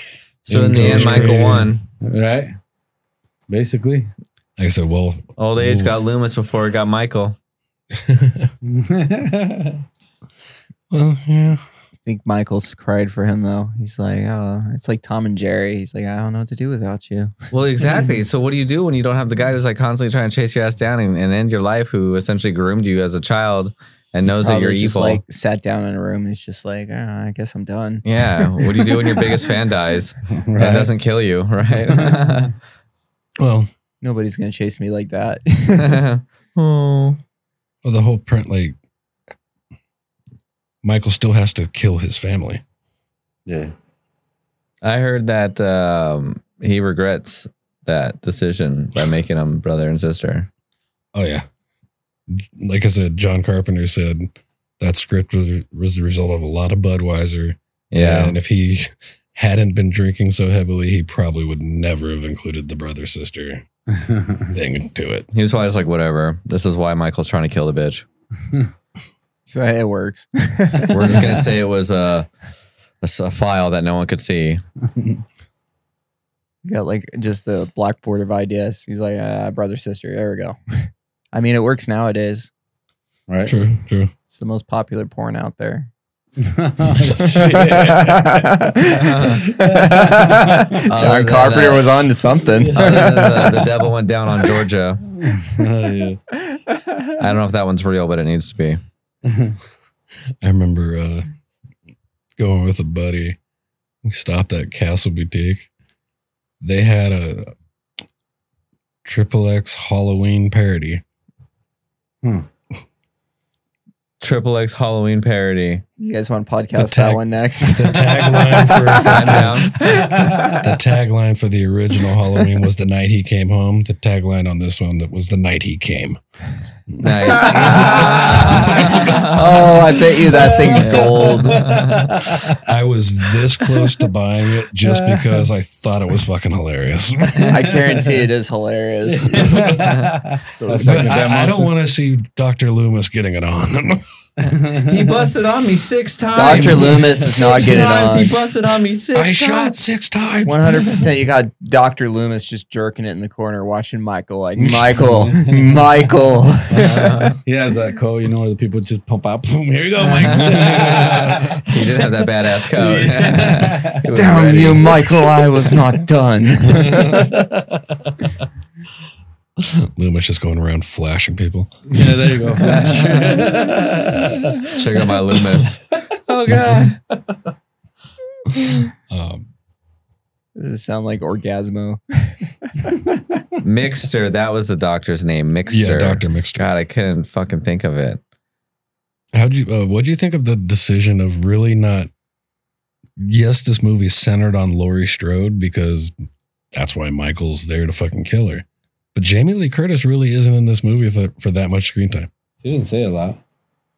[SPEAKER 4] So
[SPEAKER 3] It
[SPEAKER 4] in the end,
[SPEAKER 3] goes
[SPEAKER 4] Michael
[SPEAKER 3] crazy.
[SPEAKER 4] won.
[SPEAKER 8] right. Basically.
[SPEAKER 3] I said, "Well,
[SPEAKER 4] Old age got Loomis before it got Michael.
[SPEAKER 3] well, yeah."
[SPEAKER 5] I think Michael's cried for him though. He's like, oh, it's like Tom and Jerry. He's like, I don't know what to do without you.
[SPEAKER 4] Well, exactly. so what do you do when you don't have the guy who's like constantly trying to chase your ass down and, and end your life, who essentially groomed you as a child and knows that
[SPEAKER 5] Probably
[SPEAKER 4] you're
[SPEAKER 5] just
[SPEAKER 4] evil?
[SPEAKER 5] like sat down in a room. He's just like, oh, I guess I'm done.
[SPEAKER 4] yeah. What do you do when your biggest fan dies
[SPEAKER 8] Right.
[SPEAKER 4] and doesn't kill you, right?
[SPEAKER 3] Well,
[SPEAKER 5] Nobody's gonna chase me like that.
[SPEAKER 4] oh.
[SPEAKER 3] well, the whole print like Michael still has to kill his family.
[SPEAKER 8] yeah.
[SPEAKER 4] I heard that um, he regrets that decision by making them brother and sister.
[SPEAKER 3] Oh yeah, like I said, John Carpenter said that script was was the result of a lot of Budweiser.
[SPEAKER 4] Yeah.
[SPEAKER 3] And if he hadn't been drinking so heavily, he probably would never have included the brother sister thing to it.
[SPEAKER 4] He was probably just like, whatever. This is why Michael's trying to kill the bitch.
[SPEAKER 5] So it works.
[SPEAKER 4] We're just gonna say it was a, a s- a file that no one could see.
[SPEAKER 5] You got like just the blackboard of ideas. He's like, uh, brother, sister. There we go. I mean, it works nowadays.
[SPEAKER 8] Right.
[SPEAKER 3] True, true.
[SPEAKER 5] It's the most popular porn out there. John
[SPEAKER 4] than
[SPEAKER 5] Carpenter
[SPEAKER 4] that-
[SPEAKER 5] was on to something.
[SPEAKER 4] Other than the, the devil went down on Georgia.
[SPEAKER 8] Oh,
[SPEAKER 4] I don't know if that one's real, but it needs to be.
[SPEAKER 3] I remember uh, going with a buddy. We stopped at Castle Boutique. They had a triple X Halloween parody.
[SPEAKER 4] Triple X Halloween parody.
[SPEAKER 5] you guys want to podcast
[SPEAKER 3] tag-
[SPEAKER 5] that one next?
[SPEAKER 3] The tagline for
[SPEAKER 4] Sign down.
[SPEAKER 3] the tagline for the original Halloween was the night he came home. The tagline on this one that was the night he came.
[SPEAKER 4] Nice.
[SPEAKER 5] oh, I bet you that thing's gold.
[SPEAKER 3] I was this close to buying it just because I thought it was fucking hilarious.
[SPEAKER 5] I guarantee it is hilarious.
[SPEAKER 3] But I, I don't want to see Dr. Loomis getting it on.
[SPEAKER 4] he busted on me six times.
[SPEAKER 5] Dr. Loomis does not get it
[SPEAKER 4] Times
[SPEAKER 5] on.
[SPEAKER 4] He busted on me six
[SPEAKER 3] I
[SPEAKER 4] times.
[SPEAKER 3] shot six times.
[SPEAKER 5] One hundred percent. You got Doctor Loomis just jerking it in the corner, watching Michael like Michael, Michael.
[SPEAKER 4] Uh,
[SPEAKER 8] he has that coat, you know, where the people just pump out. Boom! Here you go, Mike.
[SPEAKER 4] He did have that badass coat. He was
[SPEAKER 5] Damn
[SPEAKER 4] ready.
[SPEAKER 5] you, Michael! I was not done.
[SPEAKER 3] Loomis just going around flashing people.
[SPEAKER 8] yeah, there you go.
[SPEAKER 4] Check out my Loomis.
[SPEAKER 5] oh god!
[SPEAKER 3] Um,
[SPEAKER 5] Does it sound like Orgasmo?
[SPEAKER 4] Mixter. That was the doctor's name. Mixter.
[SPEAKER 3] yeah, Dr. Mixter.
[SPEAKER 4] God, I couldn't fucking think of it.
[SPEAKER 3] How'd you? Uh, what'd you think of the decision of really not? Yes, this movie's centered on Laurie Strode because that's why Michael's there to fucking kill her. But Jamie Lee Curtis really isn't in this movie for, for that much screen time.
[SPEAKER 8] she doesn't say a lot.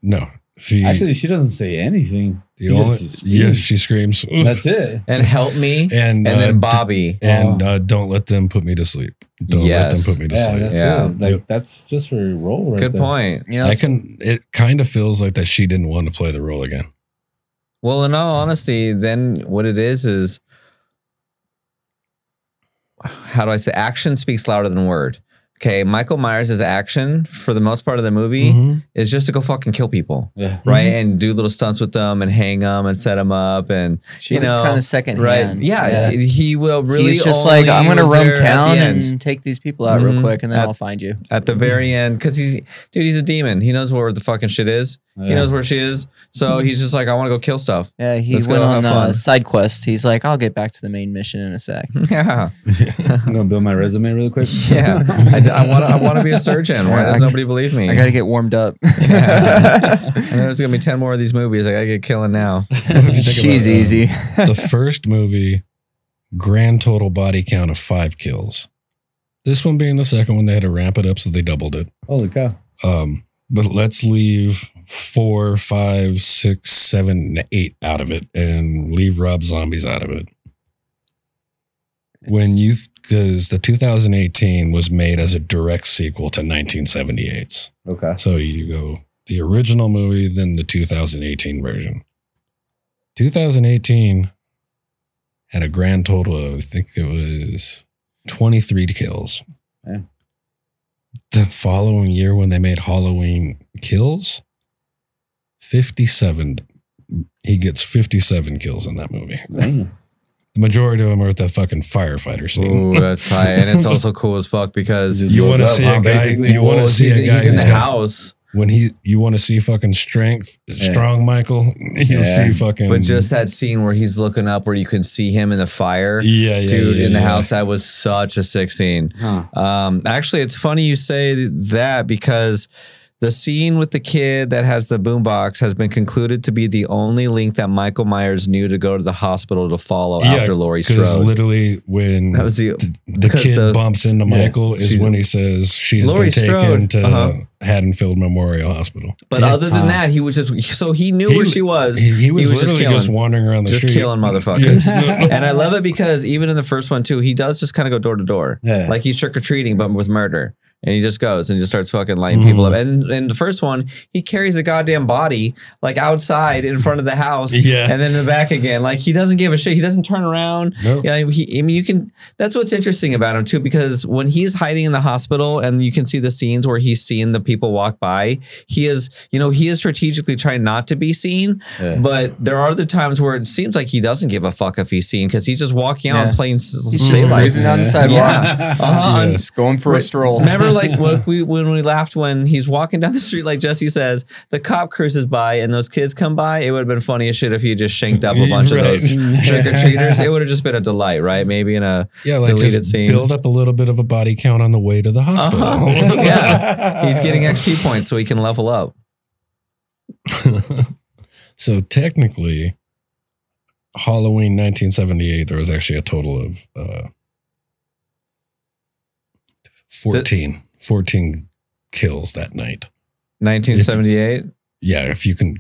[SPEAKER 3] No, she
[SPEAKER 8] Actually, she doesn't say anything.
[SPEAKER 3] the
[SPEAKER 8] she
[SPEAKER 3] only,
[SPEAKER 8] just screams.
[SPEAKER 3] yeah she screams
[SPEAKER 8] That's it.
[SPEAKER 4] And help me.
[SPEAKER 3] and
[SPEAKER 4] And
[SPEAKER 3] uh,
[SPEAKER 4] then
[SPEAKER 3] d-
[SPEAKER 4] Bobby.
[SPEAKER 3] and uh, don't let them put me to sleep. Don't let
[SPEAKER 4] Yes.
[SPEAKER 3] them put me to
[SPEAKER 8] Yeah,
[SPEAKER 3] sleep.
[SPEAKER 8] that's
[SPEAKER 4] Yeah.
[SPEAKER 8] it. Like
[SPEAKER 3] Yep.
[SPEAKER 8] that's just her role. Right
[SPEAKER 4] Good
[SPEAKER 8] there.
[SPEAKER 4] point.
[SPEAKER 5] You know,
[SPEAKER 3] I can. It kind of feels like that she didn't want to play the role again.
[SPEAKER 4] Well, in all honesty, then what it is is how do I say action speaks louder than word. Okay, Michael Myers' action for the most part of the movie is just to go fucking kill people,
[SPEAKER 8] Yeah.
[SPEAKER 4] right? And do little stunts with them and hang them and set them up and
[SPEAKER 5] she
[SPEAKER 4] you
[SPEAKER 5] was
[SPEAKER 4] know,
[SPEAKER 5] kind of secondhand.
[SPEAKER 4] right. Yeah, he will really
[SPEAKER 5] He's just
[SPEAKER 4] only
[SPEAKER 5] like I'm gonna
[SPEAKER 4] was
[SPEAKER 5] roam
[SPEAKER 4] there at the
[SPEAKER 5] town
[SPEAKER 4] end.
[SPEAKER 5] and take these people out
[SPEAKER 4] Mhm.
[SPEAKER 5] real quick, and then
[SPEAKER 4] At-
[SPEAKER 5] I'll find you.
[SPEAKER 4] at the very end because he's dude, he's a demon. He knows where the fucking shit is. He
[SPEAKER 8] Yeah.
[SPEAKER 4] knows where she is. So he's just like, I want to go kill stuff.
[SPEAKER 5] Yeah, he
[SPEAKER 4] Let's
[SPEAKER 5] went
[SPEAKER 4] go,
[SPEAKER 5] on
[SPEAKER 4] have
[SPEAKER 5] the
[SPEAKER 4] fun. Hmm.
[SPEAKER 5] side quest. He's like, I'll get back to the main mission in a sec.
[SPEAKER 4] Yeah.
[SPEAKER 8] I'm gonna build my resume really quick.
[SPEAKER 4] Yeah, I, want to. I want to be a surgeon. Why does nobody believe me?
[SPEAKER 5] I gotta get warmed up.
[SPEAKER 4] Yeah. and there's gonna be ten more of these movies. I gotta get killing now.
[SPEAKER 3] If you think
[SPEAKER 5] She's
[SPEAKER 3] about it, uh,
[SPEAKER 5] easy.
[SPEAKER 3] the first movie, grand total body count of five kills. This one being the second one, they had to ramp it up, so they doubled it.
[SPEAKER 8] Holy cow!
[SPEAKER 3] Um, but let's leave four, five, six, seven, eight out of it, and leave Rob Zombies out of it. when you, because the 2018 was made as a direct sequel to 1978's,
[SPEAKER 8] Okay.
[SPEAKER 3] so you go the original movie, then the 2018 version. 2018 had a grand total of, I think it was 23 kills.
[SPEAKER 8] Yeah.
[SPEAKER 3] The following year, when they made Halloween Kills, 57. He gets 57 kills in that movie.
[SPEAKER 8] Damn.
[SPEAKER 3] The majority of them are at that fucking firefighter scene.
[SPEAKER 4] Ooh, that's high, and it's also cool as fuck because
[SPEAKER 3] You want to
[SPEAKER 8] blows up,
[SPEAKER 3] see a
[SPEAKER 8] huh,
[SPEAKER 3] guy?
[SPEAKER 8] basically.
[SPEAKER 3] You want to
[SPEAKER 4] Well,
[SPEAKER 3] see
[SPEAKER 4] he's,
[SPEAKER 3] a guy
[SPEAKER 4] he's in
[SPEAKER 3] who's
[SPEAKER 4] the
[SPEAKER 3] got
[SPEAKER 4] house,
[SPEAKER 3] when he you want to see fucking strength, strong Michael. You
[SPEAKER 8] Yeah.
[SPEAKER 3] see fucking,
[SPEAKER 4] but just that scene where he's looking up, where you can see him in the fire,
[SPEAKER 3] yeah, yeah,
[SPEAKER 4] dude,
[SPEAKER 3] yeah,
[SPEAKER 4] in the
[SPEAKER 3] yeah.
[SPEAKER 4] house. That was such a sick scene.
[SPEAKER 8] Huh.
[SPEAKER 4] Um, actually, it's funny you say that because the scene with the kid that has the boombox has been concluded to be the only link that Michael Myers knew to go to the hospital to follow
[SPEAKER 3] Yeah,
[SPEAKER 4] after Laurie
[SPEAKER 3] Because
[SPEAKER 4] Strode.
[SPEAKER 3] literally, when
[SPEAKER 4] That was the
[SPEAKER 3] the
[SPEAKER 4] 'cause
[SPEAKER 3] kid
[SPEAKER 4] the-
[SPEAKER 3] bumps into
[SPEAKER 8] yeah,
[SPEAKER 3] Michael is
[SPEAKER 8] she's-
[SPEAKER 3] when he says she has
[SPEAKER 4] Laurie
[SPEAKER 3] been taken
[SPEAKER 4] Strode,
[SPEAKER 3] to
[SPEAKER 4] uh-huh.
[SPEAKER 3] Haddonfield Memorial Hospital.
[SPEAKER 4] But other than that, he was just so he knew
[SPEAKER 3] Uh, He
[SPEAKER 4] where
[SPEAKER 3] was-
[SPEAKER 4] she was.
[SPEAKER 3] He, he was,
[SPEAKER 4] was just
[SPEAKER 3] literally just,
[SPEAKER 4] killing.
[SPEAKER 3] wandering around the
[SPEAKER 4] Just
[SPEAKER 3] street,
[SPEAKER 4] killing motherfuckers.
[SPEAKER 3] Yes.
[SPEAKER 4] and I love it because even in the first one too, he does just kind of go door to door,
[SPEAKER 8] Yeah.
[SPEAKER 4] like he's trick or treating, but with murder. And he just goes and just starts fucking lighting people up. And and the first one, he carries a goddamn body like outside in front of the house,
[SPEAKER 3] Yeah.
[SPEAKER 4] and then in the back again. Like he doesn't give a shit. He doesn't turn around.
[SPEAKER 3] Nope.
[SPEAKER 4] Yeah, he, I mean, you can. That's what's interesting about him too, because when he's hiding in the hospital, and you can see the scenes where he's seeing the people walk by, he is, you know, he is strategically trying not to be seen.
[SPEAKER 6] Yeah.
[SPEAKER 4] But there are other times where it seems like he doesn't give a fuck if he's seen because he's just walking out and
[SPEAKER 5] Yeah.
[SPEAKER 4] playing.
[SPEAKER 5] He's just cruising down the sidewalk.
[SPEAKER 4] Yeah. Uh-huh.
[SPEAKER 3] Yeah.
[SPEAKER 4] And
[SPEAKER 5] Just going for a stroll.
[SPEAKER 4] Remember, like what we when we laughed when he's walking down the street, like Jesse says, the cop cruises by and those kids come by. It would have been funny as shit if he just shanked up a bunch
[SPEAKER 3] Right.
[SPEAKER 4] of those trick or treaters. It would have just been a delight, right? Maybe in a
[SPEAKER 3] Yeah, like
[SPEAKER 4] deleted
[SPEAKER 3] just
[SPEAKER 4] scene.
[SPEAKER 3] build up a little bit of a body count on the way to the hospital.
[SPEAKER 4] Uh-huh. yeah, he's getting XP points so he can level up.
[SPEAKER 3] so technically, Halloween 1978, there was actually a total of uh, 14, 14 kills that night.
[SPEAKER 4] 1978.
[SPEAKER 3] Yeah, if you can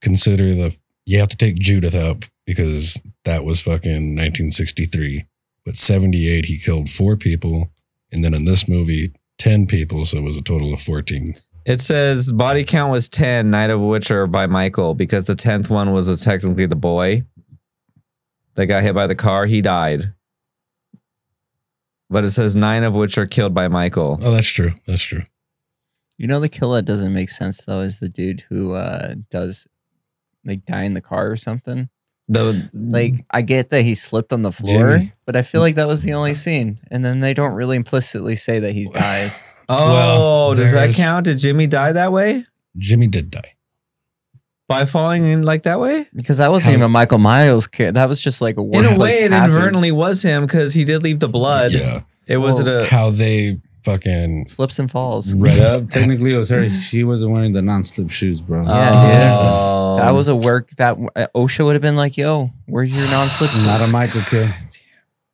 [SPEAKER 3] consider the, you have to take Judith out because that was fucking 1963. But 78, he killed four people. And then in this movie, 10 people. So it was a total of 14.
[SPEAKER 4] It says body count was 10, Night of Witcher by Michael, because the 10th one was technically the boy that got hit by the car. He died. But it says nine of which are killed by Michael.
[SPEAKER 3] Oh, that's true. That's true.
[SPEAKER 5] You know the kill that doesn't make sense though is the dude who uh does like die in the car or something.
[SPEAKER 4] The
[SPEAKER 5] Like I get that he slipped on the floor,
[SPEAKER 3] Jimmy.
[SPEAKER 5] but I feel like that was the only scene. And then they don't really implicitly say that he dies.
[SPEAKER 4] Oh,
[SPEAKER 3] Well,
[SPEAKER 4] does that
[SPEAKER 3] there's-
[SPEAKER 4] count? Did Jimmy die that way?
[SPEAKER 3] Jimmy did die.
[SPEAKER 4] By falling in like that way?
[SPEAKER 5] Because that wasn't
[SPEAKER 3] How-
[SPEAKER 5] even Michael Myers' kid. That was just like a
[SPEAKER 4] In
[SPEAKER 5] worthless
[SPEAKER 4] a way, it
[SPEAKER 5] hazard.
[SPEAKER 4] inadvertently was him because he did leave the blood.
[SPEAKER 3] Yeah.
[SPEAKER 4] It was it a
[SPEAKER 3] How they fucking
[SPEAKER 5] slips and falls.
[SPEAKER 3] read up.
[SPEAKER 6] Yep, technically it was her. She wasn't wearing the non-slip shoes,
[SPEAKER 4] Uh,
[SPEAKER 6] bro.
[SPEAKER 5] Yeah, dude.
[SPEAKER 4] Oh.
[SPEAKER 5] That was a work that uh, OSHA would have been like, "Yo, where's your non-slip?"
[SPEAKER 6] Not a Michael kill.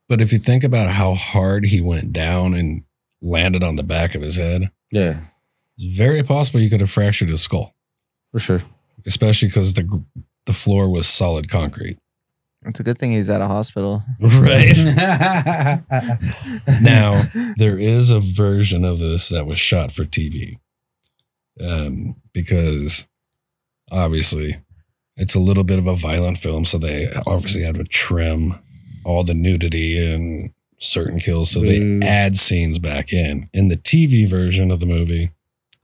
[SPEAKER 3] But if you think about how hard he went down and landed on the back of his head,
[SPEAKER 6] Yeah,
[SPEAKER 3] it's very possible you could have fractured his skull,
[SPEAKER 6] for sure.
[SPEAKER 3] especially because the gr- the floor was solid concrete.
[SPEAKER 5] It's a good thing he's at a hospital.
[SPEAKER 3] Right
[SPEAKER 6] now,
[SPEAKER 3] now, there is a version of this that was shot for TV, um, because obviously it's a little bit of a violent film, so they obviously had to trim all the nudity and certain kills, so
[SPEAKER 6] Boo.
[SPEAKER 3] they add scenes back in. In the TV version of the movie,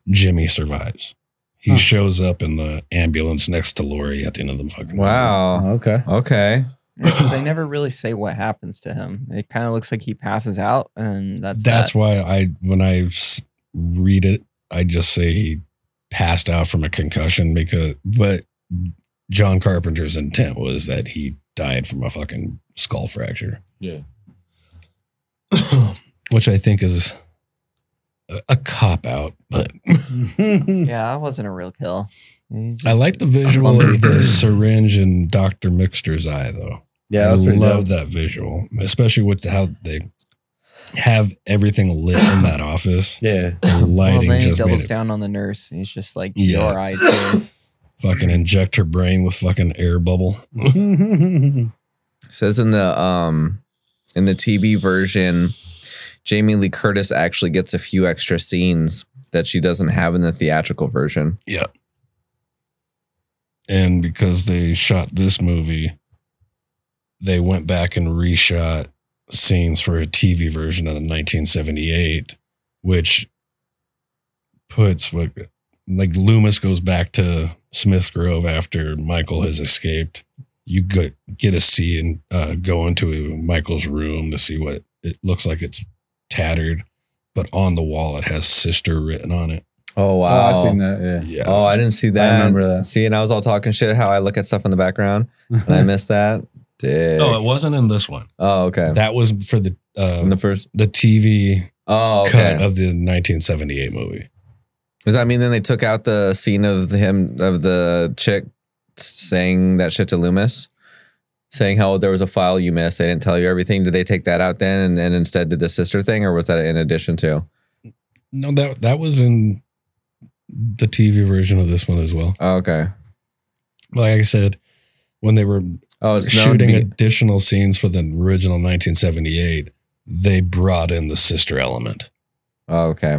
[SPEAKER 3] Jimmy survives. He
[SPEAKER 6] Huh.
[SPEAKER 3] shows up in the ambulance next to Lori at the end of the fucking movie.
[SPEAKER 4] wow.
[SPEAKER 6] Oh, okay.
[SPEAKER 4] Okay.
[SPEAKER 5] they never really say what happens to him. It kind of looks like he passes out, and that's
[SPEAKER 3] That's
[SPEAKER 5] that.
[SPEAKER 3] why I when I s- read it, I just say he passed out from a concussion because but John Carpenter's intent was that he died from a fucking skull fracture.
[SPEAKER 6] Yeah.
[SPEAKER 3] Which I think is a, a cop out, but
[SPEAKER 5] yeah, that wasn't a real kill. He
[SPEAKER 3] I
[SPEAKER 5] just-
[SPEAKER 3] like the visual of the syringe in Dr. Mixter's eye though.
[SPEAKER 6] Yeah,
[SPEAKER 3] I
[SPEAKER 6] that was pretty
[SPEAKER 3] love
[SPEAKER 6] dope.
[SPEAKER 3] that visual, especially with how they have everything lit in that office.
[SPEAKER 6] Yeah,
[SPEAKER 3] The
[SPEAKER 5] Well,
[SPEAKER 3] lighting
[SPEAKER 5] then he
[SPEAKER 3] just made
[SPEAKER 5] doubles
[SPEAKER 3] it
[SPEAKER 5] down on the nurse. He's just like,
[SPEAKER 3] Yeah.
[SPEAKER 5] "You're right." Dude.
[SPEAKER 3] fucking inject her brain with fucking air bubble.
[SPEAKER 4] says in the um in the TV version, Jamie Lee Curtis actually gets a few extra scenes that she doesn't have in the theatrical version.
[SPEAKER 3] And because they shot this movie, they went back and reshot scenes for a TV version of the 1978, which puts what like Loomis goes back to Smith Grove after Michael has escaped. You get get a see and uh, go into Michael's room to see what it looks like. It's tattered, but on the wall it has "sister" written on it.
[SPEAKER 4] Oh
[SPEAKER 6] oh,
[SPEAKER 4] wow.
[SPEAKER 6] I seen that. Yeah.
[SPEAKER 3] Yeah.
[SPEAKER 4] Oh, I didn't see that.
[SPEAKER 6] I remember that.
[SPEAKER 4] See, and I was all talking shit how I look at stuff in the background and I missed that. Dick.
[SPEAKER 3] Oh, it
[SPEAKER 4] Oh,
[SPEAKER 3] wasn't in this one.
[SPEAKER 4] okay.
[SPEAKER 3] That was for the uh,
[SPEAKER 4] In the first
[SPEAKER 3] the TV
[SPEAKER 4] Oh,
[SPEAKER 3] cut
[SPEAKER 4] okay.
[SPEAKER 3] of the 1978 movie.
[SPEAKER 4] Does that mean then they took out the scene of him of the chick saying that shit to Loomis? Saying how there was a file you missed, they didn't tell you everything. Did they take that out then and, and instead did the sister thing, or was that in addition to?
[SPEAKER 3] No, that that was in the TV version of this one as well.
[SPEAKER 4] Oh, okay.
[SPEAKER 3] Like I said, when they were
[SPEAKER 4] Oh, it's known to
[SPEAKER 3] shooting
[SPEAKER 4] be-
[SPEAKER 3] additional scenes for the original 1978, they brought in the sister element.
[SPEAKER 4] oh, okay.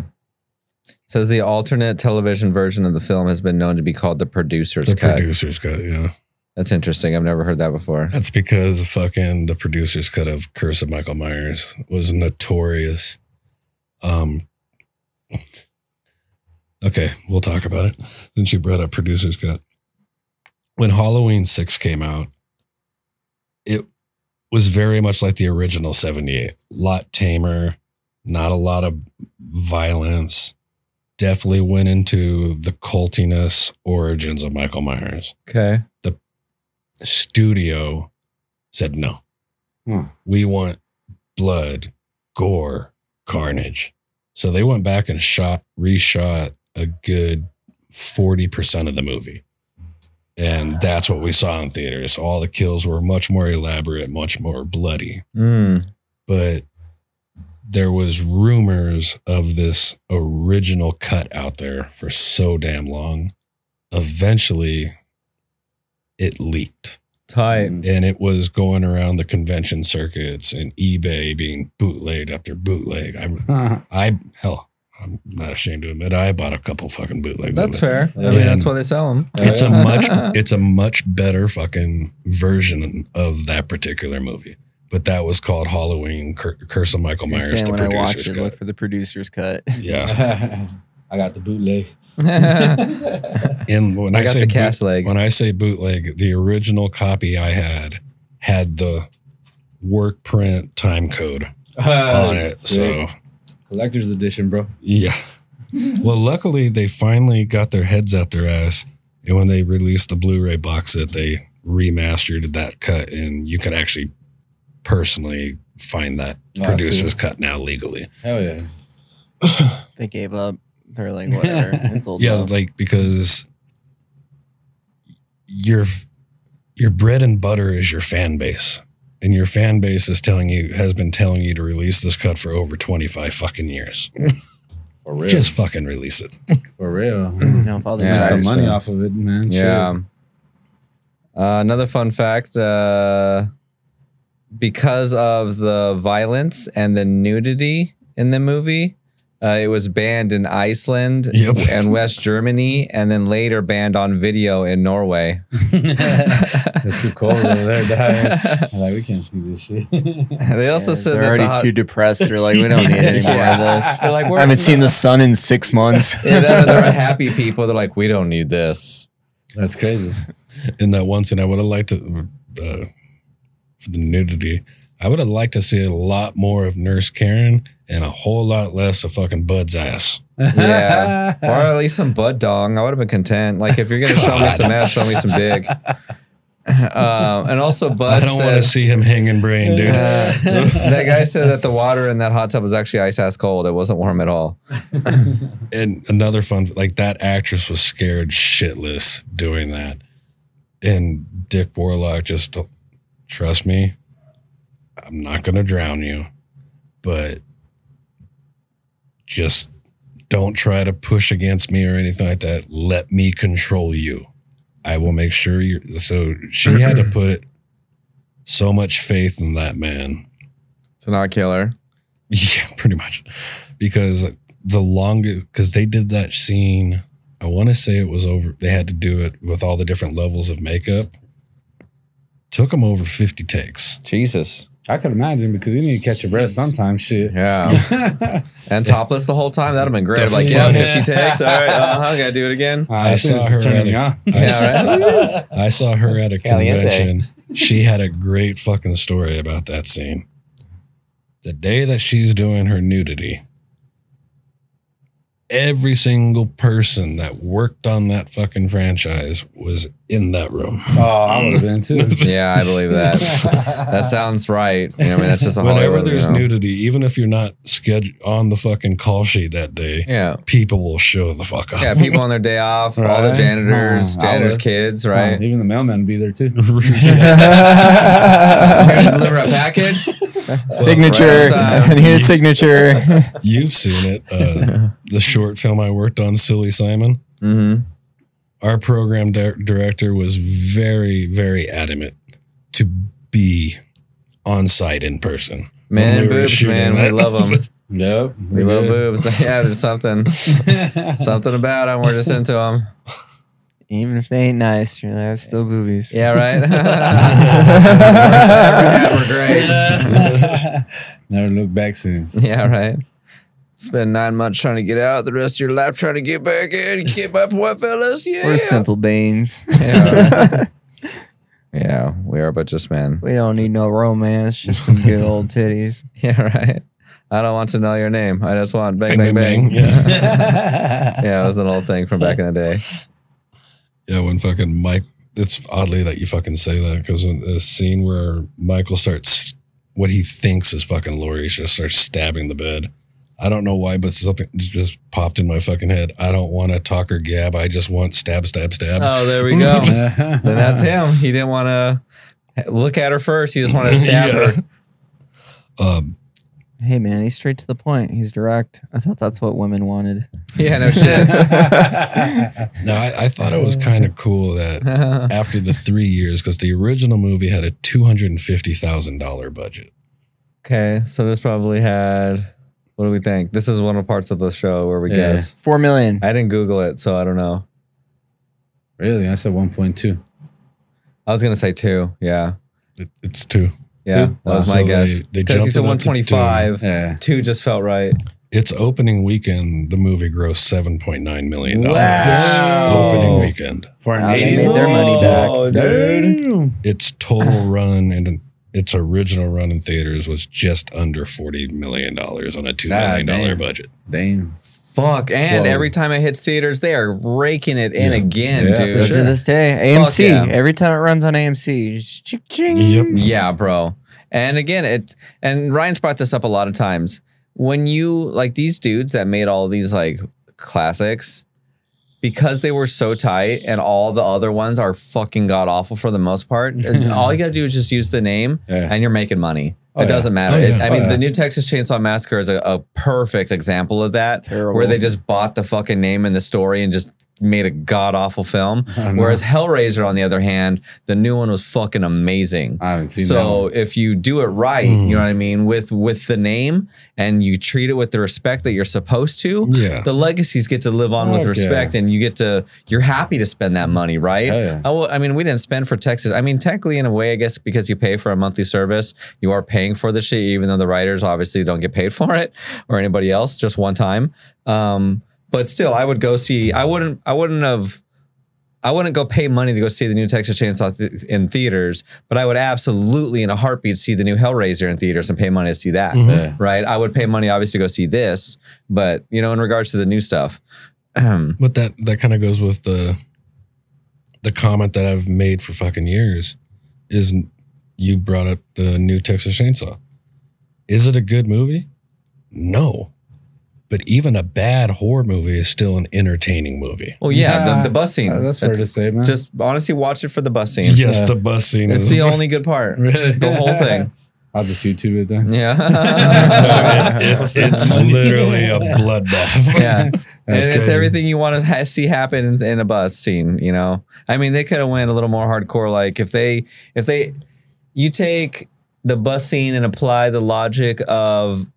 [SPEAKER 4] Says the alternate television version of the film has been known to be called the producer's
[SPEAKER 3] The
[SPEAKER 4] cut.
[SPEAKER 3] producer's cut, yeah.
[SPEAKER 4] That's interesting. I've never heard that before.
[SPEAKER 3] That's because fucking the producer's cut of Curse of Michael Myers was notorious. Um Okay, we'll talk about it. Since you brought up producer's cut. When Halloween 6 came out, it was very much like the original 78. Lot tamer, not a lot of violence. Definitely went into the cultiness origins of Michael Myers
[SPEAKER 4] Okay.
[SPEAKER 3] studio said no.
[SPEAKER 4] Hmm.
[SPEAKER 3] We want blood, gore, carnage. So they went back and shot, reshot a good 40% of the movie. And that's what we saw in theaters. All the kills were much more elaborate, much more bloody.
[SPEAKER 4] Mm.
[SPEAKER 3] But there was rumors of this original cut out there for so damn long. Eventually, it leaked
[SPEAKER 4] Tight.
[SPEAKER 3] and it was going around the convention circuits and eBay being bootlegged after bootleg. I, I hell, I'm not ashamed to admit I bought a couple fucking bootlegs. of
[SPEAKER 4] That's
[SPEAKER 3] it.
[SPEAKER 4] fair. I mean,
[SPEAKER 3] And
[SPEAKER 4] that's why they sell them.
[SPEAKER 3] It's a much it's a much better fucking version of that particular movie. But that was called Halloween Cur- Curse of Michael
[SPEAKER 5] You're
[SPEAKER 3] Myers,
[SPEAKER 5] saying
[SPEAKER 3] the
[SPEAKER 5] when I watch
[SPEAKER 3] producer's
[SPEAKER 5] it,
[SPEAKER 3] cut.
[SPEAKER 5] look for the producer's cut.
[SPEAKER 3] Yeah,
[SPEAKER 8] I got the bootleg.
[SPEAKER 3] and when
[SPEAKER 4] I
[SPEAKER 3] I,
[SPEAKER 4] got
[SPEAKER 3] say
[SPEAKER 4] the
[SPEAKER 3] boot-
[SPEAKER 4] cast leg.
[SPEAKER 3] When I say bootleg, the original copy I had had the work print time code
[SPEAKER 5] Oh,
[SPEAKER 3] on it. So
[SPEAKER 8] collector's edition, bro.
[SPEAKER 3] yeah. well, luckily they finally got their heads out their ass, and when they released the Blu-ray box set, they remastered that cut, and you can actually personally find that
[SPEAKER 8] Oh, that's
[SPEAKER 3] producer's cut now legally.
[SPEAKER 8] Hell yeah.
[SPEAKER 5] They gave up. They're like, whatever. It's old.
[SPEAKER 3] Yeah,
[SPEAKER 5] now.
[SPEAKER 3] like because your your bread and butter is your fan base. And your fan base is telling you has been telling you to release this cut for over 25 fucking years.
[SPEAKER 8] For real.
[SPEAKER 3] Just fucking release it.
[SPEAKER 8] for real.
[SPEAKER 5] you know, if all the
[SPEAKER 4] Mm. Yeah,
[SPEAKER 8] Get some
[SPEAKER 4] it's
[SPEAKER 8] money
[SPEAKER 4] true.
[SPEAKER 8] off of it, man. Shit.
[SPEAKER 4] Yeah. Uh, another fun fact uh, because of the violence and the nudity in the movie, uh, it was banned in Iceland
[SPEAKER 3] Yep.
[SPEAKER 4] and West Germany, and then later banned on video in Norway.
[SPEAKER 8] It's too cold over there. dog. like we can't see this shit.
[SPEAKER 4] They also
[SPEAKER 5] Yeah,
[SPEAKER 4] said
[SPEAKER 5] they're
[SPEAKER 4] that
[SPEAKER 5] already
[SPEAKER 4] the hot-
[SPEAKER 5] too depressed. They're like, we don't need any more
[SPEAKER 4] Yeah.
[SPEAKER 5] of this.
[SPEAKER 4] They're like,
[SPEAKER 5] I
[SPEAKER 4] we're-
[SPEAKER 5] haven't seen the sun in six months.
[SPEAKER 4] Yeah, they're, they're happy people. They're like, we don't need this.
[SPEAKER 8] That's crazy.
[SPEAKER 3] in that one scene, I would have liked to uh, for the nudity. I would have liked to see a lot more of Nurse Karen and a whole lot less of fucking Bud's ass.
[SPEAKER 4] Yeah. Or at least some bud dong. I would have been content. Like, if you're going to show me
[SPEAKER 3] God.
[SPEAKER 4] some ass, show me some dick. Um, and also, Bud
[SPEAKER 3] I don't want
[SPEAKER 4] said-
[SPEAKER 3] to see him hanging brain, dude.
[SPEAKER 4] Uh, that guy said that the water in that hot tub was actually ice ass cold. It wasn't warm at all.
[SPEAKER 3] and another fun, like that actress was scared shitless doing that, and Dick Warlock just trust me. I'm not gonna drown you, but just don't try to push against me or anything like that. Let me control you. I will make sure you. So she had to put so much faith in that man.
[SPEAKER 4] So not killer.
[SPEAKER 3] Yeah, pretty much. Because the longest, because they did that scene, I want to say it was over, they had to do it with all the different levels of makeup. Took them over 50 takes.
[SPEAKER 4] Jesus.
[SPEAKER 8] I could imagine because you need to catch your breath sometimes. Shit. Ah,
[SPEAKER 4] Yeah. and topless the whole time. That'd have been great.
[SPEAKER 3] The
[SPEAKER 4] Like, yeah,
[SPEAKER 3] funny-
[SPEAKER 4] 50 takes. All right. Uh-huh, gotta do it again.
[SPEAKER 3] I saw her
[SPEAKER 8] turning
[SPEAKER 3] at
[SPEAKER 8] on.
[SPEAKER 3] I, s-
[SPEAKER 4] Yeah, right?
[SPEAKER 3] I saw her at a
[SPEAKER 4] Caliente.
[SPEAKER 3] convention. She had a great fucking story about that scene. The day that she's doing her nudity, every single person that worked on that fucking franchise was in that room.
[SPEAKER 8] Oh, I would have been too.
[SPEAKER 4] Yeah, I believe that. that sounds right. You know, I mean, that's just a
[SPEAKER 3] Whenever
[SPEAKER 4] Hollywood,
[SPEAKER 3] there's
[SPEAKER 4] you know.
[SPEAKER 3] nudity, even if you're not scheduled on the fucking call sheet that day,
[SPEAKER 4] Yeah.
[SPEAKER 3] people will show the fuck up.
[SPEAKER 4] Yeah, people on their day off, all the
[SPEAKER 8] Right.
[SPEAKER 4] janitors,
[SPEAKER 8] Huh, I
[SPEAKER 4] janitors'
[SPEAKER 8] would-
[SPEAKER 4] kids,
[SPEAKER 8] Right.
[SPEAKER 4] right?
[SPEAKER 8] even the mailman be there too.
[SPEAKER 4] Here to deliver a package.
[SPEAKER 5] signature.
[SPEAKER 4] Right on time.
[SPEAKER 5] and here's signature.
[SPEAKER 3] You've seen it. Uh, the short film I worked on, Silly Simon.
[SPEAKER 4] Mm-hmm.
[SPEAKER 3] our program di- director was very, very adamant to be on site in person.
[SPEAKER 4] Man,
[SPEAKER 3] When we were
[SPEAKER 4] boobs,
[SPEAKER 3] shooting
[SPEAKER 4] man, we
[SPEAKER 3] that.
[SPEAKER 4] love them.
[SPEAKER 8] Yep.
[SPEAKER 4] We love boobs. yeah, there's something, something about them. We're just into them.
[SPEAKER 5] Even if they ain't nice, you're like, "That's still boobies.
[SPEAKER 4] Yeah, right.
[SPEAKER 8] Yeah.
[SPEAKER 6] Never looked back since.
[SPEAKER 4] Yeah, right. Spend nine months trying to get out, the rest of your life trying to get back in. Keep up, what fellas? Yeah.
[SPEAKER 5] We're simple beans.
[SPEAKER 4] Yeah, Yeah, we are, but just men.
[SPEAKER 5] we don't need no romance, just some good old titties.
[SPEAKER 4] Yeah, right. I don't want to know your name. I just want bang,
[SPEAKER 3] Bang, bang,
[SPEAKER 4] bang, bang.
[SPEAKER 3] bang.
[SPEAKER 4] Yeah. it was an old thing from back in the day.
[SPEAKER 3] Yeah, when fucking Mike, it's oddly that you fucking say that because the scene where Michael starts what he thinks is fucking Lori, she just starts stabbing the bed. I don't know why, but something just popped in my fucking head. I don't want to talk or gab. I just want stab, stab, stab.
[SPEAKER 4] Oh, there we go. then that's him. He didn't want to look at her first. He just wanted to stab
[SPEAKER 3] Yeah.
[SPEAKER 4] her.
[SPEAKER 3] Um,
[SPEAKER 5] Hey man, he's straight to the point. He's direct. I thought that's what women wanted.
[SPEAKER 4] Yeah, no shit.
[SPEAKER 3] no, I, I thought it was kind of cool that after the three years, because the original movie had a two hundred and fifty thousand dollar budget.
[SPEAKER 4] okay, so this probably had. What do we think? This is one of the parts of the show where we
[SPEAKER 6] Yeah.
[SPEAKER 4] guess.
[SPEAKER 5] Four million.
[SPEAKER 4] I didn't Google it, so I don't know.
[SPEAKER 6] Really? I said 1.2.
[SPEAKER 4] I was gonna say two. Yeah,
[SPEAKER 3] It, it's two.
[SPEAKER 4] yeah,
[SPEAKER 6] Two?
[SPEAKER 4] that was
[SPEAKER 3] So
[SPEAKER 4] my
[SPEAKER 3] they-
[SPEAKER 4] guess.
[SPEAKER 3] they
[SPEAKER 4] Because
[SPEAKER 3] jumped
[SPEAKER 4] he
[SPEAKER 3] it
[SPEAKER 4] said
[SPEAKER 3] up to
[SPEAKER 4] one twenty five.
[SPEAKER 6] Yeah.
[SPEAKER 4] Two just felt right.
[SPEAKER 3] Its opening weekend, the movie grossed $7.9 million.
[SPEAKER 4] Wow.
[SPEAKER 3] Opening weekend.
[SPEAKER 6] For an
[SPEAKER 5] Wow, they
[SPEAKER 6] 80
[SPEAKER 5] made their money back.
[SPEAKER 6] dude.
[SPEAKER 3] Its total run and its original run in theaters was just under $40 million on a $2 million dollar
[SPEAKER 6] damn.
[SPEAKER 3] budget.
[SPEAKER 6] Damn.
[SPEAKER 4] Fuck, and
[SPEAKER 6] Whoa.
[SPEAKER 4] every time it hits theaters, they are raking it in
[SPEAKER 3] Yeah.
[SPEAKER 4] again,
[SPEAKER 6] Yeah.
[SPEAKER 5] Still
[SPEAKER 4] dude.
[SPEAKER 5] to this day.
[SPEAKER 4] Fuck
[SPEAKER 5] AMC.
[SPEAKER 4] yeah.
[SPEAKER 5] Every time it runs on AMC, just ching, ching.
[SPEAKER 3] Yep.
[SPEAKER 4] Yeah, bro. And again, it and Ryan's brought this up a lot of times. When you like these dudes that made all these like classics, because they were so tight and all the other ones are fucking god awful for the most part, it's- all you gotta do is just use the name
[SPEAKER 6] Yeah.
[SPEAKER 4] and you're making money.
[SPEAKER 6] Oh,
[SPEAKER 4] it
[SPEAKER 6] yeah.
[SPEAKER 4] doesn't matter.
[SPEAKER 3] Oh,
[SPEAKER 4] It-
[SPEAKER 3] yeah.
[SPEAKER 4] I
[SPEAKER 6] Oh,
[SPEAKER 4] mean,
[SPEAKER 6] yeah.
[SPEAKER 4] the new Texas Chainsaw Massacre is a, a perfect example of that,
[SPEAKER 5] Terrible.
[SPEAKER 4] where they just bought the fucking name and the story and just made a god awful film.
[SPEAKER 6] I know.
[SPEAKER 4] Whereas Hellraiser, on the other hand, the new one was fucking amazing
[SPEAKER 6] I haven't seen that.
[SPEAKER 4] so
[SPEAKER 6] one.
[SPEAKER 4] if you do it right, you know what I mean, with with the name and you treat it with the respect that you're supposed to,
[SPEAKER 3] Yeah.
[SPEAKER 4] the legacies get to live on with
[SPEAKER 6] Fuck
[SPEAKER 4] respect and you get to you're happy to spend that money, right?
[SPEAKER 6] Hell yeah.
[SPEAKER 4] I, will- Oh, I mean, we didn't spend for Texas. I mean, technically in a way, I guess because you pay for a monthly service, you are paying for the shit even though the writers obviously don't get paid for it or anybody else just one time. Um but still, I would go see. I wouldn't. I wouldn't have. I wouldn't go pay money to go see the new Texas Chainsaw th- in theaters, but I would absolutely, in a heartbeat, see the new Hellraiser in theaters and pay money to see that.
[SPEAKER 3] Mhm.
[SPEAKER 6] Yeah.
[SPEAKER 4] Right? Mm-hmm. I would pay money, obviously, to go see this, but you know, in regards to the new stuff,
[SPEAKER 3] But that, that kind of goes with the the comment that I've made for fucking years is you brought up the new Texas Chainsaw. Is it a good movie? No. But even a bad horror movie is still an entertaining movie.
[SPEAKER 4] well, yeah,
[SPEAKER 6] Yeah.
[SPEAKER 4] the, the bus scene.
[SPEAKER 6] Uh, that's fair to say, man.
[SPEAKER 4] Just honestly, watch it for the bus scene.
[SPEAKER 3] Yes, the bus scene
[SPEAKER 4] It's
[SPEAKER 3] is
[SPEAKER 4] the only good part.
[SPEAKER 6] Really?
[SPEAKER 4] The whole thing.
[SPEAKER 6] I'll just YouTube it then.
[SPEAKER 4] Yeah.
[SPEAKER 3] It- it's literally a bloodbath.
[SPEAKER 4] yeah.
[SPEAKER 6] That's
[SPEAKER 4] and it's
[SPEAKER 6] crazy.
[SPEAKER 4] everything you want to ha- see happen in, in a bus scene. You know, I mean, they could have went a little more hardcore. Like if they, if they, you take the bus scene and apply the logic of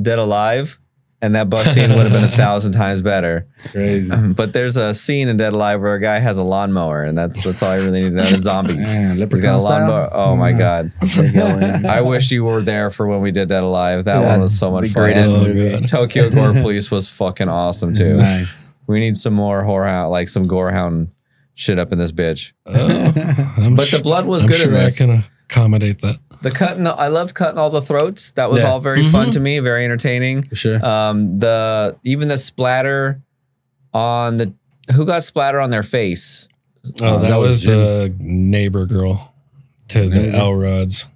[SPEAKER 4] Dead Alive, and that bus scene would have been a thousand times better.
[SPEAKER 6] Crazy.
[SPEAKER 4] But there's a scene in Dead Alive where a guy has a lawnmower, and that's that's all I really need to know. And zombies.
[SPEAKER 6] Man,
[SPEAKER 4] He's got
[SPEAKER 6] leprechaun
[SPEAKER 4] a lawnmower.
[SPEAKER 6] style.
[SPEAKER 4] Oh my
[SPEAKER 6] Mm.
[SPEAKER 4] god!
[SPEAKER 5] They go in.
[SPEAKER 4] I wish you were there for when we did Dead Alive. That one was so much
[SPEAKER 5] the
[SPEAKER 4] fun.
[SPEAKER 5] greatest
[SPEAKER 3] Oh,
[SPEAKER 5] movie.
[SPEAKER 3] God.
[SPEAKER 4] Tokyo Gore Police was fucking awesome too.
[SPEAKER 6] Nice.
[SPEAKER 4] We need some more whorehound, like some gorehound shit up in this bitch.
[SPEAKER 3] Oh, I'm
[SPEAKER 4] But
[SPEAKER 3] su-
[SPEAKER 4] the blood was
[SPEAKER 3] I'm
[SPEAKER 4] good
[SPEAKER 3] sure
[SPEAKER 4] in this.
[SPEAKER 3] I can accommodate that.
[SPEAKER 4] the cutting, the, I loved cutting all the throats. That was
[SPEAKER 6] Yeah.
[SPEAKER 4] all very
[SPEAKER 3] Mm-hmm.
[SPEAKER 4] fun to me, very entertaining.
[SPEAKER 6] For sure.
[SPEAKER 4] Um, the even the splatter on the who got splatter on their face.
[SPEAKER 3] Oh,
[SPEAKER 6] Uh,
[SPEAKER 3] that,
[SPEAKER 6] that was
[SPEAKER 3] was, the neighbor girl to the Elrods.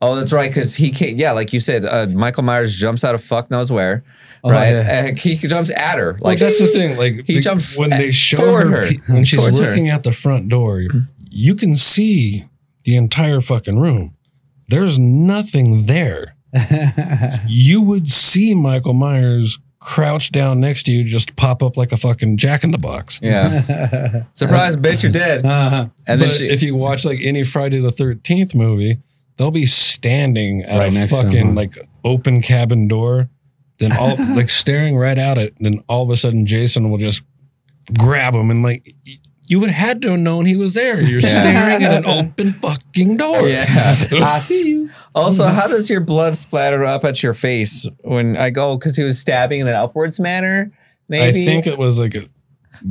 [SPEAKER 4] Oh, that's right, because he can't. Yeah, like you said, uh, Michael Myers jumps out of fuck knows where, right?
[SPEAKER 6] yeah.
[SPEAKER 4] And he jumps at her.
[SPEAKER 3] Like
[SPEAKER 4] Like
[SPEAKER 3] that's the thing. Like
[SPEAKER 4] he
[SPEAKER 3] the-
[SPEAKER 4] jumped
[SPEAKER 3] when they
[SPEAKER 4] f-
[SPEAKER 3] show
[SPEAKER 4] toward
[SPEAKER 3] her,
[SPEAKER 4] her,
[SPEAKER 3] pe- when she's
[SPEAKER 4] towards her.
[SPEAKER 3] looking at the front door, you can see the entire fucking room. There's nothing there. you would see Michael Myers crouch down next to you, just pop up like a fucking jack in the box.
[SPEAKER 4] Yeah, surprise, bitch, you're dead. And then
[SPEAKER 3] but
[SPEAKER 4] she,
[SPEAKER 3] if you watch like any Friday the Thirteenth movie, they'll be standing at
[SPEAKER 6] Right
[SPEAKER 3] a
[SPEAKER 6] next to him,
[SPEAKER 3] fucking
[SPEAKER 6] huh?
[SPEAKER 3] like open cabin door, Then all like staring right at it. Then all of a sudden, Jason will just grab him and like y- you would have had to have known he was there. You're
[SPEAKER 4] Yeah.
[SPEAKER 3] staring at an open fucking door.
[SPEAKER 4] Yeah.
[SPEAKER 8] see you.
[SPEAKER 4] also, how does your blood splatter up at your face when I go? Because he was stabbing in an upwards manner. Maybe.
[SPEAKER 3] I think it was like a,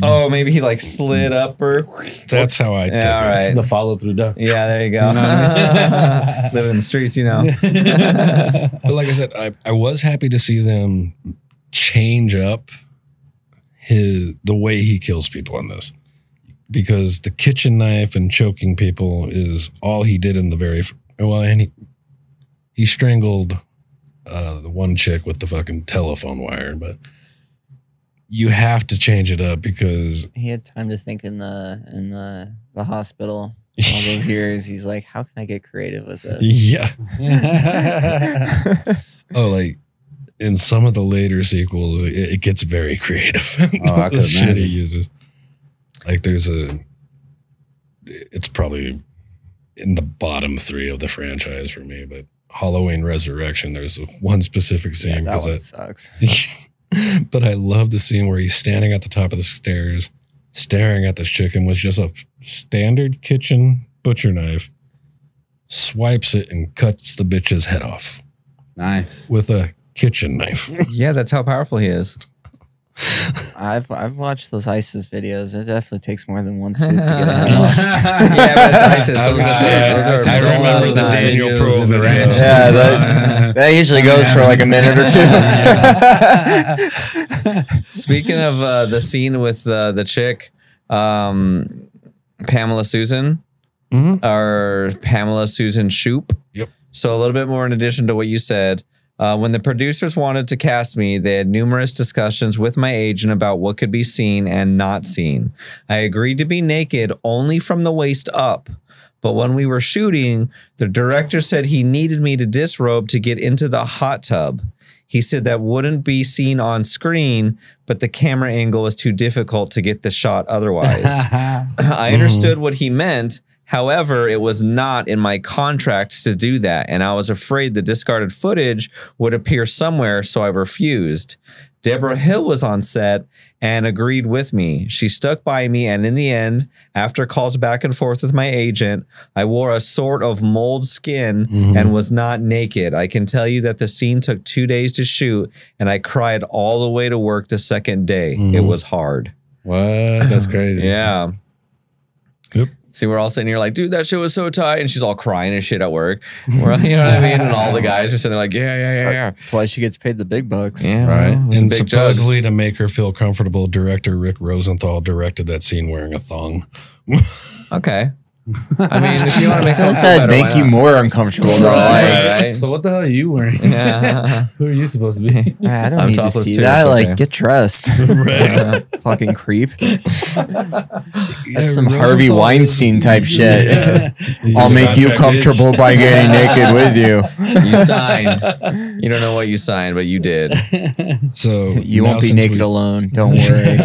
[SPEAKER 4] oh, maybe he like slid up or.
[SPEAKER 3] that's how I took
[SPEAKER 4] Yeah, all
[SPEAKER 3] it.
[SPEAKER 4] right.
[SPEAKER 8] The follow through duck.
[SPEAKER 4] Yeah, there you go.
[SPEAKER 8] You know what I
[SPEAKER 4] Living in the streets, you know.
[SPEAKER 3] But like I said, I, I was happy to see them change up his the way he kills people in this because the kitchen knife and choking people is all he did in the very f- well, and he he strangled uh, the one chick with the fucking telephone wire, but. You have to change it up because
[SPEAKER 5] He had time to think in the in the the hospital all those years. He's like, how can I get creative with this?
[SPEAKER 3] yeah, oh, like in some of the later sequels, it, it gets very creative.
[SPEAKER 6] Oh, I
[SPEAKER 3] the
[SPEAKER 6] could
[SPEAKER 3] shit he
[SPEAKER 6] imagine.
[SPEAKER 3] uses. Like there's a, it's probably in the bottom three of the franchise for me, but Halloween Resurrection. There's one specific
[SPEAKER 5] Yeah,
[SPEAKER 3] scene
[SPEAKER 5] that one
[SPEAKER 3] because
[SPEAKER 5] sucks.
[SPEAKER 3] I, but I love the scene where he's standing at the top of the stairs, staring at this chicken with just a standard kitchen butcher knife, swipes it and cuts the bitch's head off
[SPEAKER 6] Nice.
[SPEAKER 3] with a kitchen knife.
[SPEAKER 4] yeah, that's how powerful he is.
[SPEAKER 5] I've I've watched those ISIS videos. It definitely takes more than one swoop to get a head off.
[SPEAKER 4] Yeah, but it's ISIS.
[SPEAKER 3] I was
[SPEAKER 4] Those
[SPEAKER 3] gonna
[SPEAKER 4] are-
[SPEAKER 3] say,
[SPEAKER 4] those are
[SPEAKER 3] I remember
[SPEAKER 4] dull
[SPEAKER 3] the
[SPEAKER 4] eyes.
[SPEAKER 3] Daniel
[SPEAKER 6] videos
[SPEAKER 3] Pearl
[SPEAKER 6] in the
[SPEAKER 3] video.
[SPEAKER 6] ranch.
[SPEAKER 5] Yeah, that, that usually goes for like a minute or two.
[SPEAKER 4] Speaking of uh, the scene with uh, the chick, um, Pamela Susan or Pamela Susan Shoop.
[SPEAKER 3] Yep.
[SPEAKER 4] So a little bit more in addition to what you said. Uh, when the producers wanted to cast me, they had numerous discussions with my agent about what could be seen and not seen. I agreed to be naked only from the waist up. But when we were shooting, the director said he needed me to disrobe to get into the hot tub. He said that wouldn't be seen on screen, but the camera angle was too difficult to get the shot otherwise. I understood what he meant. However, it was not in my contract to do that, and I was afraid the discarded footage would appear somewhere, so I refused. Deborah Hill was on set and agreed with me. She stuck by me, and in the end, after calls back and forth with my agent, I wore a sort of mold skin
[SPEAKER 5] Mm-hmm.
[SPEAKER 4] and was not naked. I can tell you that the scene took two days to shoot, and I cried all the way to work the second day. It
[SPEAKER 3] Mhm.
[SPEAKER 4] was hard.
[SPEAKER 6] What? That's crazy.
[SPEAKER 4] Yeah.
[SPEAKER 3] Yep.
[SPEAKER 4] See, we're all sitting here like, dude, that shit was so tight. And she's all crying and shit at work. We're, you know what I mean? And all the guys are sitting there like, yeah, yeah, yeah,
[SPEAKER 5] That's why she gets paid the big bucks.
[SPEAKER 4] yeah. Yeah.
[SPEAKER 6] Right.
[SPEAKER 4] well, it's
[SPEAKER 3] And
[SPEAKER 4] big
[SPEAKER 3] supposedly to make her feel comfortable, director Rick Rosenthal directed that scene wearing a thong.
[SPEAKER 4] jugs. Okay. I mean, if you want to make
[SPEAKER 5] Doesn't
[SPEAKER 4] something
[SPEAKER 5] that
[SPEAKER 4] better,
[SPEAKER 5] make you more uncomfortable though? Like,
[SPEAKER 4] Right.
[SPEAKER 8] So what the hell are you wearing?
[SPEAKER 4] Yeah.
[SPEAKER 8] Who are you supposed to be?
[SPEAKER 5] I don't
[SPEAKER 4] I'm
[SPEAKER 5] need to
[SPEAKER 4] topless
[SPEAKER 5] see
[SPEAKER 4] too,
[SPEAKER 5] that.
[SPEAKER 4] it's
[SPEAKER 5] Like,
[SPEAKER 4] okay.
[SPEAKER 5] get dressed.
[SPEAKER 3] Right.
[SPEAKER 5] Fucking creep.
[SPEAKER 3] Yeah,
[SPEAKER 5] That's some
[SPEAKER 3] Rosenthal
[SPEAKER 5] Harvey
[SPEAKER 3] is-
[SPEAKER 5] Weinstein type shit.
[SPEAKER 3] Yeah. He's
[SPEAKER 5] I'll
[SPEAKER 3] like,
[SPEAKER 5] make you
[SPEAKER 8] bitch.
[SPEAKER 5] comfortable by getting naked with you.
[SPEAKER 4] you signed. You don't know what you signed, but you did.
[SPEAKER 3] So
[SPEAKER 5] You
[SPEAKER 3] now
[SPEAKER 5] won't be
[SPEAKER 3] since
[SPEAKER 5] naked
[SPEAKER 3] we-
[SPEAKER 5] alone. Don't worry.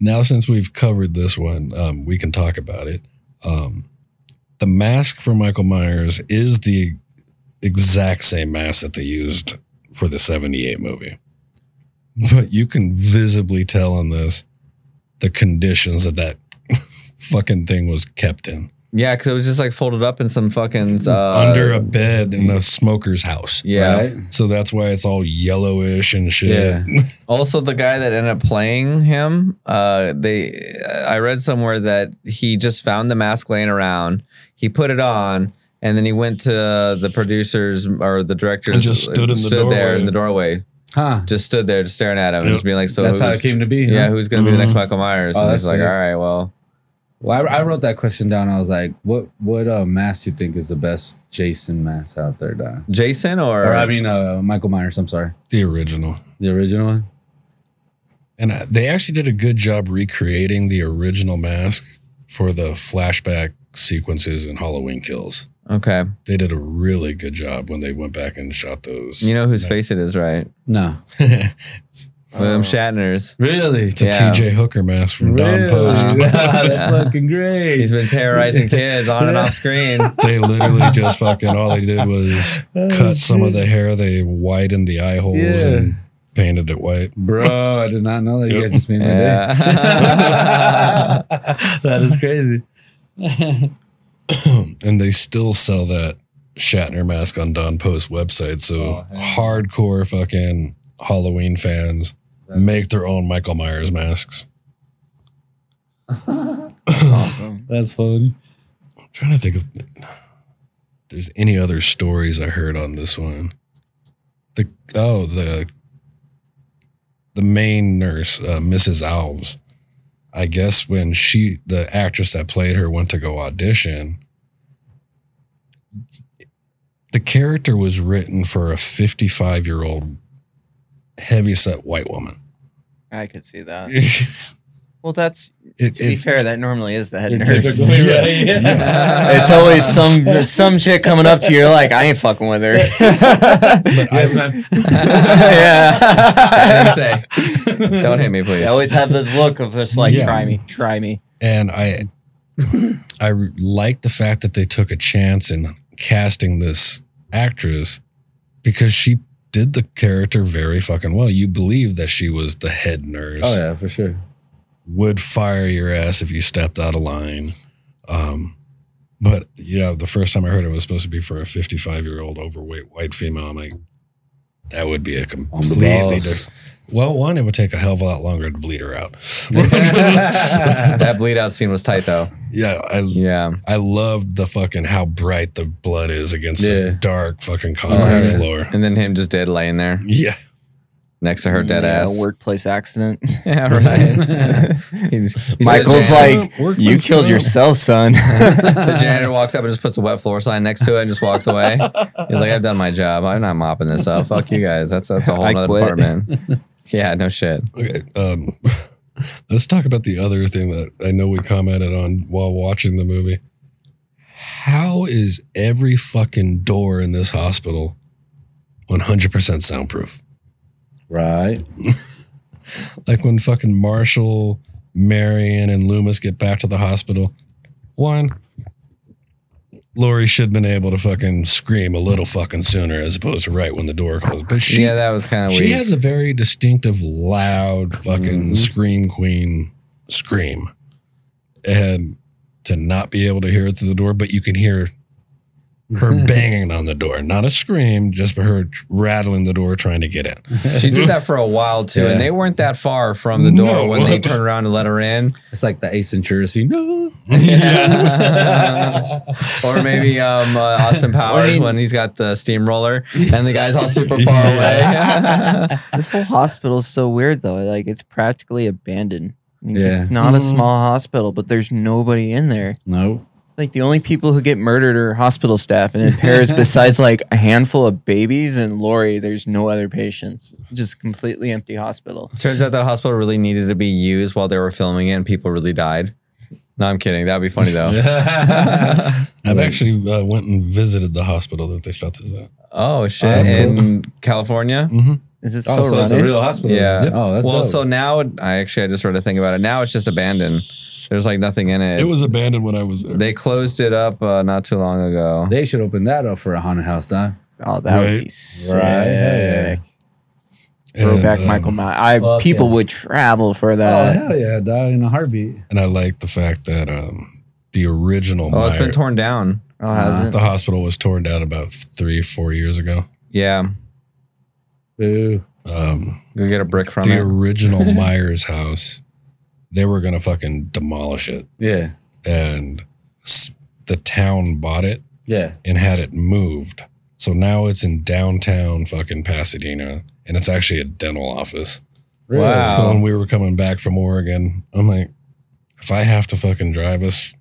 [SPEAKER 3] now since we've covered this one, um, we can talk about it. Um, the mask for Michael Myers is the exact same mask that they used for the 78 movie. But you can visibly tell in this the conditions that that fucking thing was kept in
[SPEAKER 4] Yeah, because it was just like folded up in some fucking. Uh,
[SPEAKER 3] under a bed in a smoker's house.
[SPEAKER 4] Yeah.
[SPEAKER 6] Right?
[SPEAKER 3] So that's why it's all yellowish and shit.
[SPEAKER 6] Yeah.
[SPEAKER 4] Also, the guy that ended up playing him, uh, they I read somewhere that he just found the mask laying around. He put it on, and then he went to the producers or the directors.
[SPEAKER 3] And just stood in the
[SPEAKER 4] there
[SPEAKER 3] doorway.
[SPEAKER 4] in the doorway,
[SPEAKER 6] Huh.
[SPEAKER 4] just stood there, just staring at him, and
[SPEAKER 3] Yep.
[SPEAKER 4] just being like, "So
[SPEAKER 8] That's how
[SPEAKER 4] who's-
[SPEAKER 8] it came to be. huh?
[SPEAKER 4] Yeah, who's gonna be the next
[SPEAKER 3] Mhm.
[SPEAKER 4] Michael Myers?"
[SPEAKER 6] Oh,
[SPEAKER 4] and he's
[SPEAKER 6] that's
[SPEAKER 4] like,
[SPEAKER 6] it.
[SPEAKER 4] "All right, well,
[SPEAKER 6] Well, I, I wrote that question down. I was like, what what uh, mask do you think is the best Jason mask out there, Don?
[SPEAKER 4] Jason or,
[SPEAKER 6] Or I mean, uh, Michael Myers. I'm sorry,
[SPEAKER 3] The original.
[SPEAKER 6] the original one.
[SPEAKER 3] And uh, they actually did a good job recreating the original mask for the flashback sequences in Halloween Kills.
[SPEAKER 4] okay,
[SPEAKER 3] They did a really good job when they went back and shot those.
[SPEAKER 4] you know whose face it is, right?
[SPEAKER 6] No,
[SPEAKER 4] William Shatner's.
[SPEAKER 8] Really?
[SPEAKER 3] It's a TJ Hooker mask from Don Post.
[SPEAKER 8] Uh-huh. That's fucking great.
[SPEAKER 4] He's been terrorizing kids on and off screen.
[SPEAKER 3] They literally just fucking all they did was
[SPEAKER 8] Oh,
[SPEAKER 3] cut some of
[SPEAKER 8] shit.
[SPEAKER 3] the hair, they widened the eye holes
[SPEAKER 8] Yeah.
[SPEAKER 3] and painted it white.
[SPEAKER 6] Bro, I did not know that you guys just made my day.
[SPEAKER 4] Yeah.
[SPEAKER 8] that is crazy.
[SPEAKER 3] and they still sell that Shatner mask on Don Post website. So
[SPEAKER 6] Oh,
[SPEAKER 3] hardcore fucking Halloween fans
[SPEAKER 6] That's-
[SPEAKER 3] make their own Michael Myers masks.
[SPEAKER 5] awesome.
[SPEAKER 8] That's funny.
[SPEAKER 3] I'm trying to think of there's any other stories I heard on this one. The oh the the main nurse, uh, Mrs. Alves. I guess when she the actress that played her went to go audition, the character was written for a 55 year old heavyset white woman.
[SPEAKER 5] I could see that.
[SPEAKER 3] it,
[SPEAKER 5] Well, that's to be
[SPEAKER 3] it-
[SPEAKER 5] fair. That normally is the head
[SPEAKER 8] You're
[SPEAKER 5] nurse.
[SPEAKER 8] typically
[SPEAKER 3] Yes.
[SPEAKER 8] right.
[SPEAKER 5] It's always some some chick coming up to you you're like, I ain't fucking with her.
[SPEAKER 8] Yes, ma'am.
[SPEAKER 5] yeah.
[SPEAKER 4] Say, Don't hit me, please.
[SPEAKER 5] They always have this look of just like,
[SPEAKER 3] Yeah.
[SPEAKER 5] try me, try me.
[SPEAKER 3] and I I like the fact that they took a chance in casting this actress because she did the character very fucking well. You believe that she was the head nurse.
[SPEAKER 6] Oh yeah, for sure.
[SPEAKER 3] Would fire your ass if you stepped out of line. Um, but yeah, the first time I heard it was supposed to be for a 55 year old overweight white female. I'm like, that would be a
[SPEAKER 6] On the
[SPEAKER 3] completely
[SPEAKER 6] balls.
[SPEAKER 3] different. Well, one, it would take a hell of a lot longer to bleed her out.
[SPEAKER 4] that bleed out scene was tight though.
[SPEAKER 3] yeah, I
[SPEAKER 4] Yeah.
[SPEAKER 3] I loved the fucking how bright the blood is against
[SPEAKER 6] Yeah.
[SPEAKER 3] the dark fucking concrete
[SPEAKER 4] Oh, yeah.
[SPEAKER 3] floor.
[SPEAKER 4] And then him just dead laying there
[SPEAKER 3] Yeah.
[SPEAKER 4] next to her dead
[SPEAKER 5] Yeah,
[SPEAKER 4] ass.
[SPEAKER 5] Workplace accident.
[SPEAKER 4] Yeah, right. He's- he's-
[SPEAKER 5] Michael's
[SPEAKER 4] the
[SPEAKER 5] like,
[SPEAKER 3] Workman's
[SPEAKER 5] you killed
[SPEAKER 3] comp."
[SPEAKER 5] yourself, son.
[SPEAKER 4] janitor, the janitor walks up and just puts a wet floor sign next to it and just walks away. He's like, I've done my job. I'm not mopping this up. Fuck you guys. That's that's a whole
[SPEAKER 5] I
[SPEAKER 4] other
[SPEAKER 5] quit.
[SPEAKER 4] department. Yeah, no shit.
[SPEAKER 3] Okay. Um, let's talk about the other thing that I know we commented on while watching the movie. How is every fucking door in this hospital 100% soundproof?
[SPEAKER 6] Right.
[SPEAKER 3] Like when fucking Marshall, Marion, and Loomis get back to the hospital, one, Lori should have been able to fucking scream a little fucking sooner as opposed to right when the door closed. But she
[SPEAKER 4] yeah, that was Mm-hmm. kind of
[SPEAKER 3] She
[SPEAKER 4] weird.
[SPEAKER 3] has a very distinctive, loud, fucking scream queen scream. And to not be able to hear it through the door, but you can hear her banging on the door. Not a scream, just her rattling the door trying to get in.
[SPEAKER 4] she did that for a while too,
[SPEAKER 6] Yeah.
[SPEAKER 4] and they weren't that far from the door
[SPEAKER 3] No.
[SPEAKER 4] when they turned around to let her in.
[SPEAKER 6] It's like the Ace Ventura scene. No.
[SPEAKER 4] or maybe um, uh, Austin Powers when he's got the steamroller and the guy's all super far away.
[SPEAKER 5] this whole hospital is so weird, though. Like, it's practically abandoned. Like,
[SPEAKER 6] Yeah.
[SPEAKER 5] It's not a small hospital, but there's nobody in there.
[SPEAKER 6] No.
[SPEAKER 5] Like the only people who get murdered are hospital staff, and in Paris, besides like a handful of babies and Lori, there's no other patients. Just completely empty hospital.
[SPEAKER 4] Turns out that hospital really needed to be used while they were filming it, and people really died. No, I'm kidding. That'd be funny though.
[SPEAKER 3] I've actually uh, went and visited the hospital that they shot this at.
[SPEAKER 4] Oh shit!
[SPEAKER 6] that's cool.
[SPEAKER 4] in California.
[SPEAKER 5] Is it
[SPEAKER 6] Oh,
[SPEAKER 5] still
[SPEAKER 6] so it's a
[SPEAKER 5] running?
[SPEAKER 6] real hospital.
[SPEAKER 4] Yeah.
[SPEAKER 6] Oh, that's
[SPEAKER 4] well,
[SPEAKER 6] dope.
[SPEAKER 4] so now it- I actually I just read a thing about it. Now it's just abandoned. There's like nothing in it.
[SPEAKER 3] It was abandoned when I was there.
[SPEAKER 4] they closed it up uh, not too long ago.
[SPEAKER 6] They should open that up for a haunted house, dog.
[SPEAKER 5] oh, that would be
[SPEAKER 3] Right.
[SPEAKER 5] sick.
[SPEAKER 6] Right.
[SPEAKER 5] Throw back
[SPEAKER 3] um,
[SPEAKER 5] Michael Myers. I
[SPEAKER 8] fuck
[SPEAKER 5] people
[SPEAKER 8] yeah.
[SPEAKER 5] would travel for
[SPEAKER 6] Oh,
[SPEAKER 5] that.
[SPEAKER 6] hell yeah, dog. In a heartbeat.
[SPEAKER 3] And I like the fact that um, the original
[SPEAKER 4] Oh, it's been
[SPEAKER 3] Myers-
[SPEAKER 4] torn down.
[SPEAKER 5] Oh, has it?
[SPEAKER 3] the hospital was torn down about three, four years ago.
[SPEAKER 4] Yeah,
[SPEAKER 6] Boo.
[SPEAKER 3] Um,
[SPEAKER 4] go get a brick from
[SPEAKER 3] the
[SPEAKER 4] it.
[SPEAKER 3] original Myers house, they were going to fucking demolish it.
[SPEAKER 6] Yeah.
[SPEAKER 3] And s- the town bought it
[SPEAKER 6] Yeah.
[SPEAKER 3] and had it moved. So now it's in downtown fucking Pasadena and it's actually a dental office.
[SPEAKER 6] Really?
[SPEAKER 5] Oh.
[SPEAKER 4] Wow.
[SPEAKER 3] So when we were coming back from Oregon, I'm like, if I have to fucking drive us,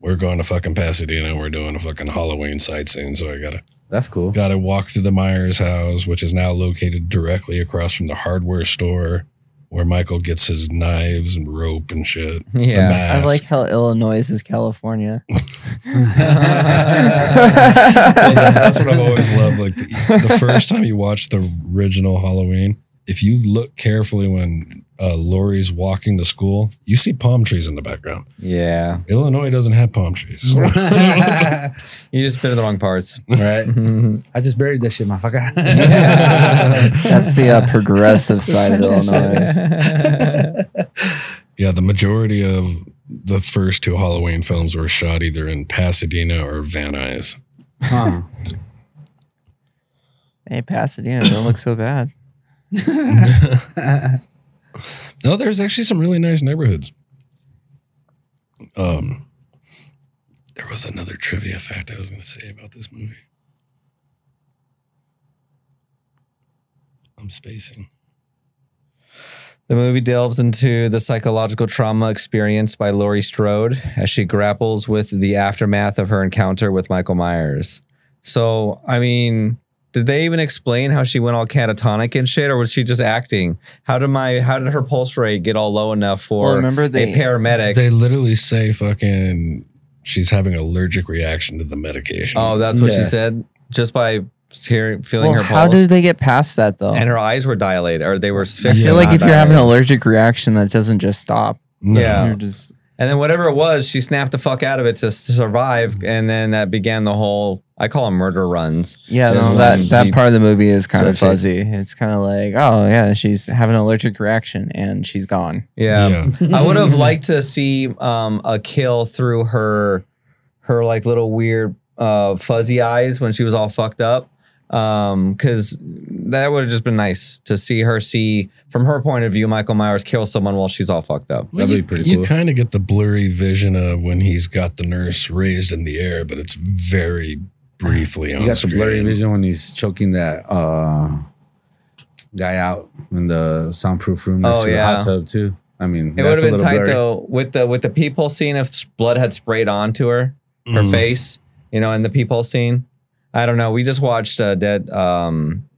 [SPEAKER 3] we're going to fucking Pasadena and we're doing a fucking Halloween sightseeing. So I got to
[SPEAKER 6] That's cool.
[SPEAKER 3] Got to walk through the Myers house, which is now located directly across from the hardware store where Michael gets his knives and rope and shit. The
[SPEAKER 4] Yeah.
[SPEAKER 3] mask.
[SPEAKER 5] I like how Illinois is California.
[SPEAKER 3] Well, that- That's what I've always loved. Like the, the first time you watch the original Halloween, if you look carefully when uh, Lori's walking to school, you see palm trees in the background.
[SPEAKER 4] Yeah.
[SPEAKER 3] Illinois doesn't have palm trees. So
[SPEAKER 4] you just been in the wrong parts.
[SPEAKER 8] Right.
[SPEAKER 5] Mm-hmm.
[SPEAKER 8] I just buried that shit, motherfucker.
[SPEAKER 5] That's the uh, progressive side of Illinois.
[SPEAKER 3] yeah, the majority of the first two Halloween films were shot either in Pasadena or Van Nuys.
[SPEAKER 5] Huh. Hey, Pasadena, don't look so bad.
[SPEAKER 3] No, there's actually some really nice neighborhoods. Um, there was another trivia fact I was going to say about this movie. I'm spacing.
[SPEAKER 4] The movie delves into the psychological trauma experienced by Laurie Strode as she grapples with the aftermath of her encounter with Michael Myers. So, I mean, did they even explain how she went all catatonic and shit, or was she just acting? How did my how did her pulse rate get all low enough for
[SPEAKER 5] Well, remember they-
[SPEAKER 4] a paramedic?
[SPEAKER 3] They literally say fucking she's having an allergic reaction to the medication.
[SPEAKER 4] oh, that's what she
[SPEAKER 8] Yeah.
[SPEAKER 4] said. Just by hearing feeling
[SPEAKER 5] Well,
[SPEAKER 4] her pulse.
[SPEAKER 5] how did they get past that though?
[SPEAKER 4] and her eyes were dilated, or they were.
[SPEAKER 5] I
[SPEAKER 4] fixed
[SPEAKER 5] feel like
[SPEAKER 4] on
[SPEAKER 5] if you're
[SPEAKER 4] her.
[SPEAKER 5] having an allergic reaction, that doesn't just stop.
[SPEAKER 3] No.
[SPEAKER 4] yeah,
[SPEAKER 5] You're just
[SPEAKER 4] And then whatever it was, she snapped the fuck out of it to s- survive. And then that began the whole I call them murder runs.
[SPEAKER 5] yeah.
[SPEAKER 4] There's
[SPEAKER 5] No,
[SPEAKER 4] one
[SPEAKER 5] that that
[SPEAKER 4] you-
[SPEAKER 5] part of the movie is kind of
[SPEAKER 4] Sort of
[SPEAKER 5] fuzzy. It's kind of like, oh yeah, she's having an allergic reaction and she's gone.
[SPEAKER 4] Yeah. I would have liked to see um, a kill through her her like little weird uh, fuzzy eyes when she was all fucked up. Um, cause that would have just been nice to see her see from her point of view, Michael Myers kill someone while she's all fucked up.
[SPEAKER 3] Well,
[SPEAKER 6] That'd
[SPEAKER 3] you,
[SPEAKER 6] be pretty
[SPEAKER 3] you
[SPEAKER 6] cool.
[SPEAKER 3] kind of get the blurry vision of when he's got the nurse raised in the air, but it's very briefly on
[SPEAKER 6] You got some
[SPEAKER 3] screen.
[SPEAKER 6] blurry vision when he's choking that uh, guy out in the soundproof room next
[SPEAKER 4] Oh,
[SPEAKER 6] to the
[SPEAKER 4] yeah.
[SPEAKER 6] hot tub too. I mean,
[SPEAKER 4] It would
[SPEAKER 6] that's
[SPEAKER 4] have
[SPEAKER 6] a
[SPEAKER 4] been
[SPEAKER 6] little
[SPEAKER 4] tight
[SPEAKER 6] blurry.
[SPEAKER 4] though with the with the peephole scene if s- blood had sprayed onto her her
[SPEAKER 3] Mm.
[SPEAKER 4] face, you know, in the peephole scene. I don't know. We just watched uh, Dead um,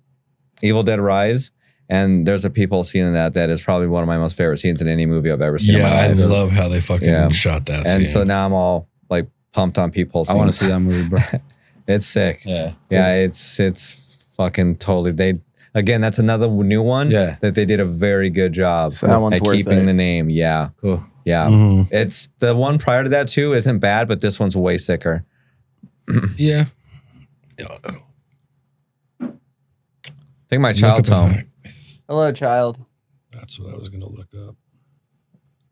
[SPEAKER 4] Evil Dead Rise, and there's a peephole scene in that that is probably one of my most favorite scenes in any movie I've ever seen. in
[SPEAKER 3] Yeah,
[SPEAKER 4] my
[SPEAKER 3] I
[SPEAKER 4] life.
[SPEAKER 3] love how they fucking
[SPEAKER 4] Yeah.
[SPEAKER 3] shot that
[SPEAKER 4] And
[SPEAKER 3] scene.
[SPEAKER 4] so now I'm all like pumped on peephole.
[SPEAKER 6] I want to
[SPEAKER 4] scenes.
[SPEAKER 6] see that movie, bro.
[SPEAKER 4] It's sick.
[SPEAKER 6] yeah,
[SPEAKER 4] Yeah, it's it's fucking totally. They again, that's another new one.
[SPEAKER 6] Yeah.
[SPEAKER 4] that they did a very good job.
[SPEAKER 5] So that one's
[SPEAKER 4] at
[SPEAKER 5] worth
[SPEAKER 4] keeping
[SPEAKER 5] it.
[SPEAKER 4] the name. Yeah,
[SPEAKER 6] cool.
[SPEAKER 4] yeah.
[SPEAKER 3] Mhm.
[SPEAKER 4] It's the one prior to that too isn't bad, but this one's way sicker.
[SPEAKER 3] yeah. Yeah.
[SPEAKER 4] I think my
[SPEAKER 3] Look up
[SPEAKER 4] child's
[SPEAKER 3] the
[SPEAKER 4] home.
[SPEAKER 3] fact.
[SPEAKER 5] Hello, child.
[SPEAKER 3] That's what I was gonna look up.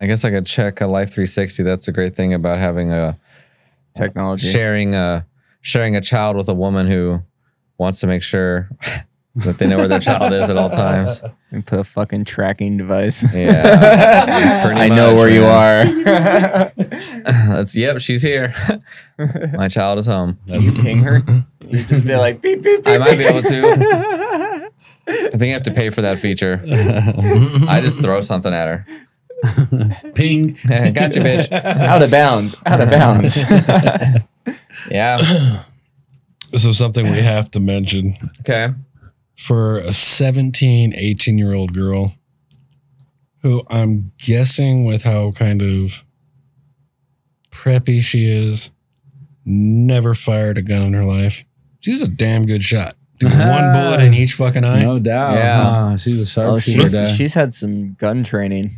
[SPEAKER 4] I guess I could check a Life 360. That's the great thing about having a
[SPEAKER 5] Technology.
[SPEAKER 4] sharing a sharing a child with a woman who wants to make sure that they know where their child is at all times.
[SPEAKER 5] And put a fucking tracking device.
[SPEAKER 4] Yeah. Pretty
[SPEAKER 5] I know
[SPEAKER 4] much,
[SPEAKER 5] where you are.
[SPEAKER 4] That's yep, she's here. my child is home.
[SPEAKER 5] you ping her. You just be like beep beep beep.
[SPEAKER 4] I might be
[SPEAKER 5] beep.
[SPEAKER 4] able to. I think I have to pay for that feature. I just throw something at her.
[SPEAKER 8] Ping.
[SPEAKER 4] Gotcha, bitch.
[SPEAKER 5] out of bounds. Out of bounds. Oh,
[SPEAKER 4] Yeah.
[SPEAKER 3] So something we have to mention
[SPEAKER 4] Okay.
[SPEAKER 3] for a 17, 18 year old girl who I'm guessing with how kind of preppy she is, never fired a gun in her life. She's a damn good shot. Dude, one bullet in each fucking eye.
[SPEAKER 8] No doubt.
[SPEAKER 4] Yeah.
[SPEAKER 8] huh? She's a
[SPEAKER 5] oh,
[SPEAKER 8] sharpshooter.
[SPEAKER 5] she's, she's had some gun training.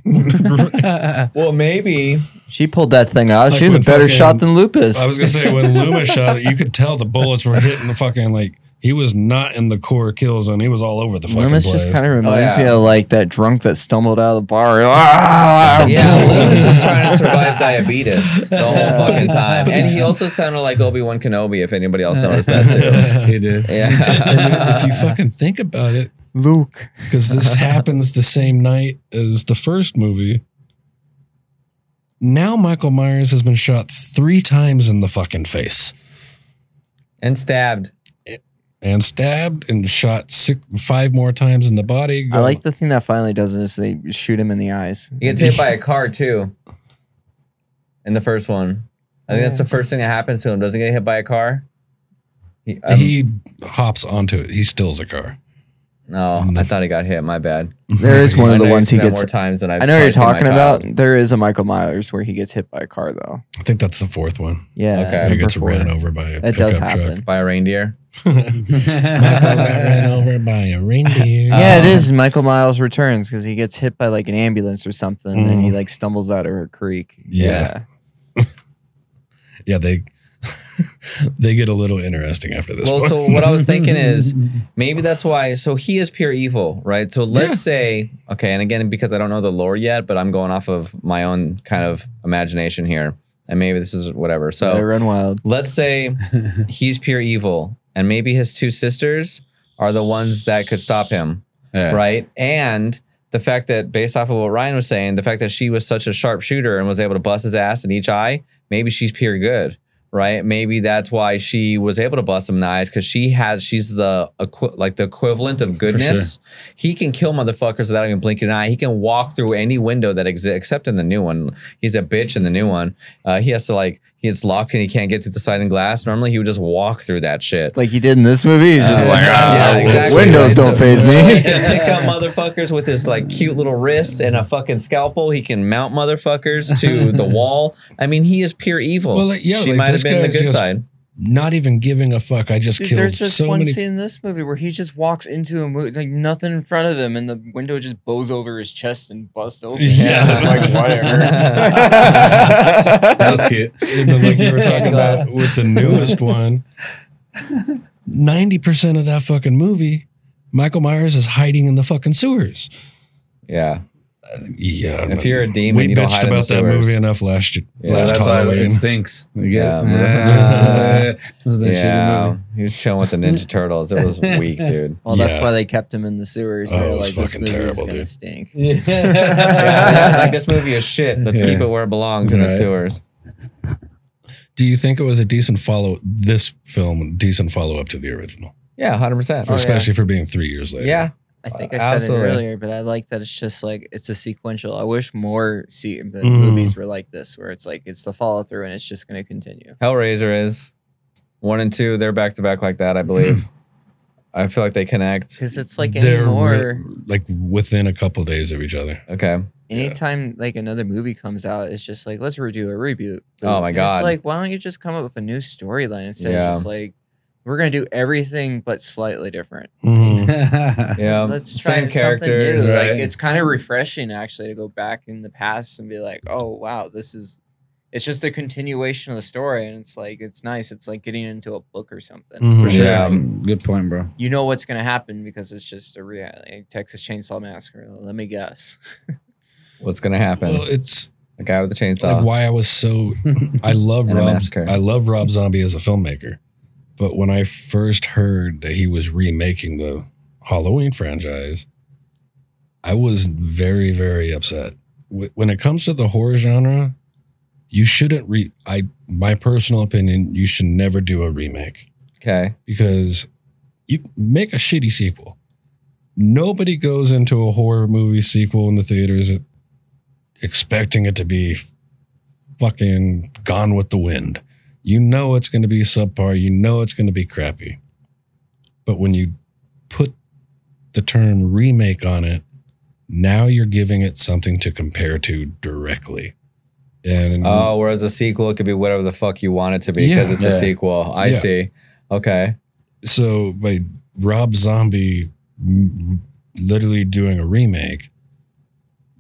[SPEAKER 4] Well, maybe
[SPEAKER 5] She pulled that thing out.
[SPEAKER 3] Like
[SPEAKER 5] she was a
[SPEAKER 3] when
[SPEAKER 5] better
[SPEAKER 3] fucking-
[SPEAKER 5] shot than Lupus.
[SPEAKER 3] I was gonna say when Luma shot it, you could tell the bullets were hitting the fucking like he was not in the core kill zone. He was all over the fucking
[SPEAKER 5] Loomis
[SPEAKER 3] place.
[SPEAKER 5] just kind of reminds
[SPEAKER 4] Oh, yeah.
[SPEAKER 5] me of like that drunk that stumbled out of the bar. Ah!
[SPEAKER 4] Yeah, Luke was trying to survive diabetes the whole fucking time. And he also sounded like Obi Wan Kenobi, if anybody else noticed that too.
[SPEAKER 6] He did.
[SPEAKER 4] Yeah.
[SPEAKER 3] if you fucking think about it,
[SPEAKER 5] Luke.
[SPEAKER 3] because this happens the same night as the first movie. Now Michael Myers has been shot three times in the fucking face
[SPEAKER 4] And stabbed.
[SPEAKER 3] and stabbed and shot six, five more times in the body.
[SPEAKER 5] I like the thing that finally does this. They shoot him in the eyes.
[SPEAKER 4] He gets hit by a car too. In the first one. I think that's the first thing that happens to him. Doesn't he get hit by a car? He, um,
[SPEAKER 3] he hops onto it. He steals a car.
[SPEAKER 4] No, I thought he got hit. My bad.
[SPEAKER 5] There is Mm. one
[SPEAKER 4] I
[SPEAKER 5] of the
[SPEAKER 4] know
[SPEAKER 5] ones he
[SPEAKER 4] you've seen that
[SPEAKER 5] gets
[SPEAKER 4] more times than I've
[SPEAKER 5] I know what you're
[SPEAKER 4] probably
[SPEAKER 5] talking
[SPEAKER 4] seen my
[SPEAKER 5] about.
[SPEAKER 4] child.
[SPEAKER 5] There is a Michael Myers where he gets hit by a car though.
[SPEAKER 3] I think that's the fourth one.
[SPEAKER 5] Yeah.
[SPEAKER 4] Okay.
[SPEAKER 3] He gets
[SPEAKER 5] number
[SPEAKER 3] ran
[SPEAKER 5] four.
[SPEAKER 3] over by a
[SPEAKER 5] That does
[SPEAKER 3] pickup truck.
[SPEAKER 5] happen.
[SPEAKER 4] by a reindeer.
[SPEAKER 3] Michael got ran over by a reindeer.
[SPEAKER 5] Yeah,
[SPEAKER 4] Um,
[SPEAKER 5] it is Michael Miles returns because he gets hit by like an ambulance or something, and he like stumbles out of a creek.
[SPEAKER 3] Mm. Yeah. Yeah, they they get a little interesting after this.
[SPEAKER 4] Well,
[SPEAKER 3] point.
[SPEAKER 4] so what I was thinking is maybe that's why. So he is pure evil, right? So let's say, okay, and again, because I don't know the lore yet, but I'm going off of my own kind of imagination here, and maybe this is whatever.
[SPEAKER 5] Yeah.
[SPEAKER 4] So
[SPEAKER 5] They run wild.
[SPEAKER 4] let's say he's pure evil, and maybe his two sisters are the ones that could stop him,
[SPEAKER 6] Yeah.
[SPEAKER 4] right? And the fact that, based off of what Ryan was saying, the fact that she was such a sharp shooter and was able to bust his ass in each eye, maybe she's pure good, right? Maybe that's why she was able to bust him in the eyes because she has, she's the equi- like the equivalent of goodness. He can kill motherfuckers without even blinking an eye. He can walk through any window that exists, except in the new one. He's a bitch in the new one. Uh, he has to like, he gets locked and he can't get through the sliding glass. Normally, he would just walk through that shit.
[SPEAKER 5] Like he did in this movie. He's just
[SPEAKER 4] Uh,
[SPEAKER 5] like,
[SPEAKER 4] yeah,
[SPEAKER 5] ah,
[SPEAKER 4] exactly.
[SPEAKER 5] windows
[SPEAKER 4] Right,
[SPEAKER 5] don't
[SPEAKER 4] so-
[SPEAKER 5] phase
[SPEAKER 4] He
[SPEAKER 5] me.
[SPEAKER 4] can pick up motherfuckers with his like cute little wrist and a fucking scalpel. He can mount motherfuckers to the wall. I mean, he is pure evil.
[SPEAKER 3] Well, like, yeah,
[SPEAKER 4] she
[SPEAKER 3] like,
[SPEAKER 4] might
[SPEAKER 3] this
[SPEAKER 4] have been the
[SPEAKER 3] guy's
[SPEAKER 4] good
[SPEAKER 3] just
[SPEAKER 4] side.
[SPEAKER 3] not even giving a fuck. I just
[SPEAKER 5] Dude,
[SPEAKER 3] killed
[SPEAKER 5] there's just
[SPEAKER 3] so
[SPEAKER 5] one
[SPEAKER 3] many.
[SPEAKER 5] scene in this movie where he just walks into a movie, like nothing in front of him, and the window just bows over his chest and busts open.
[SPEAKER 3] Yeah.
[SPEAKER 5] Yeah, it's like whatever.
[SPEAKER 8] That was cute.
[SPEAKER 3] the look you were talking about with the newest one. Ninety percent of that fucking movie, Michael Myers is hiding in the fucking sewers.
[SPEAKER 4] Yeah.
[SPEAKER 3] Yeah,
[SPEAKER 4] If you're a demon,
[SPEAKER 3] we
[SPEAKER 4] you don't
[SPEAKER 3] bitched
[SPEAKER 4] hide in the
[SPEAKER 3] about that
[SPEAKER 4] sewers.
[SPEAKER 3] movie enough last
[SPEAKER 4] Yeah,
[SPEAKER 3] last
[SPEAKER 6] That's why it
[SPEAKER 3] Halloween.
[SPEAKER 6] stinks. You get
[SPEAKER 4] Yeah, bro.
[SPEAKER 6] yeah, That's a bit shitty
[SPEAKER 4] Yeah,
[SPEAKER 6] movie.
[SPEAKER 4] he was chilling with the Ninja Turtles. It was weak, dude.
[SPEAKER 5] Well, that's
[SPEAKER 3] Yeah.
[SPEAKER 5] why they kept him in the sewers.
[SPEAKER 3] Oh,
[SPEAKER 5] They're
[SPEAKER 3] it was
[SPEAKER 5] like, this
[SPEAKER 3] fucking
[SPEAKER 5] movie is
[SPEAKER 3] terrible,
[SPEAKER 5] gonna
[SPEAKER 3] dude.
[SPEAKER 5] stink.
[SPEAKER 4] Yeah, yeah, like this movie is shit. Let's keep it where it belongs in the
[SPEAKER 3] Right.
[SPEAKER 4] sewers.
[SPEAKER 3] Do you think it was a decent follow? This film, decent follow up to the original,
[SPEAKER 4] Yeah, hundred percent.
[SPEAKER 3] for,
[SPEAKER 5] yeah.
[SPEAKER 3] especially for being three years later.
[SPEAKER 4] Yeah,
[SPEAKER 5] I think
[SPEAKER 4] Uh,
[SPEAKER 5] I said
[SPEAKER 4] absolutely.
[SPEAKER 5] it earlier, but I like that it's just like it's a sequential. I wish more see the
[SPEAKER 3] Mm.
[SPEAKER 5] movies were like this, where it's like it's the follow through and it's just going to continue.
[SPEAKER 4] Hellraiser is one and two. They're back to back like that. I believe. I feel like they connect.
[SPEAKER 5] Because it's like
[SPEAKER 3] they're
[SPEAKER 5] anymore,
[SPEAKER 3] re- like within a couple days of each other.
[SPEAKER 4] Okay.
[SPEAKER 5] anytime like another movie comes out, it's just like let's redo a reboot.
[SPEAKER 4] Oh my
[SPEAKER 5] And
[SPEAKER 4] God.
[SPEAKER 5] It's like why don't you just come up with a new storyline instead
[SPEAKER 4] Yeah.
[SPEAKER 5] of just like we're going to do everything but slightly different.
[SPEAKER 3] Mm-hmm.
[SPEAKER 4] Yeah.
[SPEAKER 5] let's try
[SPEAKER 4] Um, same
[SPEAKER 5] something
[SPEAKER 4] characters.
[SPEAKER 5] new.
[SPEAKER 6] right?
[SPEAKER 5] Like it's kind of refreshing actually to go back in the past and be like, oh wow, this is. It's just a continuation of the story, and it's like it's nice. It's like getting into a book or something.
[SPEAKER 4] Mm-hmm.
[SPEAKER 3] Mhm.
[SPEAKER 6] For sure.
[SPEAKER 4] Yeah.
[SPEAKER 6] Good point, bro.
[SPEAKER 5] You know what's gonna happen because it's just a reality. Like, Texas Chainsaw Massacre. Let me guess.
[SPEAKER 4] What's gonna happen?
[SPEAKER 3] Well, it's
[SPEAKER 4] the guy with the chainsaw.
[SPEAKER 3] like why I was so I love
[SPEAKER 4] And a
[SPEAKER 3] Rob
[SPEAKER 4] massacre.
[SPEAKER 3] I love Rob Zombie as a filmmaker. But when I first heard that he was remaking the Halloween franchise, I was very very upset. Wh- When it comes to the horror genre, you shouldn't re I my personal opinion, you should never do a remake
[SPEAKER 4] Okay.
[SPEAKER 3] because you make a shitty sequel. Nobody goes into a horror movie sequel in the theaters expecting it to be fucking gone with the wind. You know it's going to be subpar, you know it's going to be crappy. But when you put the term remake on it, now you're giving it something to compare to directly. And
[SPEAKER 4] Oh, whereas a sequel, it could be whatever the fuck you want it to be because
[SPEAKER 3] Mm-hmm. Yeah.
[SPEAKER 4] it's a
[SPEAKER 6] Yeah.
[SPEAKER 4] sequel. I
[SPEAKER 3] Yeah.
[SPEAKER 4] see. Okay.
[SPEAKER 3] so by Rob Zombie m- literally doing a remake,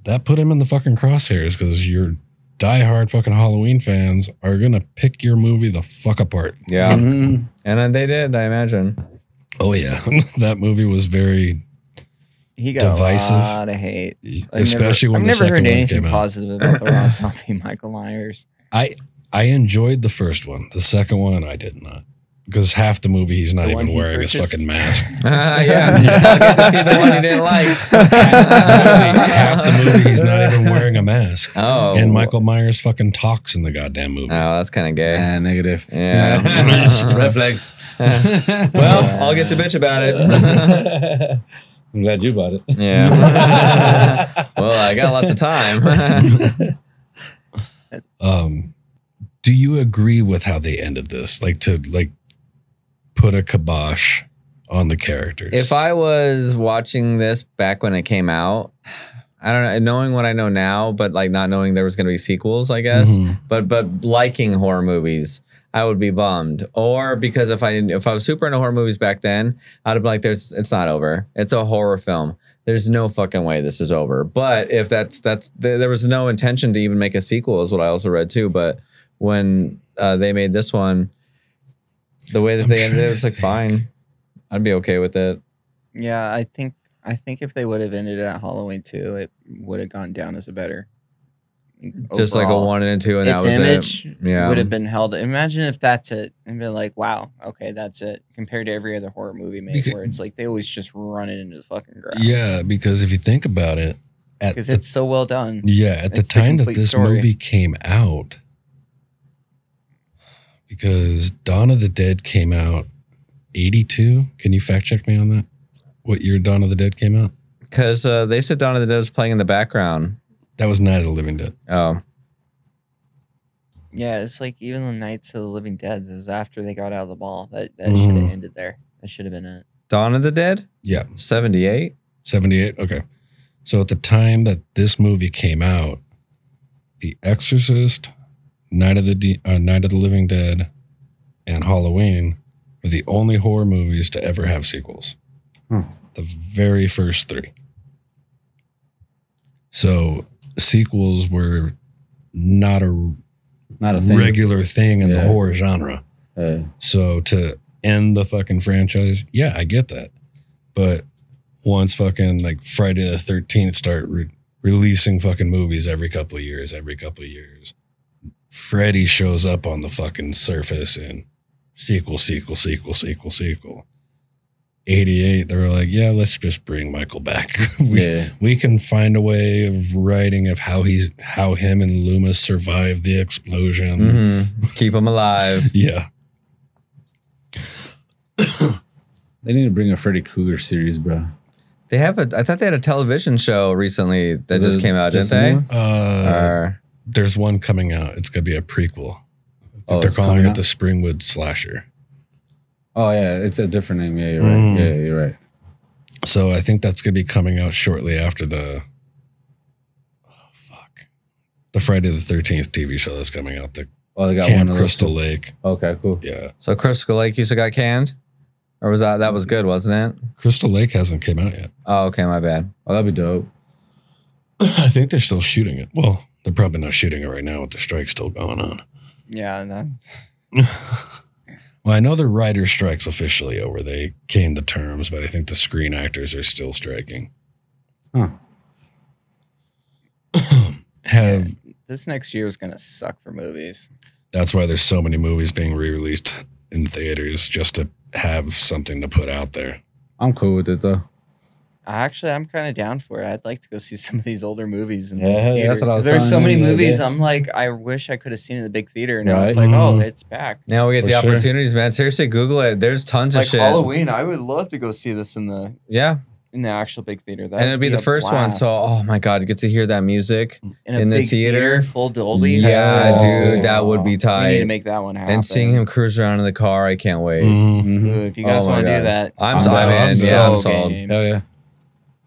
[SPEAKER 3] that put him in the fucking crosshairs because your diehard fucking Halloween fans are gonna pick your movie the fuck apart.
[SPEAKER 4] Yeah.
[SPEAKER 6] Mhm.
[SPEAKER 4] And then they did, I imagine.
[SPEAKER 3] Oh yeah, that movie was very,
[SPEAKER 5] He got
[SPEAKER 3] Divisive.
[SPEAKER 5] a lot of hate. I've
[SPEAKER 3] especially
[SPEAKER 5] never,
[SPEAKER 3] when
[SPEAKER 5] I've
[SPEAKER 3] the second
[SPEAKER 5] never heard
[SPEAKER 3] one
[SPEAKER 5] anything
[SPEAKER 3] came out.
[SPEAKER 5] positive about the Rob Zombie Michael Myers.
[SPEAKER 3] I I enjoyed the first one. The second one I did not because half the movie he's not
[SPEAKER 5] The one
[SPEAKER 3] even
[SPEAKER 5] he
[SPEAKER 3] wearing his
[SPEAKER 5] purchased?
[SPEAKER 3] fucking mask.
[SPEAKER 4] Ah, yeah. I'll get to see the one you didn't
[SPEAKER 3] Literally half the
[SPEAKER 4] like.
[SPEAKER 3] movie he's not even wearing a mask.
[SPEAKER 4] oh.
[SPEAKER 3] And Michael Myers fucking talks in the goddamn movie.
[SPEAKER 4] Oh, that's kind of gay.
[SPEAKER 6] Ah, negative.
[SPEAKER 4] Yeah.
[SPEAKER 6] Red flags.
[SPEAKER 4] Well, I'll get to bitch about it.
[SPEAKER 6] I'm glad you bought it.
[SPEAKER 4] yeah. well, I got lots of time.
[SPEAKER 3] Um, do you agree with how they ended this? Like to like put a kibosh on the characters.
[SPEAKER 4] If I was watching this back when it came out, I don't know, knowing what I know now, but like not knowing there was going to be sequels, I guess.
[SPEAKER 3] Mhm.
[SPEAKER 4] But but liking horror movies, I would be bummed. Or because if I if I was super into horror movies back then, I'd have been like, "There's it's not over. It's a horror film. There's no fucking way this is over." But if that's that's there there was no intention to even make a sequel, is what I also read too. But when uh, they made this one, the way that
[SPEAKER 3] I'm
[SPEAKER 4] they ended it
[SPEAKER 3] trying
[SPEAKER 4] was
[SPEAKER 3] to
[SPEAKER 4] like fine. I'd be okay with it.
[SPEAKER 5] Yeah, I think I think if they would have ended at Halloween two, it would have gone down as a better.
[SPEAKER 4] Just like a
[SPEAKER 5] overall.
[SPEAKER 4] one and a two, and
[SPEAKER 5] its
[SPEAKER 4] that was
[SPEAKER 5] image
[SPEAKER 4] it. Yeah,
[SPEAKER 5] would have been held. Imagine if that's it, and been like, "Wow, okay, that's it." Compared to every other horror movie made,
[SPEAKER 3] Because-
[SPEAKER 5] where it's like they always just run it into the fucking ground.
[SPEAKER 3] yeah, because if you think about it, at
[SPEAKER 5] because
[SPEAKER 3] the-
[SPEAKER 5] it's so well done.
[SPEAKER 3] yeah, at the
[SPEAKER 5] it's the
[SPEAKER 3] time that
[SPEAKER 5] complete
[SPEAKER 3] this
[SPEAKER 5] story.
[SPEAKER 3] movie came out, because Dawn of the Dead came out eighty two. Can you fact check me on that? What year Dawn of the Dead came out?
[SPEAKER 4] because uh, they said Dawn of the Dead was playing in the background.
[SPEAKER 3] That was Night of the Living Dead.
[SPEAKER 4] Oh,
[SPEAKER 5] Yeah, it's like even the Knights of the Living Dead. It was after they got out of the ball. That that should
[SPEAKER 3] Mhm.
[SPEAKER 5] have ended there. That should have been it.
[SPEAKER 4] Dawn of the Dead,
[SPEAKER 3] Yeah,
[SPEAKER 4] seventy eight.
[SPEAKER 3] seventy eight. Okay, so at the time that this movie came out, The Exorcist, Night of the De- uh, Night of the Living Dead, and Halloween were the only horror movies to ever have sequels.
[SPEAKER 6] Hmm.
[SPEAKER 3] The very first three. So sequels were not a
[SPEAKER 6] Not a thing.
[SPEAKER 3] regular thing in the
[SPEAKER 6] Yeah.
[SPEAKER 3] horror genre.
[SPEAKER 6] Uh,
[SPEAKER 3] So to end the fucking franchise, yeah, I get that. But once fucking like Friday the 13th start re- releasing fucking movies every couple of years, every couple of years, Freddy shows up on the fucking surface in sequel, sequel, sequel, sequel, sequel. 88, they were like, yeah, let's just bring Michael back. we,
[SPEAKER 6] yeah.
[SPEAKER 3] we can find a way of writing of how he's how him and Loomis survived the explosion.
[SPEAKER 4] Mm-hmm. Keep them alive.
[SPEAKER 3] Yeah.
[SPEAKER 6] They need to bring a Freddy Krueger series, bro.
[SPEAKER 4] They have a. I thought they had a television show recently that
[SPEAKER 6] Is
[SPEAKER 4] just
[SPEAKER 6] it
[SPEAKER 4] came out,
[SPEAKER 6] just
[SPEAKER 4] didn't they?
[SPEAKER 6] the one?
[SPEAKER 3] Uh,
[SPEAKER 4] Or-
[SPEAKER 3] there's one coming out. It's gonna be a prequel. I think
[SPEAKER 6] Oh,
[SPEAKER 3] they're
[SPEAKER 6] it's
[SPEAKER 3] calling
[SPEAKER 6] coming
[SPEAKER 3] it
[SPEAKER 6] out?
[SPEAKER 3] the Springwood Slasher.
[SPEAKER 6] Oh yeah, it's a different name. Yeah, you're
[SPEAKER 3] Mm.
[SPEAKER 6] right. Yeah, you're right.
[SPEAKER 3] So I think that's gonna be coming out shortly after the oh, fuck the Friday the Thirteenth TV show that's coming out. The
[SPEAKER 6] Oh, they got
[SPEAKER 3] Camp
[SPEAKER 6] one of
[SPEAKER 3] Crystal
[SPEAKER 6] those.
[SPEAKER 3] Lake.
[SPEAKER 6] Okay, cool.
[SPEAKER 3] Yeah,
[SPEAKER 4] so Crystal Lake used to got canned, or was that that was good, wasn't it?
[SPEAKER 3] Crystal Lake hasn't came out yet.
[SPEAKER 4] Oh, okay, my bad.
[SPEAKER 6] Oh, that'd be dope.
[SPEAKER 3] I think they're still shooting it. Well, they're probably not shooting it right now with the strike still going on.
[SPEAKER 5] Yeah, and that's
[SPEAKER 3] Well, I know the writer strike's officially over. They came to terms, but I think the screen actors are still striking.
[SPEAKER 6] Huh.
[SPEAKER 3] Have
[SPEAKER 5] this next year is gonna suck for movies.
[SPEAKER 3] that's why there's so many movies being re-released in theaters just to have something to put out there.
[SPEAKER 6] I'm cool with it though.
[SPEAKER 5] Actually, I'm kind of down for it. I'd like to go see some of these older movies. In the
[SPEAKER 8] Yeah, that's what
[SPEAKER 5] theater,
[SPEAKER 8] I
[SPEAKER 5] 'cause
[SPEAKER 8] was
[SPEAKER 5] There's so
[SPEAKER 8] telling
[SPEAKER 5] many
[SPEAKER 8] you the other
[SPEAKER 5] movies.
[SPEAKER 8] day.
[SPEAKER 5] I'm like, I wish I could have seen it in the big theater. And I was like,
[SPEAKER 3] Right.
[SPEAKER 5] oh,
[SPEAKER 4] Mm-hmm.
[SPEAKER 3] Mhm.
[SPEAKER 5] it's back.
[SPEAKER 4] Now we get
[SPEAKER 6] For
[SPEAKER 4] the
[SPEAKER 6] sure.
[SPEAKER 4] opportunities, man. Seriously, Google it. There's tons
[SPEAKER 5] like
[SPEAKER 4] of shit.
[SPEAKER 5] Halloween, I would love to go see this in the
[SPEAKER 4] Yeah,
[SPEAKER 5] in the actual big theater. That
[SPEAKER 4] and it'd be, the first one. So, oh my god, you get to hear that music. in the theater?
[SPEAKER 5] full Dolby.
[SPEAKER 4] Yeah,
[SPEAKER 6] Oh.
[SPEAKER 4] dude, that would be
[SPEAKER 5] I need to
[SPEAKER 4] tight.
[SPEAKER 5] make that one happen.
[SPEAKER 4] And seeing him cruise around in the car, I can't
[SPEAKER 3] Mhm.
[SPEAKER 4] wait.
[SPEAKER 5] Ooh,
[SPEAKER 6] Mm-hmm.
[SPEAKER 5] if you guys
[SPEAKER 4] Oh my
[SPEAKER 5] want to do
[SPEAKER 4] God.
[SPEAKER 5] that,
[SPEAKER 4] I'm
[SPEAKER 6] I'm
[SPEAKER 4] sorry,
[SPEAKER 6] down.
[SPEAKER 4] man.
[SPEAKER 6] I'm
[SPEAKER 4] Yeah, I'm
[SPEAKER 5] so
[SPEAKER 4] sold.
[SPEAKER 5] game.
[SPEAKER 6] Hell yeah.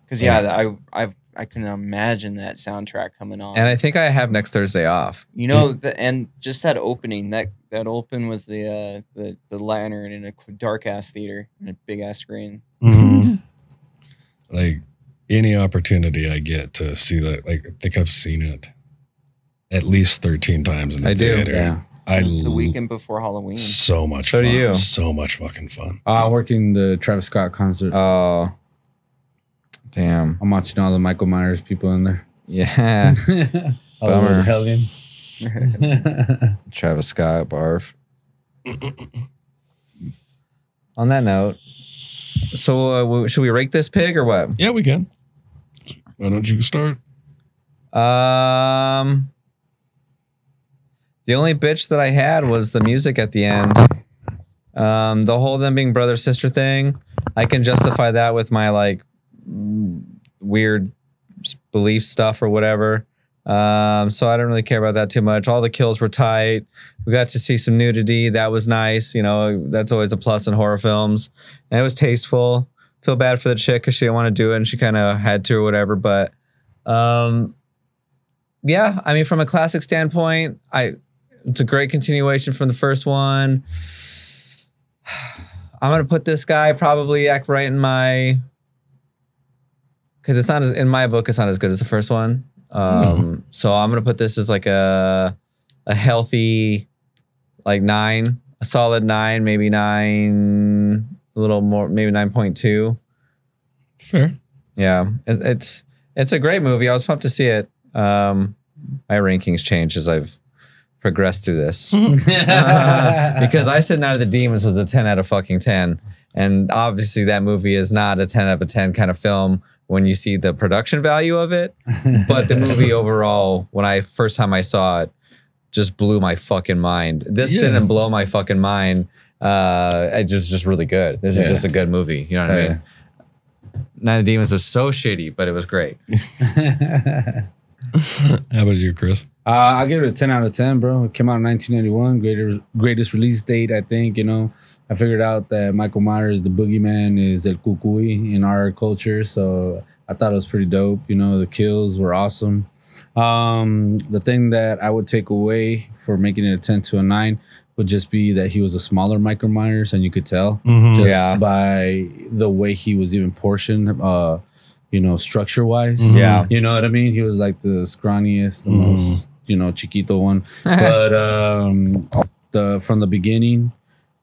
[SPEAKER 5] Because yeah, I I I can imagine that soundtrack coming on.
[SPEAKER 4] And I think I have next Thursday off.
[SPEAKER 5] you know, the, and just that opening that that open with the uh, the the lantern in a dark ass theater and a big ass screen.
[SPEAKER 3] Mm-hmm. like any opportunity I get to see that, like I think I've seen it at least 13 times in the
[SPEAKER 4] I do,
[SPEAKER 3] theater.
[SPEAKER 6] Yeah.
[SPEAKER 3] I
[SPEAKER 5] It's the
[SPEAKER 3] l-
[SPEAKER 5] weekend before Halloween.
[SPEAKER 3] so much
[SPEAKER 4] So
[SPEAKER 3] fun.
[SPEAKER 4] do you.
[SPEAKER 3] So much fucking fun.
[SPEAKER 6] Uh, I'm working the Travis Scott concert.
[SPEAKER 4] Oh, damn.
[SPEAKER 6] I'm watching all the Michael Myers people in there.
[SPEAKER 4] Yeah,
[SPEAKER 8] Oh,
[SPEAKER 4] Bummer.
[SPEAKER 8] the hellions.
[SPEAKER 4] Travis Scott, barf. On that note, so uh, w- should we rake this pig or what?
[SPEAKER 3] Yeah, we can. Why don't you start?
[SPEAKER 4] Um, the only bitch that I had was the music at the end. Um, the whole them being brother sister thing, I can justify that with my like mm, weird s- belief stuff or whatever. Um, so I don't really care about that too much. All the kills were tight. We got to see some nudity. That was nice. You know, that's always a plus in horror films. And it was tasteful. Feel bad for the chick because she didn't want to do it and she kind of had to or whatever. But um, yeah, I mean, from a classic standpoint, I it's a great continuation from the first one. I'm gonna put this guy probably like right in my because it's not as in my book it's not as good as the first one. Um, So I'm gonna put this as like a a healthy like nine, a solid nine, maybe nine, a little more, maybe nine point two.
[SPEAKER 3] Fair.
[SPEAKER 4] Yeah, it, it's it's a great movie. I was pumped to see it. Um, my rankings change as I've progressed through this because I said Night of the Demons was a ten out of fucking ten, and obviously that movie is not a ten out of ten kind of film when you see the production value of it. But the movie overall, when I first time I saw it, just blew my fucking mind. This
[SPEAKER 6] Yeah.
[SPEAKER 4] didn't blow my fucking mind. Uh, it just just really good. This
[SPEAKER 6] Yeah.
[SPEAKER 4] is just a good movie. You know what I
[SPEAKER 6] Yeah.
[SPEAKER 4] mean? Night of the Demons was so shitty, but it was great.
[SPEAKER 3] How about you, Chris?
[SPEAKER 6] Uh, I give it a ten out of ten, bro. It came out in 1991, greater, greatest release date, I think. You know, I figured out that Michael Myers, the boogeyman, is el cucuy in our culture, so I thought it was pretty dope. You know, the kills were awesome. Um, the thing that I would take away for making it a ten to a nine would just be that he was a smaller Michael Myers, and you could tell
[SPEAKER 3] Mhm.
[SPEAKER 6] just
[SPEAKER 4] Yeah.
[SPEAKER 6] by the way he was even portioned. Uh, you know, structure wise.
[SPEAKER 4] Mhm. Yeah.
[SPEAKER 6] You know what I mean? He was like the scrawniest, the most, you know, chiquito one. but um the from the beginning,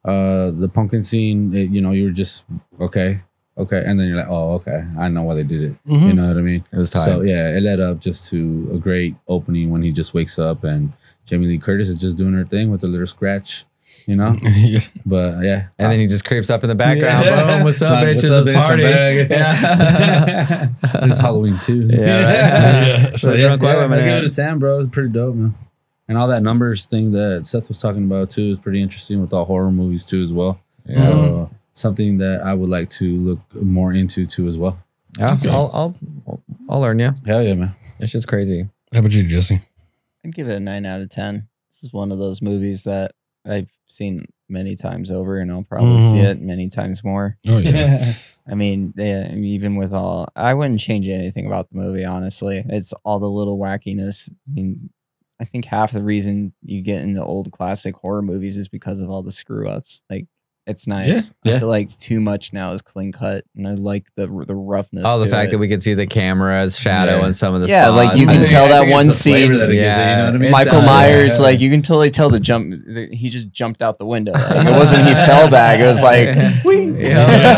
[SPEAKER 6] uh the pumpkin scene, it, you know, you were just okay, okay. And then you're like, oh, okay, I know why they did it. You
[SPEAKER 3] Mhm.
[SPEAKER 6] know what I mean?
[SPEAKER 4] It was tight.
[SPEAKER 6] So yeah, it led up just to a great opening when he just wakes up and Jamie Lee Curtis is just doing her thing with a little scratch, you know?
[SPEAKER 3] yeah.
[SPEAKER 6] But yeah.
[SPEAKER 4] And then he just creeps up in the background. Boom, what's up,
[SPEAKER 6] Like,
[SPEAKER 4] bitches?
[SPEAKER 6] what's up,
[SPEAKER 4] Let's
[SPEAKER 6] bitch? I'm
[SPEAKER 4] party.
[SPEAKER 6] back.
[SPEAKER 4] Yeah.
[SPEAKER 6] this is Halloween too.
[SPEAKER 4] Yeah, right.
[SPEAKER 6] so
[SPEAKER 4] The
[SPEAKER 6] yeah,
[SPEAKER 4] drunk white
[SPEAKER 6] yeah,
[SPEAKER 4] women
[SPEAKER 6] I give
[SPEAKER 4] ad.
[SPEAKER 6] it a ten, bro. It's pretty dope, man. And all that numbers thing that Seth was talking about too is pretty interesting with all horror movies too as well.
[SPEAKER 4] Yeah.
[SPEAKER 6] So something that I would like to look more into too as well.
[SPEAKER 4] Yeah,
[SPEAKER 3] Okay.
[SPEAKER 4] I'll, I'll, I'll learn you.
[SPEAKER 6] Hell yeah, man.
[SPEAKER 4] It's just crazy.
[SPEAKER 3] How about you, Jesse?
[SPEAKER 5] I'd give it a nine out of ten. This is one of those movies that I've seen many times over, and I'll probably see
[SPEAKER 3] Mhm.
[SPEAKER 5] it many times more.
[SPEAKER 3] Oh yeah.
[SPEAKER 5] I mean, yeah, even with all, I wouldn't change anything about the movie. Honestly, it's all the little wackiness. I mean, I think half the reason you get into old classic horror movies is because of all the screw ups. Like, it's nice.
[SPEAKER 6] yeah.
[SPEAKER 5] I feel like too much now is clean cut, and I like the the roughness.
[SPEAKER 4] Oh, the
[SPEAKER 5] to
[SPEAKER 4] fact
[SPEAKER 5] it.
[SPEAKER 4] that we could see the camera's shadow
[SPEAKER 6] Yeah.
[SPEAKER 4] in some of the
[SPEAKER 5] Yeah, like,
[SPEAKER 4] spots.
[SPEAKER 5] you
[SPEAKER 4] I
[SPEAKER 5] can
[SPEAKER 4] think-
[SPEAKER 5] tell
[SPEAKER 4] I
[SPEAKER 5] that
[SPEAKER 4] think it's
[SPEAKER 5] one
[SPEAKER 4] the flavor
[SPEAKER 5] scene-
[SPEAKER 4] that it gives it, you know what I mean?
[SPEAKER 5] Michael
[SPEAKER 4] Yeah.
[SPEAKER 5] Myers, like you can totally tell the jump. The, he just jumped out the window. Like, it wasn't he fell back. It was like, "Wing."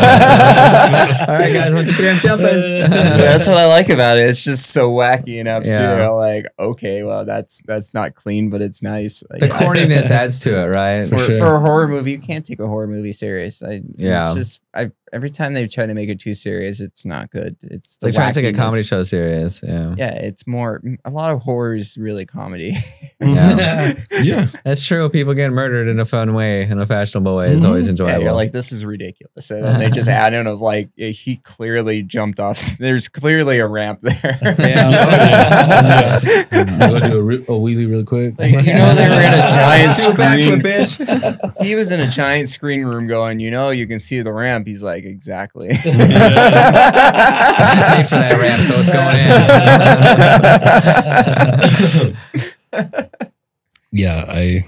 [SPEAKER 4] Yeah. All right, guys, one, two, three, I'm jumping.
[SPEAKER 5] Yeah, that's what I like about it. It's just so wacky and
[SPEAKER 4] Yeah.
[SPEAKER 5] absurd. I'm Like, okay, well, that's that's not clean, but it's nice. Like,
[SPEAKER 4] The corniness adds to it, right?
[SPEAKER 5] for,
[SPEAKER 6] sure.
[SPEAKER 5] for a horror movie, you can't take a horror movie serious. I,
[SPEAKER 4] Yeah.
[SPEAKER 5] it's just I, every time they try to make it too serious, it's not good. It's the
[SPEAKER 4] Like trying to take a comedy
[SPEAKER 5] wackiness.
[SPEAKER 4] show serious. Yeah.
[SPEAKER 5] Yeah, it's more. A lot of horror is really comedy.
[SPEAKER 3] Mm-hmm.
[SPEAKER 4] Yeah.
[SPEAKER 3] Yeah.
[SPEAKER 4] That's true. People get murdered in a fun way, in a fashionable way. is
[SPEAKER 3] Mhm.
[SPEAKER 4] always
[SPEAKER 5] Mm-hmm. Yeah,
[SPEAKER 4] enjoyable.
[SPEAKER 5] you're like, this is ridiculous. And then they just add in of like, eh, he clearly jumped off. There's clearly a ramp there.
[SPEAKER 6] Yeah.
[SPEAKER 5] you
[SPEAKER 6] I'll go do a, re- a wheelie real quick.
[SPEAKER 5] Like, you know they were in a giant
[SPEAKER 4] Do a backflip,
[SPEAKER 5] screen.
[SPEAKER 4] bitch.
[SPEAKER 5] He was in a giant screen room going, you know, you can see the ramp. He's like, exactly. Paid for
[SPEAKER 4] paid for that ramp, so it's going
[SPEAKER 3] Yeah, I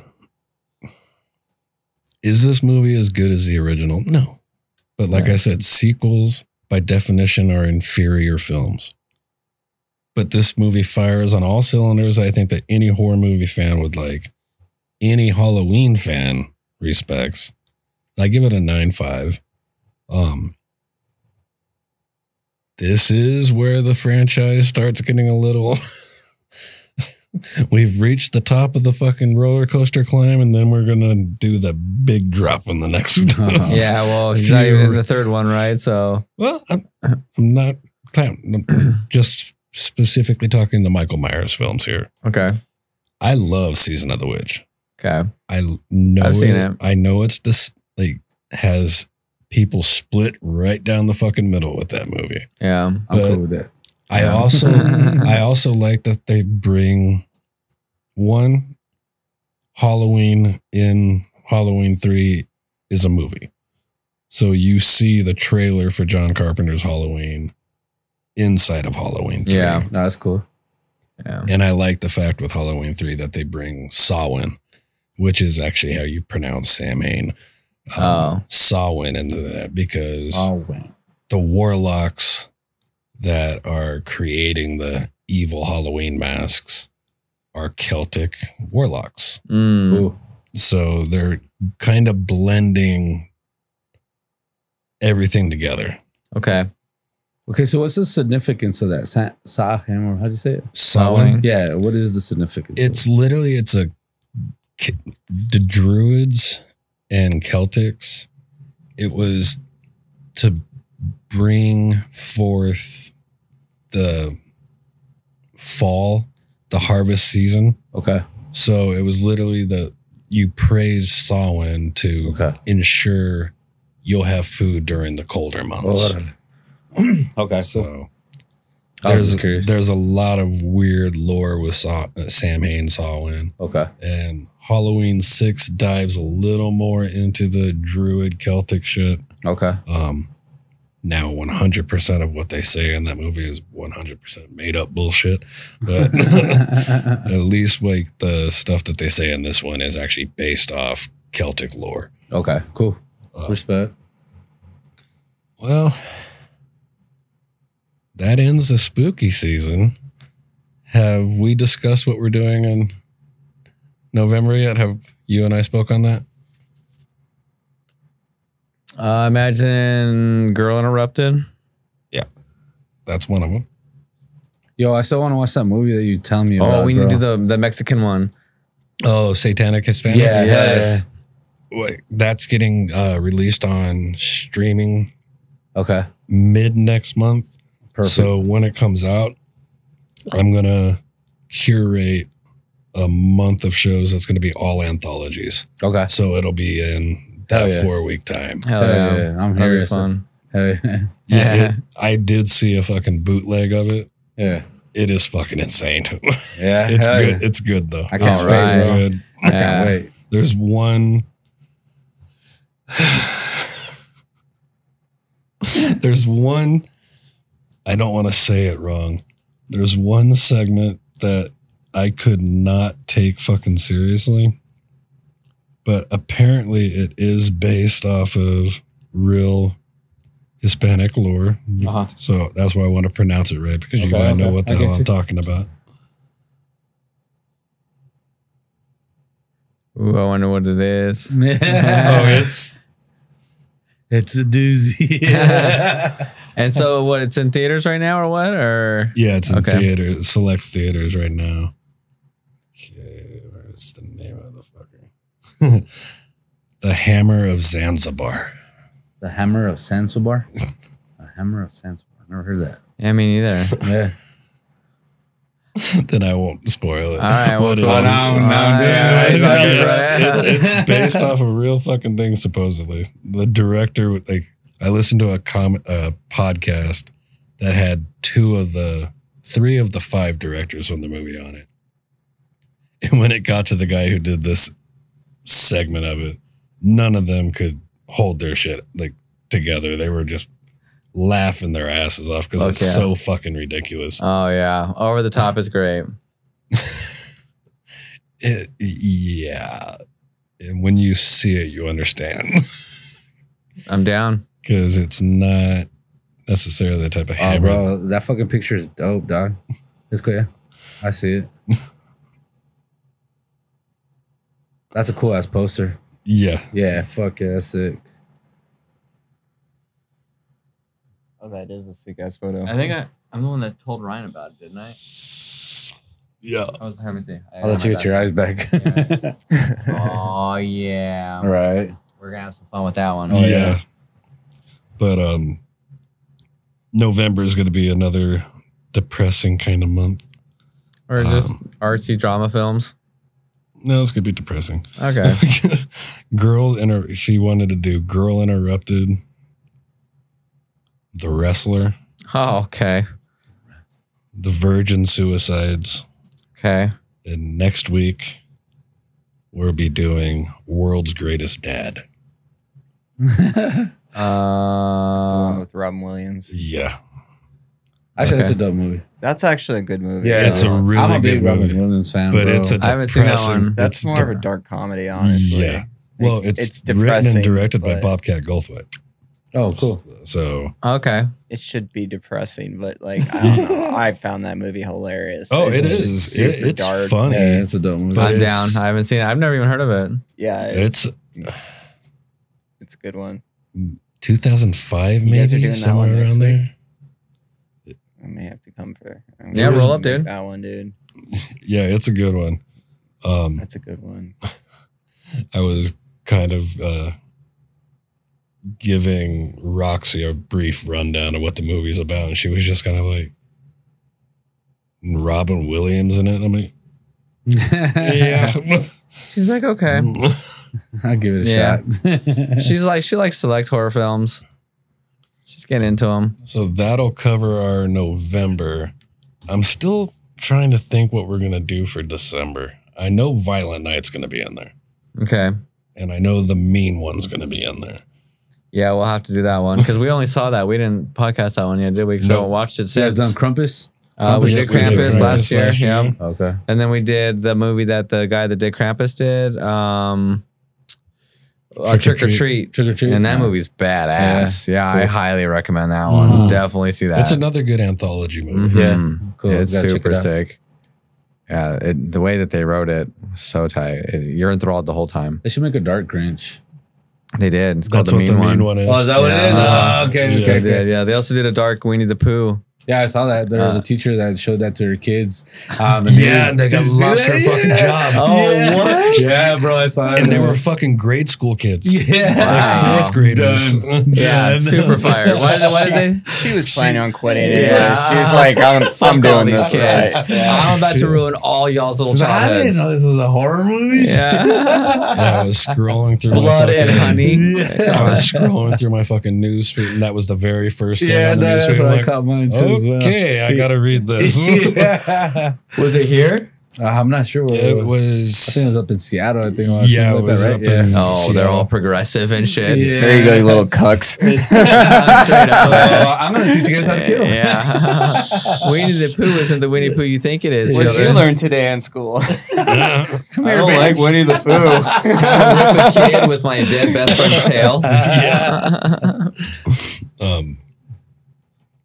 [SPEAKER 3] Is this movie as good as the original? No. But like I said, sequels by definition are inferior films. But this movie fires on all cylinders. I think that any horror movie fan would like, any Halloween fan respects. I give it a nine five. Um, this is where the franchise starts getting a little. We've reached the top of the fucking roller coaster climb, and then we're gonna do the big drop in the next.
[SPEAKER 6] Uh-huh.
[SPEAKER 4] yeah, well, he's not even in the third one, right? So
[SPEAKER 3] Well, I'm, I'm not I'm just specifically talking the Michael Myers films here.
[SPEAKER 4] okay,
[SPEAKER 3] I love Season of the Witch.
[SPEAKER 4] okay,
[SPEAKER 3] I l- know
[SPEAKER 4] I've seen
[SPEAKER 3] it-
[SPEAKER 4] it.
[SPEAKER 3] I know it's this like has people split right down the fucking middle with that movie.
[SPEAKER 4] yeah.
[SPEAKER 6] I'm
[SPEAKER 3] But
[SPEAKER 6] cool with that.
[SPEAKER 3] I also I also like that they bring one Halloween in Halloween 3 is a movie. So you see the trailer for John Carpenter's Halloween inside of Halloween 3.
[SPEAKER 4] Yeah.
[SPEAKER 6] that's cool.
[SPEAKER 4] Yeah.
[SPEAKER 3] And I like the fact with Halloween 3 that they bring Samhain, which is actually how you pronounce Samhain. Um,
[SPEAKER 4] Oh.
[SPEAKER 3] Samhain into that because
[SPEAKER 6] Samhain.
[SPEAKER 3] the warlocks that are creating the evil Halloween masks are Celtic warlocks.
[SPEAKER 4] Mm.
[SPEAKER 6] Ooh.
[SPEAKER 3] So they're kind of blending everything together.
[SPEAKER 4] Okay.
[SPEAKER 6] Okay, so what's the significance of that? Sa- Samhain, or how do you say it?
[SPEAKER 4] Hmm?
[SPEAKER 3] Samhain.
[SPEAKER 6] Yeah, what is the significance? of
[SPEAKER 3] It's literally it's a the Druids and Celtics. It was to bring forth the fall, the harvest season.
[SPEAKER 6] it? Okay.
[SPEAKER 3] So it was literally the you praise Samhain to
[SPEAKER 6] Okay.
[SPEAKER 3] ensure you'll have food during the colder months.
[SPEAKER 8] okay.
[SPEAKER 3] So
[SPEAKER 6] I was
[SPEAKER 3] there's
[SPEAKER 6] just curious.
[SPEAKER 3] there's a lot of weird lore with Sa- uh, Sam Haines Samhain,
[SPEAKER 6] Okay.
[SPEAKER 3] and Halloween Six dives a little more into the Druid Celtic shit.
[SPEAKER 6] Okay.
[SPEAKER 3] Um, now 100% of what they say in that movie is 100% made up bullshit, but at least like the stuff that they say in this one is actually based off Celtic lore.
[SPEAKER 6] okay. Cool.
[SPEAKER 3] Uh,
[SPEAKER 6] Respect.
[SPEAKER 3] Well, that ends the spooky season. Have we discussed what we're doing in November yet? Have you and I spoke on that?
[SPEAKER 4] Uh, imagine Girl Interrupted.
[SPEAKER 3] That's one of them.
[SPEAKER 6] Yo, I still want to watch that movie that you tell me about.
[SPEAKER 4] Oh, we need
[SPEAKER 6] bro.
[SPEAKER 4] to do the, the Mexican one.
[SPEAKER 3] Oh, Satanic Hispanics.
[SPEAKER 6] Yeah,
[SPEAKER 4] Yes.
[SPEAKER 3] Wait, that's getting uh, released on streaming
[SPEAKER 6] Okay.
[SPEAKER 3] mid next month.
[SPEAKER 6] Perfect.
[SPEAKER 3] So when it comes out, I'm gonna curate a month of shows that's gonna be all anthologies.
[SPEAKER 6] okay.
[SPEAKER 3] So it'll be in that
[SPEAKER 6] Hell yeah.
[SPEAKER 3] four week time.
[SPEAKER 4] Hell
[SPEAKER 6] Hell
[SPEAKER 4] yeah.
[SPEAKER 6] yeah, I'm
[SPEAKER 4] That'd be
[SPEAKER 6] here, so-
[SPEAKER 4] fun.
[SPEAKER 6] Hey,
[SPEAKER 3] Yeah, it- I did see a fucking bootleg of it.
[SPEAKER 6] yeah.
[SPEAKER 3] It is fucking insane.
[SPEAKER 6] Yeah.
[SPEAKER 3] it's
[SPEAKER 6] hell yeah.
[SPEAKER 3] good. It's good though.
[SPEAKER 6] I can't
[SPEAKER 3] It's
[SPEAKER 4] wait,
[SPEAKER 3] fucking
[SPEAKER 4] bro.
[SPEAKER 3] good.
[SPEAKER 6] I can't
[SPEAKER 4] Yeah.
[SPEAKER 6] wait.
[SPEAKER 3] There's one. There's one. I don't want to say it wrong. There's one segment that I could not take fucking seriously. But apparently it is based off of real Hispanic lore.
[SPEAKER 8] Uh-huh.
[SPEAKER 3] So that's why I want to pronounce it right because you
[SPEAKER 8] Okay,
[SPEAKER 3] might know
[SPEAKER 8] okay.
[SPEAKER 3] what the
[SPEAKER 8] I get
[SPEAKER 3] hell I'm
[SPEAKER 8] you.
[SPEAKER 3] talking about.
[SPEAKER 4] Ooh, I wonder what it is.
[SPEAKER 3] Oh, it's
[SPEAKER 6] It's a doozy.
[SPEAKER 4] and so what? It's in theaters right now, or what? Or
[SPEAKER 3] Yeah, it's in
[SPEAKER 4] Okay.
[SPEAKER 3] theaters, select theaters right now. Okay, where's the name of the fucker? the Hammer of Zanzibar.
[SPEAKER 6] the Hammer of Sansobar. The Hammer of Sansobar. Never heard that.
[SPEAKER 4] yeah, me neither.
[SPEAKER 6] Yeah.
[SPEAKER 3] then I won't spoil it.
[SPEAKER 4] All right,
[SPEAKER 3] What it
[SPEAKER 4] well,
[SPEAKER 3] is.
[SPEAKER 6] no, no,
[SPEAKER 3] Yeah,
[SPEAKER 6] dude.
[SPEAKER 3] it's-
[SPEAKER 4] Right.
[SPEAKER 3] it- It's based off a real fucking thing, supposedly. The director, like, I listened to a com- uh, podcast that had two of the three of the five directors from the movie on it. And when it got to the guy who did this segment of it, none of them could hold their shit like together. They were just laughing their asses off because
[SPEAKER 4] Fuck
[SPEAKER 3] it's
[SPEAKER 4] yeah.
[SPEAKER 3] so fucking ridiculous.
[SPEAKER 4] Oh yeah, over the top is great.
[SPEAKER 3] It, yeah. And when you see it, you understand
[SPEAKER 4] I'm down.
[SPEAKER 3] because it's not necessarily the type of
[SPEAKER 6] Oh,
[SPEAKER 3] hammer.
[SPEAKER 6] bro, that fucking picture is dope, dog. It's cool. Yeah. I see it. That's a cool ass poster.
[SPEAKER 3] yeah.
[SPEAKER 6] Yeah, fuck yeah, that's sick.
[SPEAKER 5] Oh, that is a sick ass photo.
[SPEAKER 4] Uh,
[SPEAKER 9] I think I, I'm the one that told Ryan about it, didn't I?
[SPEAKER 3] Yeah.
[SPEAKER 9] I
[SPEAKER 4] Oh,
[SPEAKER 9] was having to see. I
[SPEAKER 6] I'll let you get your eyes back.
[SPEAKER 9] Oh yeah,
[SPEAKER 6] All right.
[SPEAKER 9] we're gonna have some fun with that one.
[SPEAKER 6] Oh,
[SPEAKER 3] yeah.
[SPEAKER 6] yeah.
[SPEAKER 3] But um, November is going to be another depressing kind of month.
[SPEAKER 4] Or just
[SPEAKER 9] Um,
[SPEAKER 4] artsy drama films.
[SPEAKER 3] No, it's going to be depressing.
[SPEAKER 4] Okay.
[SPEAKER 3] Girls inter- she wanted to do Girl Interrupted, The Wrestler,
[SPEAKER 4] Oh, okay.
[SPEAKER 3] the Virgin Suicides.
[SPEAKER 4] Okay.
[SPEAKER 3] And next week, we'll be doing World's Greatest Dad.
[SPEAKER 5] That's the one
[SPEAKER 4] Uh,
[SPEAKER 5] with Robin Williams.
[SPEAKER 3] Yeah.
[SPEAKER 6] Actually, that's a
[SPEAKER 4] Okay.
[SPEAKER 6] dope movie.
[SPEAKER 5] That's actually a good movie.
[SPEAKER 3] Yeah, it's a
[SPEAKER 5] though.
[SPEAKER 3] really
[SPEAKER 6] I'm a
[SPEAKER 3] good
[SPEAKER 6] big
[SPEAKER 3] movie.
[SPEAKER 6] Robin Williams fan,
[SPEAKER 3] But
[SPEAKER 6] bro.
[SPEAKER 3] it's a
[SPEAKER 4] I haven't seen that
[SPEAKER 3] depressing.
[SPEAKER 4] one.
[SPEAKER 5] That's
[SPEAKER 3] it's
[SPEAKER 5] more of a
[SPEAKER 3] dark-
[SPEAKER 5] dark comedy, honestly.
[SPEAKER 3] Yeah. Well, it's,
[SPEAKER 5] it's
[SPEAKER 3] written
[SPEAKER 5] depressing,
[SPEAKER 3] and directed by
[SPEAKER 5] but-
[SPEAKER 3] Bobcat Goldthwait.
[SPEAKER 6] oh cool.
[SPEAKER 3] So,
[SPEAKER 4] okay.
[SPEAKER 5] It should be depressing, but like I don't know. I found that movie hilarious.
[SPEAKER 3] oh, it's
[SPEAKER 5] just super
[SPEAKER 3] it's
[SPEAKER 5] dark.
[SPEAKER 3] funny.
[SPEAKER 6] Yeah, it's a dope movie.
[SPEAKER 3] But
[SPEAKER 4] I'm down.
[SPEAKER 3] it's-
[SPEAKER 4] I haven't seen it. I've never even heard of it.
[SPEAKER 5] Yeah, it's,
[SPEAKER 3] It's
[SPEAKER 5] it's a good one.
[SPEAKER 3] 2005,
[SPEAKER 5] You guys are
[SPEAKER 3] maybe
[SPEAKER 5] doing that one
[SPEAKER 3] somewhere
[SPEAKER 5] next
[SPEAKER 3] around there.
[SPEAKER 5] I may have to come for. I'm
[SPEAKER 4] Yeah,
[SPEAKER 5] gonna
[SPEAKER 4] roll up,
[SPEAKER 5] make
[SPEAKER 4] dude.
[SPEAKER 5] That one, dude.
[SPEAKER 3] Yeah, it's a good one. Um,
[SPEAKER 5] That's a good one.
[SPEAKER 3] I was kind of uh, giving Roxy a brief rundown of what the movie's about, and she was just kind of like Robin Williams in it. and I'm like, yeah,
[SPEAKER 4] She's like, okay.
[SPEAKER 3] Mm.
[SPEAKER 6] I'll give it a
[SPEAKER 4] Yeah.
[SPEAKER 6] shot.
[SPEAKER 4] She's like, she likes select horror films. She's getting into them.
[SPEAKER 3] so that'll cover our November. I'm still trying to think what we're gonna do for December. I know Violent Night's gonna be in there,
[SPEAKER 4] Okay.
[SPEAKER 3] and I know the Mean One's gonna be in there.
[SPEAKER 4] Yeah, we'll have to do that one because we only saw that. We didn't podcast that one yet, did we? 'Cause we
[SPEAKER 3] No.
[SPEAKER 4] haven't watched it
[SPEAKER 6] you guys
[SPEAKER 4] since.
[SPEAKER 6] done Crumpus?
[SPEAKER 4] Uh, we did
[SPEAKER 3] We did
[SPEAKER 4] Krampus, last
[SPEAKER 3] Krampus
[SPEAKER 4] year.
[SPEAKER 3] last year.
[SPEAKER 4] Yeah.
[SPEAKER 6] Okay.
[SPEAKER 4] And then we did the movie that the guy that did Krampus did, um,
[SPEAKER 3] Trick
[SPEAKER 4] uh,
[SPEAKER 3] or
[SPEAKER 4] Trick or
[SPEAKER 3] Treat.
[SPEAKER 4] Treat.
[SPEAKER 6] Trick or treat.
[SPEAKER 4] And that movie's badass. Yeah, I
[SPEAKER 6] Cool.
[SPEAKER 4] highly recommend that one.
[SPEAKER 6] Mhm.
[SPEAKER 4] Definitely see that.
[SPEAKER 3] Mm-hmm. It's another good anthology movie.
[SPEAKER 4] Mhm.
[SPEAKER 6] Cool.
[SPEAKER 4] It's
[SPEAKER 6] Gotta check
[SPEAKER 4] super
[SPEAKER 6] it out.
[SPEAKER 4] sick. Yeah, it, the way that they wrote it, was so tight. It- you're enthralled the whole time.
[SPEAKER 6] They should make a dark Grinch.
[SPEAKER 4] They did. It's called
[SPEAKER 3] That's
[SPEAKER 4] the
[SPEAKER 3] what
[SPEAKER 4] mean,
[SPEAKER 3] the Mean
[SPEAKER 4] one.
[SPEAKER 3] One is.
[SPEAKER 6] Oh, is that what it is?
[SPEAKER 4] Yeah.
[SPEAKER 6] Oh, okay,
[SPEAKER 3] Yeah.
[SPEAKER 6] okay,
[SPEAKER 4] They
[SPEAKER 6] okay.
[SPEAKER 4] did. Yeah, they also did a dark Winnie the Pooh.
[SPEAKER 6] Yeah, I saw that. There was
[SPEAKER 4] Uh,
[SPEAKER 6] a teacher that showed that to her kids. Um, and
[SPEAKER 3] Yeah, and they got
[SPEAKER 6] Did you see
[SPEAKER 3] lost
[SPEAKER 6] that?
[SPEAKER 3] her fucking
[SPEAKER 6] Yeah.
[SPEAKER 3] job.
[SPEAKER 4] Oh,
[SPEAKER 6] yeah.
[SPEAKER 4] what?
[SPEAKER 6] Yeah, bro, I saw it.
[SPEAKER 3] and they were fucking grade school kids.
[SPEAKER 6] yeah.
[SPEAKER 4] Wow.
[SPEAKER 3] Like fourth graders.
[SPEAKER 4] Yeah,
[SPEAKER 6] Done.
[SPEAKER 4] super fire. Why, did- why did they?
[SPEAKER 5] She was planning on quitting. Anyway.
[SPEAKER 4] Yeah.
[SPEAKER 5] She was like, "I'm, I'm
[SPEAKER 4] Fuck all
[SPEAKER 5] doing
[SPEAKER 4] these
[SPEAKER 5] this
[SPEAKER 4] kids.
[SPEAKER 5] right."
[SPEAKER 4] I'm about to ruin all y'all's little childhoods.
[SPEAKER 6] this was a horror movie.
[SPEAKER 4] Yeah.
[SPEAKER 3] I was scrolling through my
[SPEAKER 4] Blood and
[SPEAKER 3] fucking-
[SPEAKER 4] honey.
[SPEAKER 3] I was scrolling through my fucking news feed, and that was the very first thing
[SPEAKER 6] Yeah,
[SPEAKER 3] on the
[SPEAKER 6] no,
[SPEAKER 3] news
[SPEAKER 6] that's
[SPEAKER 3] feed.
[SPEAKER 6] what
[SPEAKER 3] I'm
[SPEAKER 6] I
[SPEAKER 3] like,
[SPEAKER 6] caught mine too as well.
[SPEAKER 3] okay, I gotta read this.
[SPEAKER 6] yeah.
[SPEAKER 4] Was it here?
[SPEAKER 6] Uh, I'm not sure where
[SPEAKER 3] It
[SPEAKER 6] it was.
[SPEAKER 3] was.
[SPEAKER 6] I think it was up in Seattle. I think. or
[SPEAKER 3] yeah, it
[SPEAKER 6] something like
[SPEAKER 3] was
[SPEAKER 6] that,
[SPEAKER 3] up
[SPEAKER 6] right? Yeah.
[SPEAKER 3] in
[SPEAKER 4] Oh, they're
[SPEAKER 3] Seattle.
[SPEAKER 4] all progressive and shit.
[SPEAKER 6] Yeah.
[SPEAKER 5] There you go, you little cucks.
[SPEAKER 4] Straight
[SPEAKER 6] Oh,
[SPEAKER 4] up.
[SPEAKER 6] I'm gonna teach you guys how to kill.
[SPEAKER 4] Yeah. Winnie the Pooh isn't the Winnie Pooh you think it is.
[SPEAKER 5] What'd you
[SPEAKER 4] children.
[SPEAKER 5] learn today in school?
[SPEAKER 6] Come
[SPEAKER 5] I
[SPEAKER 6] here,
[SPEAKER 5] don't like
[SPEAKER 6] bitch.
[SPEAKER 5] Winnie the
[SPEAKER 4] I'm a
[SPEAKER 5] Pooh.
[SPEAKER 4] kid with my dead best friend's tail.
[SPEAKER 3] Um,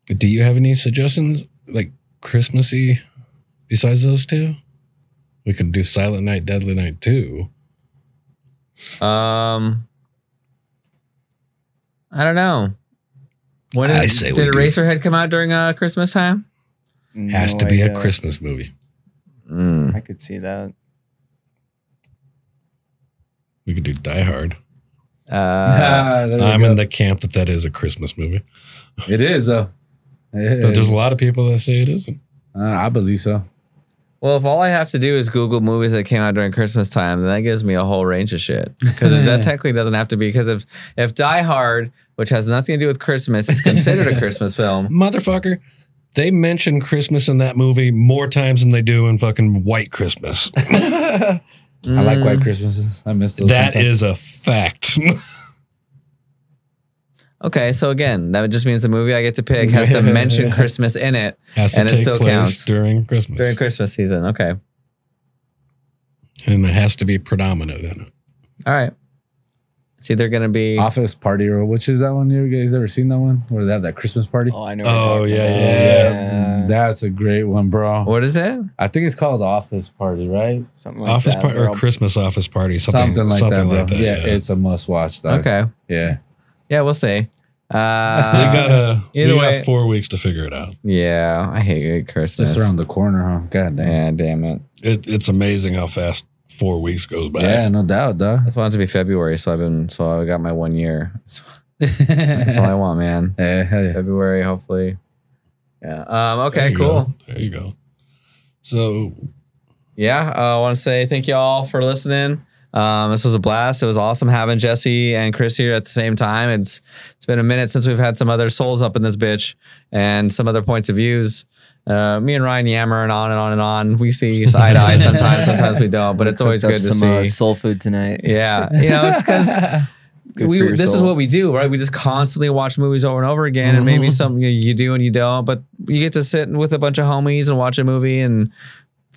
[SPEAKER 3] do you have any suggestions, like Christmassy, besides those two? We could do Silent Night, Deadly Night too.
[SPEAKER 4] Um, I don't know. When
[SPEAKER 3] I
[SPEAKER 4] did,
[SPEAKER 3] say we
[SPEAKER 4] did
[SPEAKER 3] do-
[SPEAKER 4] Eraserhead come out during uh, Christmas time?
[SPEAKER 3] Has
[SPEAKER 5] No
[SPEAKER 3] to be a
[SPEAKER 5] idea.
[SPEAKER 3] Christmas movie.
[SPEAKER 4] Mm.
[SPEAKER 5] I could see that.
[SPEAKER 3] We could do Die Hard.
[SPEAKER 4] Uh,
[SPEAKER 6] Ah, there we
[SPEAKER 3] I'm
[SPEAKER 6] go.
[SPEAKER 3] in the camp that that is a Christmas movie.
[SPEAKER 6] It is though. It
[SPEAKER 3] But there's
[SPEAKER 6] is.
[SPEAKER 3] a lot of people that say it isn't.
[SPEAKER 6] Uh, I believe so.
[SPEAKER 4] well, if all I have to do is Google movies that came out during Christmas time, then that gives me a whole range of shit. Because that technically doesn't have to be. Because if if Die Hard, which has nothing to do with Christmas, is considered a Christmas film,
[SPEAKER 3] Motherfucker, they mention Christmas in that movie more times than they do in fucking White Christmas.
[SPEAKER 6] I like
[SPEAKER 4] Mm.
[SPEAKER 6] White Christmases. I miss those.
[SPEAKER 3] that
[SPEAKER 6] sometimes.
[SPEAKER 3] is a fact.
[SPEAKER 4] Okay, so again, that just means the movie I get to pick has to mention Christmas in it
[SPEAKER 3] Has to
[SPEAKER 4] And it
[SPEAKER 3] take
[SPEAKER 4] still
[SPEAKER 3] place
[SPEAKER 4] counts.
[SPEAKER 3] during Christmas.
[SPEAKER 4] during Christmas season. Okay,
[SPEAKER 3] and it has to be predominant in it.
[SPEAKER 4] all right. It's either gonna be
[SPEAKER 6] Office Party or which is that one? You guys ever seen that one? Where they have that Christmas party?
[SPEAKER 5] Oh, I know.
[SPEAKER 3] Oh,
[SPEAKER 5] what you're
[SPEAKER 3] yeah,
[SPEAKER 5] talking
[SPEAKER 3] yeah,
[SPEAKER 5] about. Yeah.
[SPEAKER 6] That's a great one, bro.
[SPEAKER 4] what is it?
[SPEAKER 6] I think it's called Office Party, right?
[SPEAKER 5] Something like
[SPEAKER 3] office
[SPEAKER 5] that,
[SPEAKER 3] party or
[SPEAKER 5] bro.
[SPEAKER 3] Christmas office party, something,
[SPEAKER 6] Something, like
[SPEAKER 3] something
[SPEAKER 6] that, bro.
[SPEAKER 3] like that.
[SPEAKER 6] yeah, it's a must watch. Dog.
[SPEAKER 4] Okay,
[SPEAKER 6] Yeah.
[SPEAKER 4] yeah, we'll see.
[SPEAKER 3] we
[SPEAKER 4] Uh,
[SPEAKER 3] got a
[SPEAKER 4] either
[SPEAKER 3] we
[SPEAKER 4] way-
[SPEAKER 3] got four weeks to figure it out.
[SPEAKER 4] yeah, I hate Christmas.
[SPEAKER 6] Just around the corner, huh? God damn.
[SPEAKER 4] yeah, damn it.
[SPEAKER 3] It, it's amazing how fast four weeks goes by.
[SPEAKER 6] Yeah, no doubt, dog.
[SPEAKER 4] I just want it to be February, so I've been so I got my one year. That's that's all I want, man.
[SPEAKER 6] Yeah, hell yeah.
[SPEAKER 4] February, hopefully. Yeah. Um.
[SPEAKER 3] There
[SPEAKER 4] Okay.
[SPEAKER 3] you
[SPEAKER 4] Cool.
[SPEAKER 3] go. There you go. So
[SPEAKER 4] yeah, uh, I want to say thank y'all for listening. Um, this was a blast. It was awesome having Jesse and Chris here at the same time. It's it's been a minute since we've had some other souls up in this bitch and some other points of views. Uh, me and Ryan yammering on and on and on. We see eye to eye sometimes, sometimes we don't, but it's always
[SPEAKER 5] Cooked
[SPEAKER 4] good
[SPEAKER 5] up
[SPEAKER 4] to
[SPEAKER 5] some, uh,
[SPEAKER 4] see.
[SPEAKER 5] soul food tonight.
[SPEAKER 4] Yeah, you know, it's because
[SPEAKER 5] Good
[SPEAKER 4] we
[SPEAKER 5] for your
[SPEAKER 4] this is
[SPEAKER 5] soul.
[SPEAKER 4] what we do, right? We just constantly watch movies over and over again, and
[SPEAKER 5] Mm-hmm.
[SPEAKER 4] maybe something you, you do and you don't, but you get to sit with a bunch of homies and watch a movie and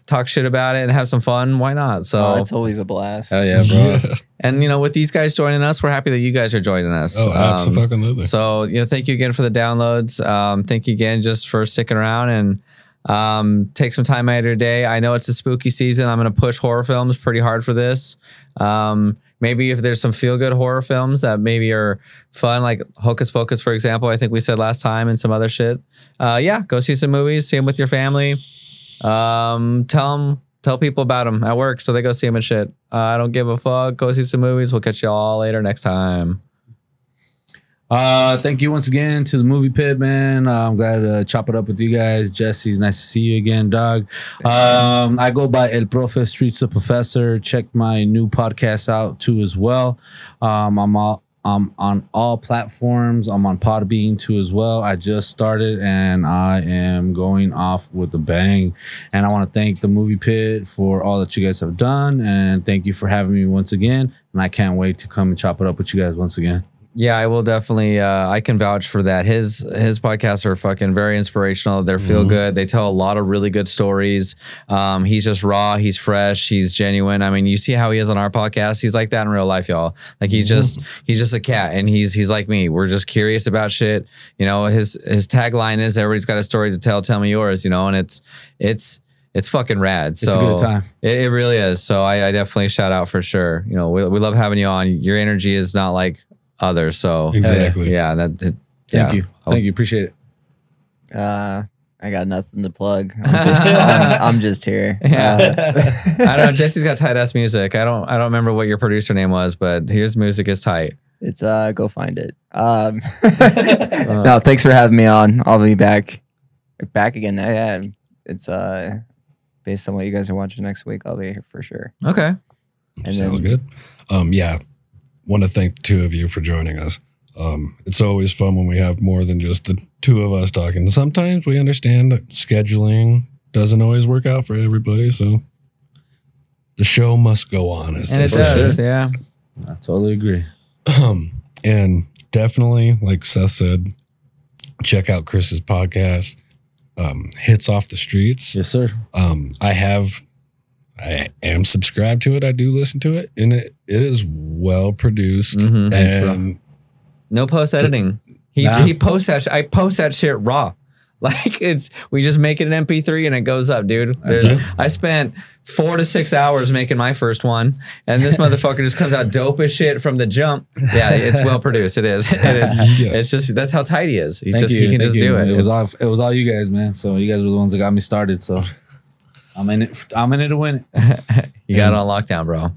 [SPEAKER 4] talk shit about it and have some fun. Why not? So
[SPEAKER 5] Oh, it's always a blast.
[SPEAKER 6] Hell yeah, bro.
[SPEAKER 4] and you know, with these guys joining us, we're happy that you guys are joining us.
[SPEAKER 3] Oh, absolutely.
[SPEAKER 4] Um, so you know, thank you again for the downloads. Um, thank you again just for sticking around and um, take some time out of your day. I know it's the spooky season. I'm going to push horror films pretty hard for this. Um, maybe if there's some feel good horror films that maybe are fun, like Hocus Pocus, for example. I think we said last time and some other shit. Uh, yeah, go see some movies. See them with your family. Um, tell them, tell people about them at work so they go see them and shit. Uh, I don't give a fuck. Go see some movies. We'll catch you all later next time.
[SPEAKER 6] Uh, thank you once again to the movie pit, man. Uh, I'm glad to chop it up with you guys. Jesse, nice to see you again, dog. Um, I go by El Profe Streets of Professor. Check my new podcast out too as well. Um, I'm all I'm on all platforms. I'm on Podbean too as well. I just started and I am going off with a bang. And I want to thank the movie pit for all that you guys have done. And thank you for having me once again. And I can't wait to come and chop it up with you guys once again.
[SPEAKER 4] Yeah, I will definitely. Uh, I can vouch for that. His his podcasts are fucking very inspirational. They're feel
[SPEAKER 6] Mm-hmm.
[SPEAKER 4] good. They tell a lot of really good stories. Um, he's just raw. He's fresh. He's genuine. I mean, you see how he is on our podcast. He's like that in real life, y'all. Like he's just
[SPEAKER 6] Mm-hmm.
[SPEAKER 4] he's just a cat, and he's he's like me. We're just curious about shit. You know, his his tagline is "Everybody's got a story to tell. Tell me yours." You know, and it's it's. It's fucking rad. So
[SPEAKER 6] It's a good time.
[SPEAKER 4] It, it really is. So I, I definitely shout out for sure. You know, we, we love having you on. Your energy is not like others. So
[SPEAKER 3] Exactly.
[SPEAKER 4] yeah, that. that-
[SPEAKER 6] Thank
[SPEAKER 4] yeah.
[SPEAKER 6] you.
[SPEAKER 4] I'll-
[SPEAKER 6] Thank you. Appreciate it.
[SPEAKER 5] Uh, I got nothing to plug. I'm just, I'm, I'm just here. Uh,
[SPEAKER 4] Yeah. I don't know. Jesse's got tight ass music. I don't. I don't remember what your producer name was, but his music is tight.
[SPEAKER 5] It's uh go find it. Um No, thanks for having me on. I'll be back back again. Yeah, it's uh based on what you guys are watching next week, I'll be here for sure.
[SPEAKER 4] Okay.
[SPEAKER 5] And
[SPEAKER 3] Sounds
[SPEAKER 5] then
[SPEAKER 3] good. Um, yeah. Want to thank the two of you for joining us. Um, it's always fun when we have more than just the two of us talking. Sometimes we understand that scheduling doesn't always work out for everybody, so the show must go on. As
[SPEAKER 4] And
[SPEAKER 3] they
[SPEAKER 4] it
[SPEAKER 3] say.
[SPEAKER 4] does. Yeah.
[SPEAKER 6] I totally agree.
[SPEAKER 3] Um, and definitely, like Seth said, check out Chris's podcast, um, Hits Off the Streets.
[SPEAKER 6] Yes, sir.
[SPEAKER 3] Um, I have, I am subscribed to it. I do listen to it, and it, it is well produced.
[SPEAKER 4] Mhm. Thanks, bro.
[SPEAKER 3] and
[SPEAKER 4] No post editing. He
[SPEAKER 6] Nah.
[SPEAKER 4] he posts that. Sh- I post that shit raw. Like it's we just make it an MP3 and it goes up, dude. There's, I spent four to six hours making my first one, and this motherfucker just comes out dope as shit from the jump. Yeah, it's well produced. It is. And it's,
[SPEAKER 3] Yeah.
[SPEAKER 4] it's just that's how tight he is. He
[SPEAKER 6] Thank
[SPEAKER 4] just
[SPEAKER 6] you.
[SPEAKER 4] he can
[SPEAKER 6] Thank
[SPEAKER 4] just
[SPEAKER 6] you.
[SPEAKER 4] do it.
[SPEAKER 6] It was
[SPEAKER 4] It's-
[SPEAKER 6] all it was all you guys, man. So you guys were the ones that got me started. So I'm in it. I'm in it to win it.
[SPEAKER 4] you got it on lockdown, bro.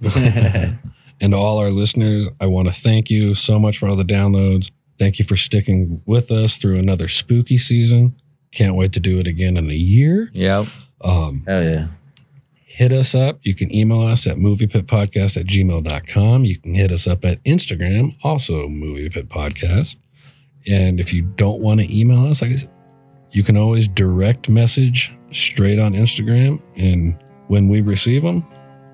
[SPEAKER 3] and to all our listeners, I want to thank you so much for all the downloads. Thank you for sticking with us through another spooky season. Can't wait to do it again in a year.
[SPEAKER 4] Yep.
[SPEAKER 3] Um,
[SPEAKER 6] Hell yeah.
[SPEAKER 3] hit us up. You can email us at moviepitpodcast at gmail.com. You can hit us up at Instagram, also moviepitpodcast. And if you don't want to email us, like I said, you can always direct message straight on Instagram. And when we receive them,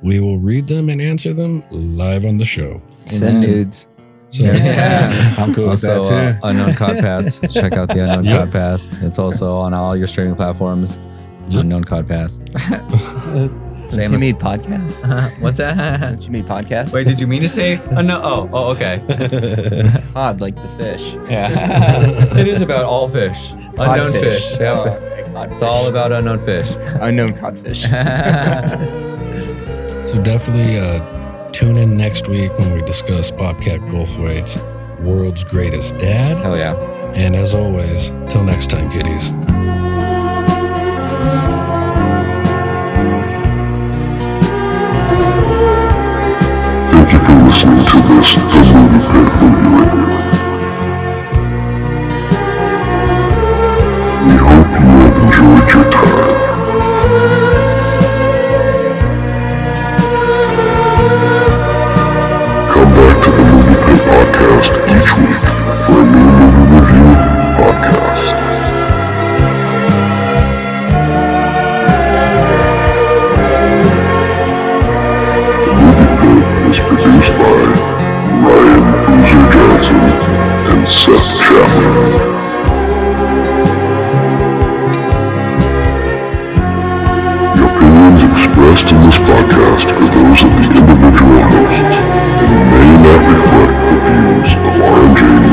[SPEAKER 3] we will read them and answer them live on the show.
[SPEAKER 5] send
[SPEAKER 6] Amen.
[SPEAKER 5] nudes.
[SPEAKER 3] So
[SPEAKER 6] I'm cool with
[SPEAKER 4] also,
[SPEAKER 6] that too.
[SPEAKER 4] uh, unknown codpass. Check out the unknown
[SPEAKER 3] Yep.
[SPEAKER 4] codpass. It's also on all your streaming platforms.
[SPEAKER 3] Yep.
[SPEAKER 4] Unknown codpass.
[SPEAKER 5] Don't you
[SPEAKER 4] Shameless.
[SPEAKER 5] mean podcasts?
[SPEAKER 4] What's that?
[SPEAKER 5] Don't you mean podcasts?
[SPEAKER 4] Wait, did you mean to say? Oh, no. Oh, oh, okay.
[SPEAKER 5] Pod like the fish.
[SPEAKER 4] Yeah. it is about all fish. Unknown
[SPEAKER 5] Codfish.
[SPEAKER 4] fish. Yep.
[SPEAKER 5] Oh, codfish.
[SPEAKER 4] It's all about unknown fish.
[SPEAKER 5] unknown codfish.
[SPEAKER 3] So definitely uh, tune in next week when we discuss Bobcat Goldthwait's World's Greatest Dad.
[SPEAKER 4] Hell yeah.
[SPEAKER 3] And as always, till next time, kiddies.
[SPEAKER 2] Thank you for listening to this, the Movie Pit Movie Review. We hope you have enjoyed your time. The opinions expressed in this podcast are those of the individual hosts and may not reflect the views of RMJ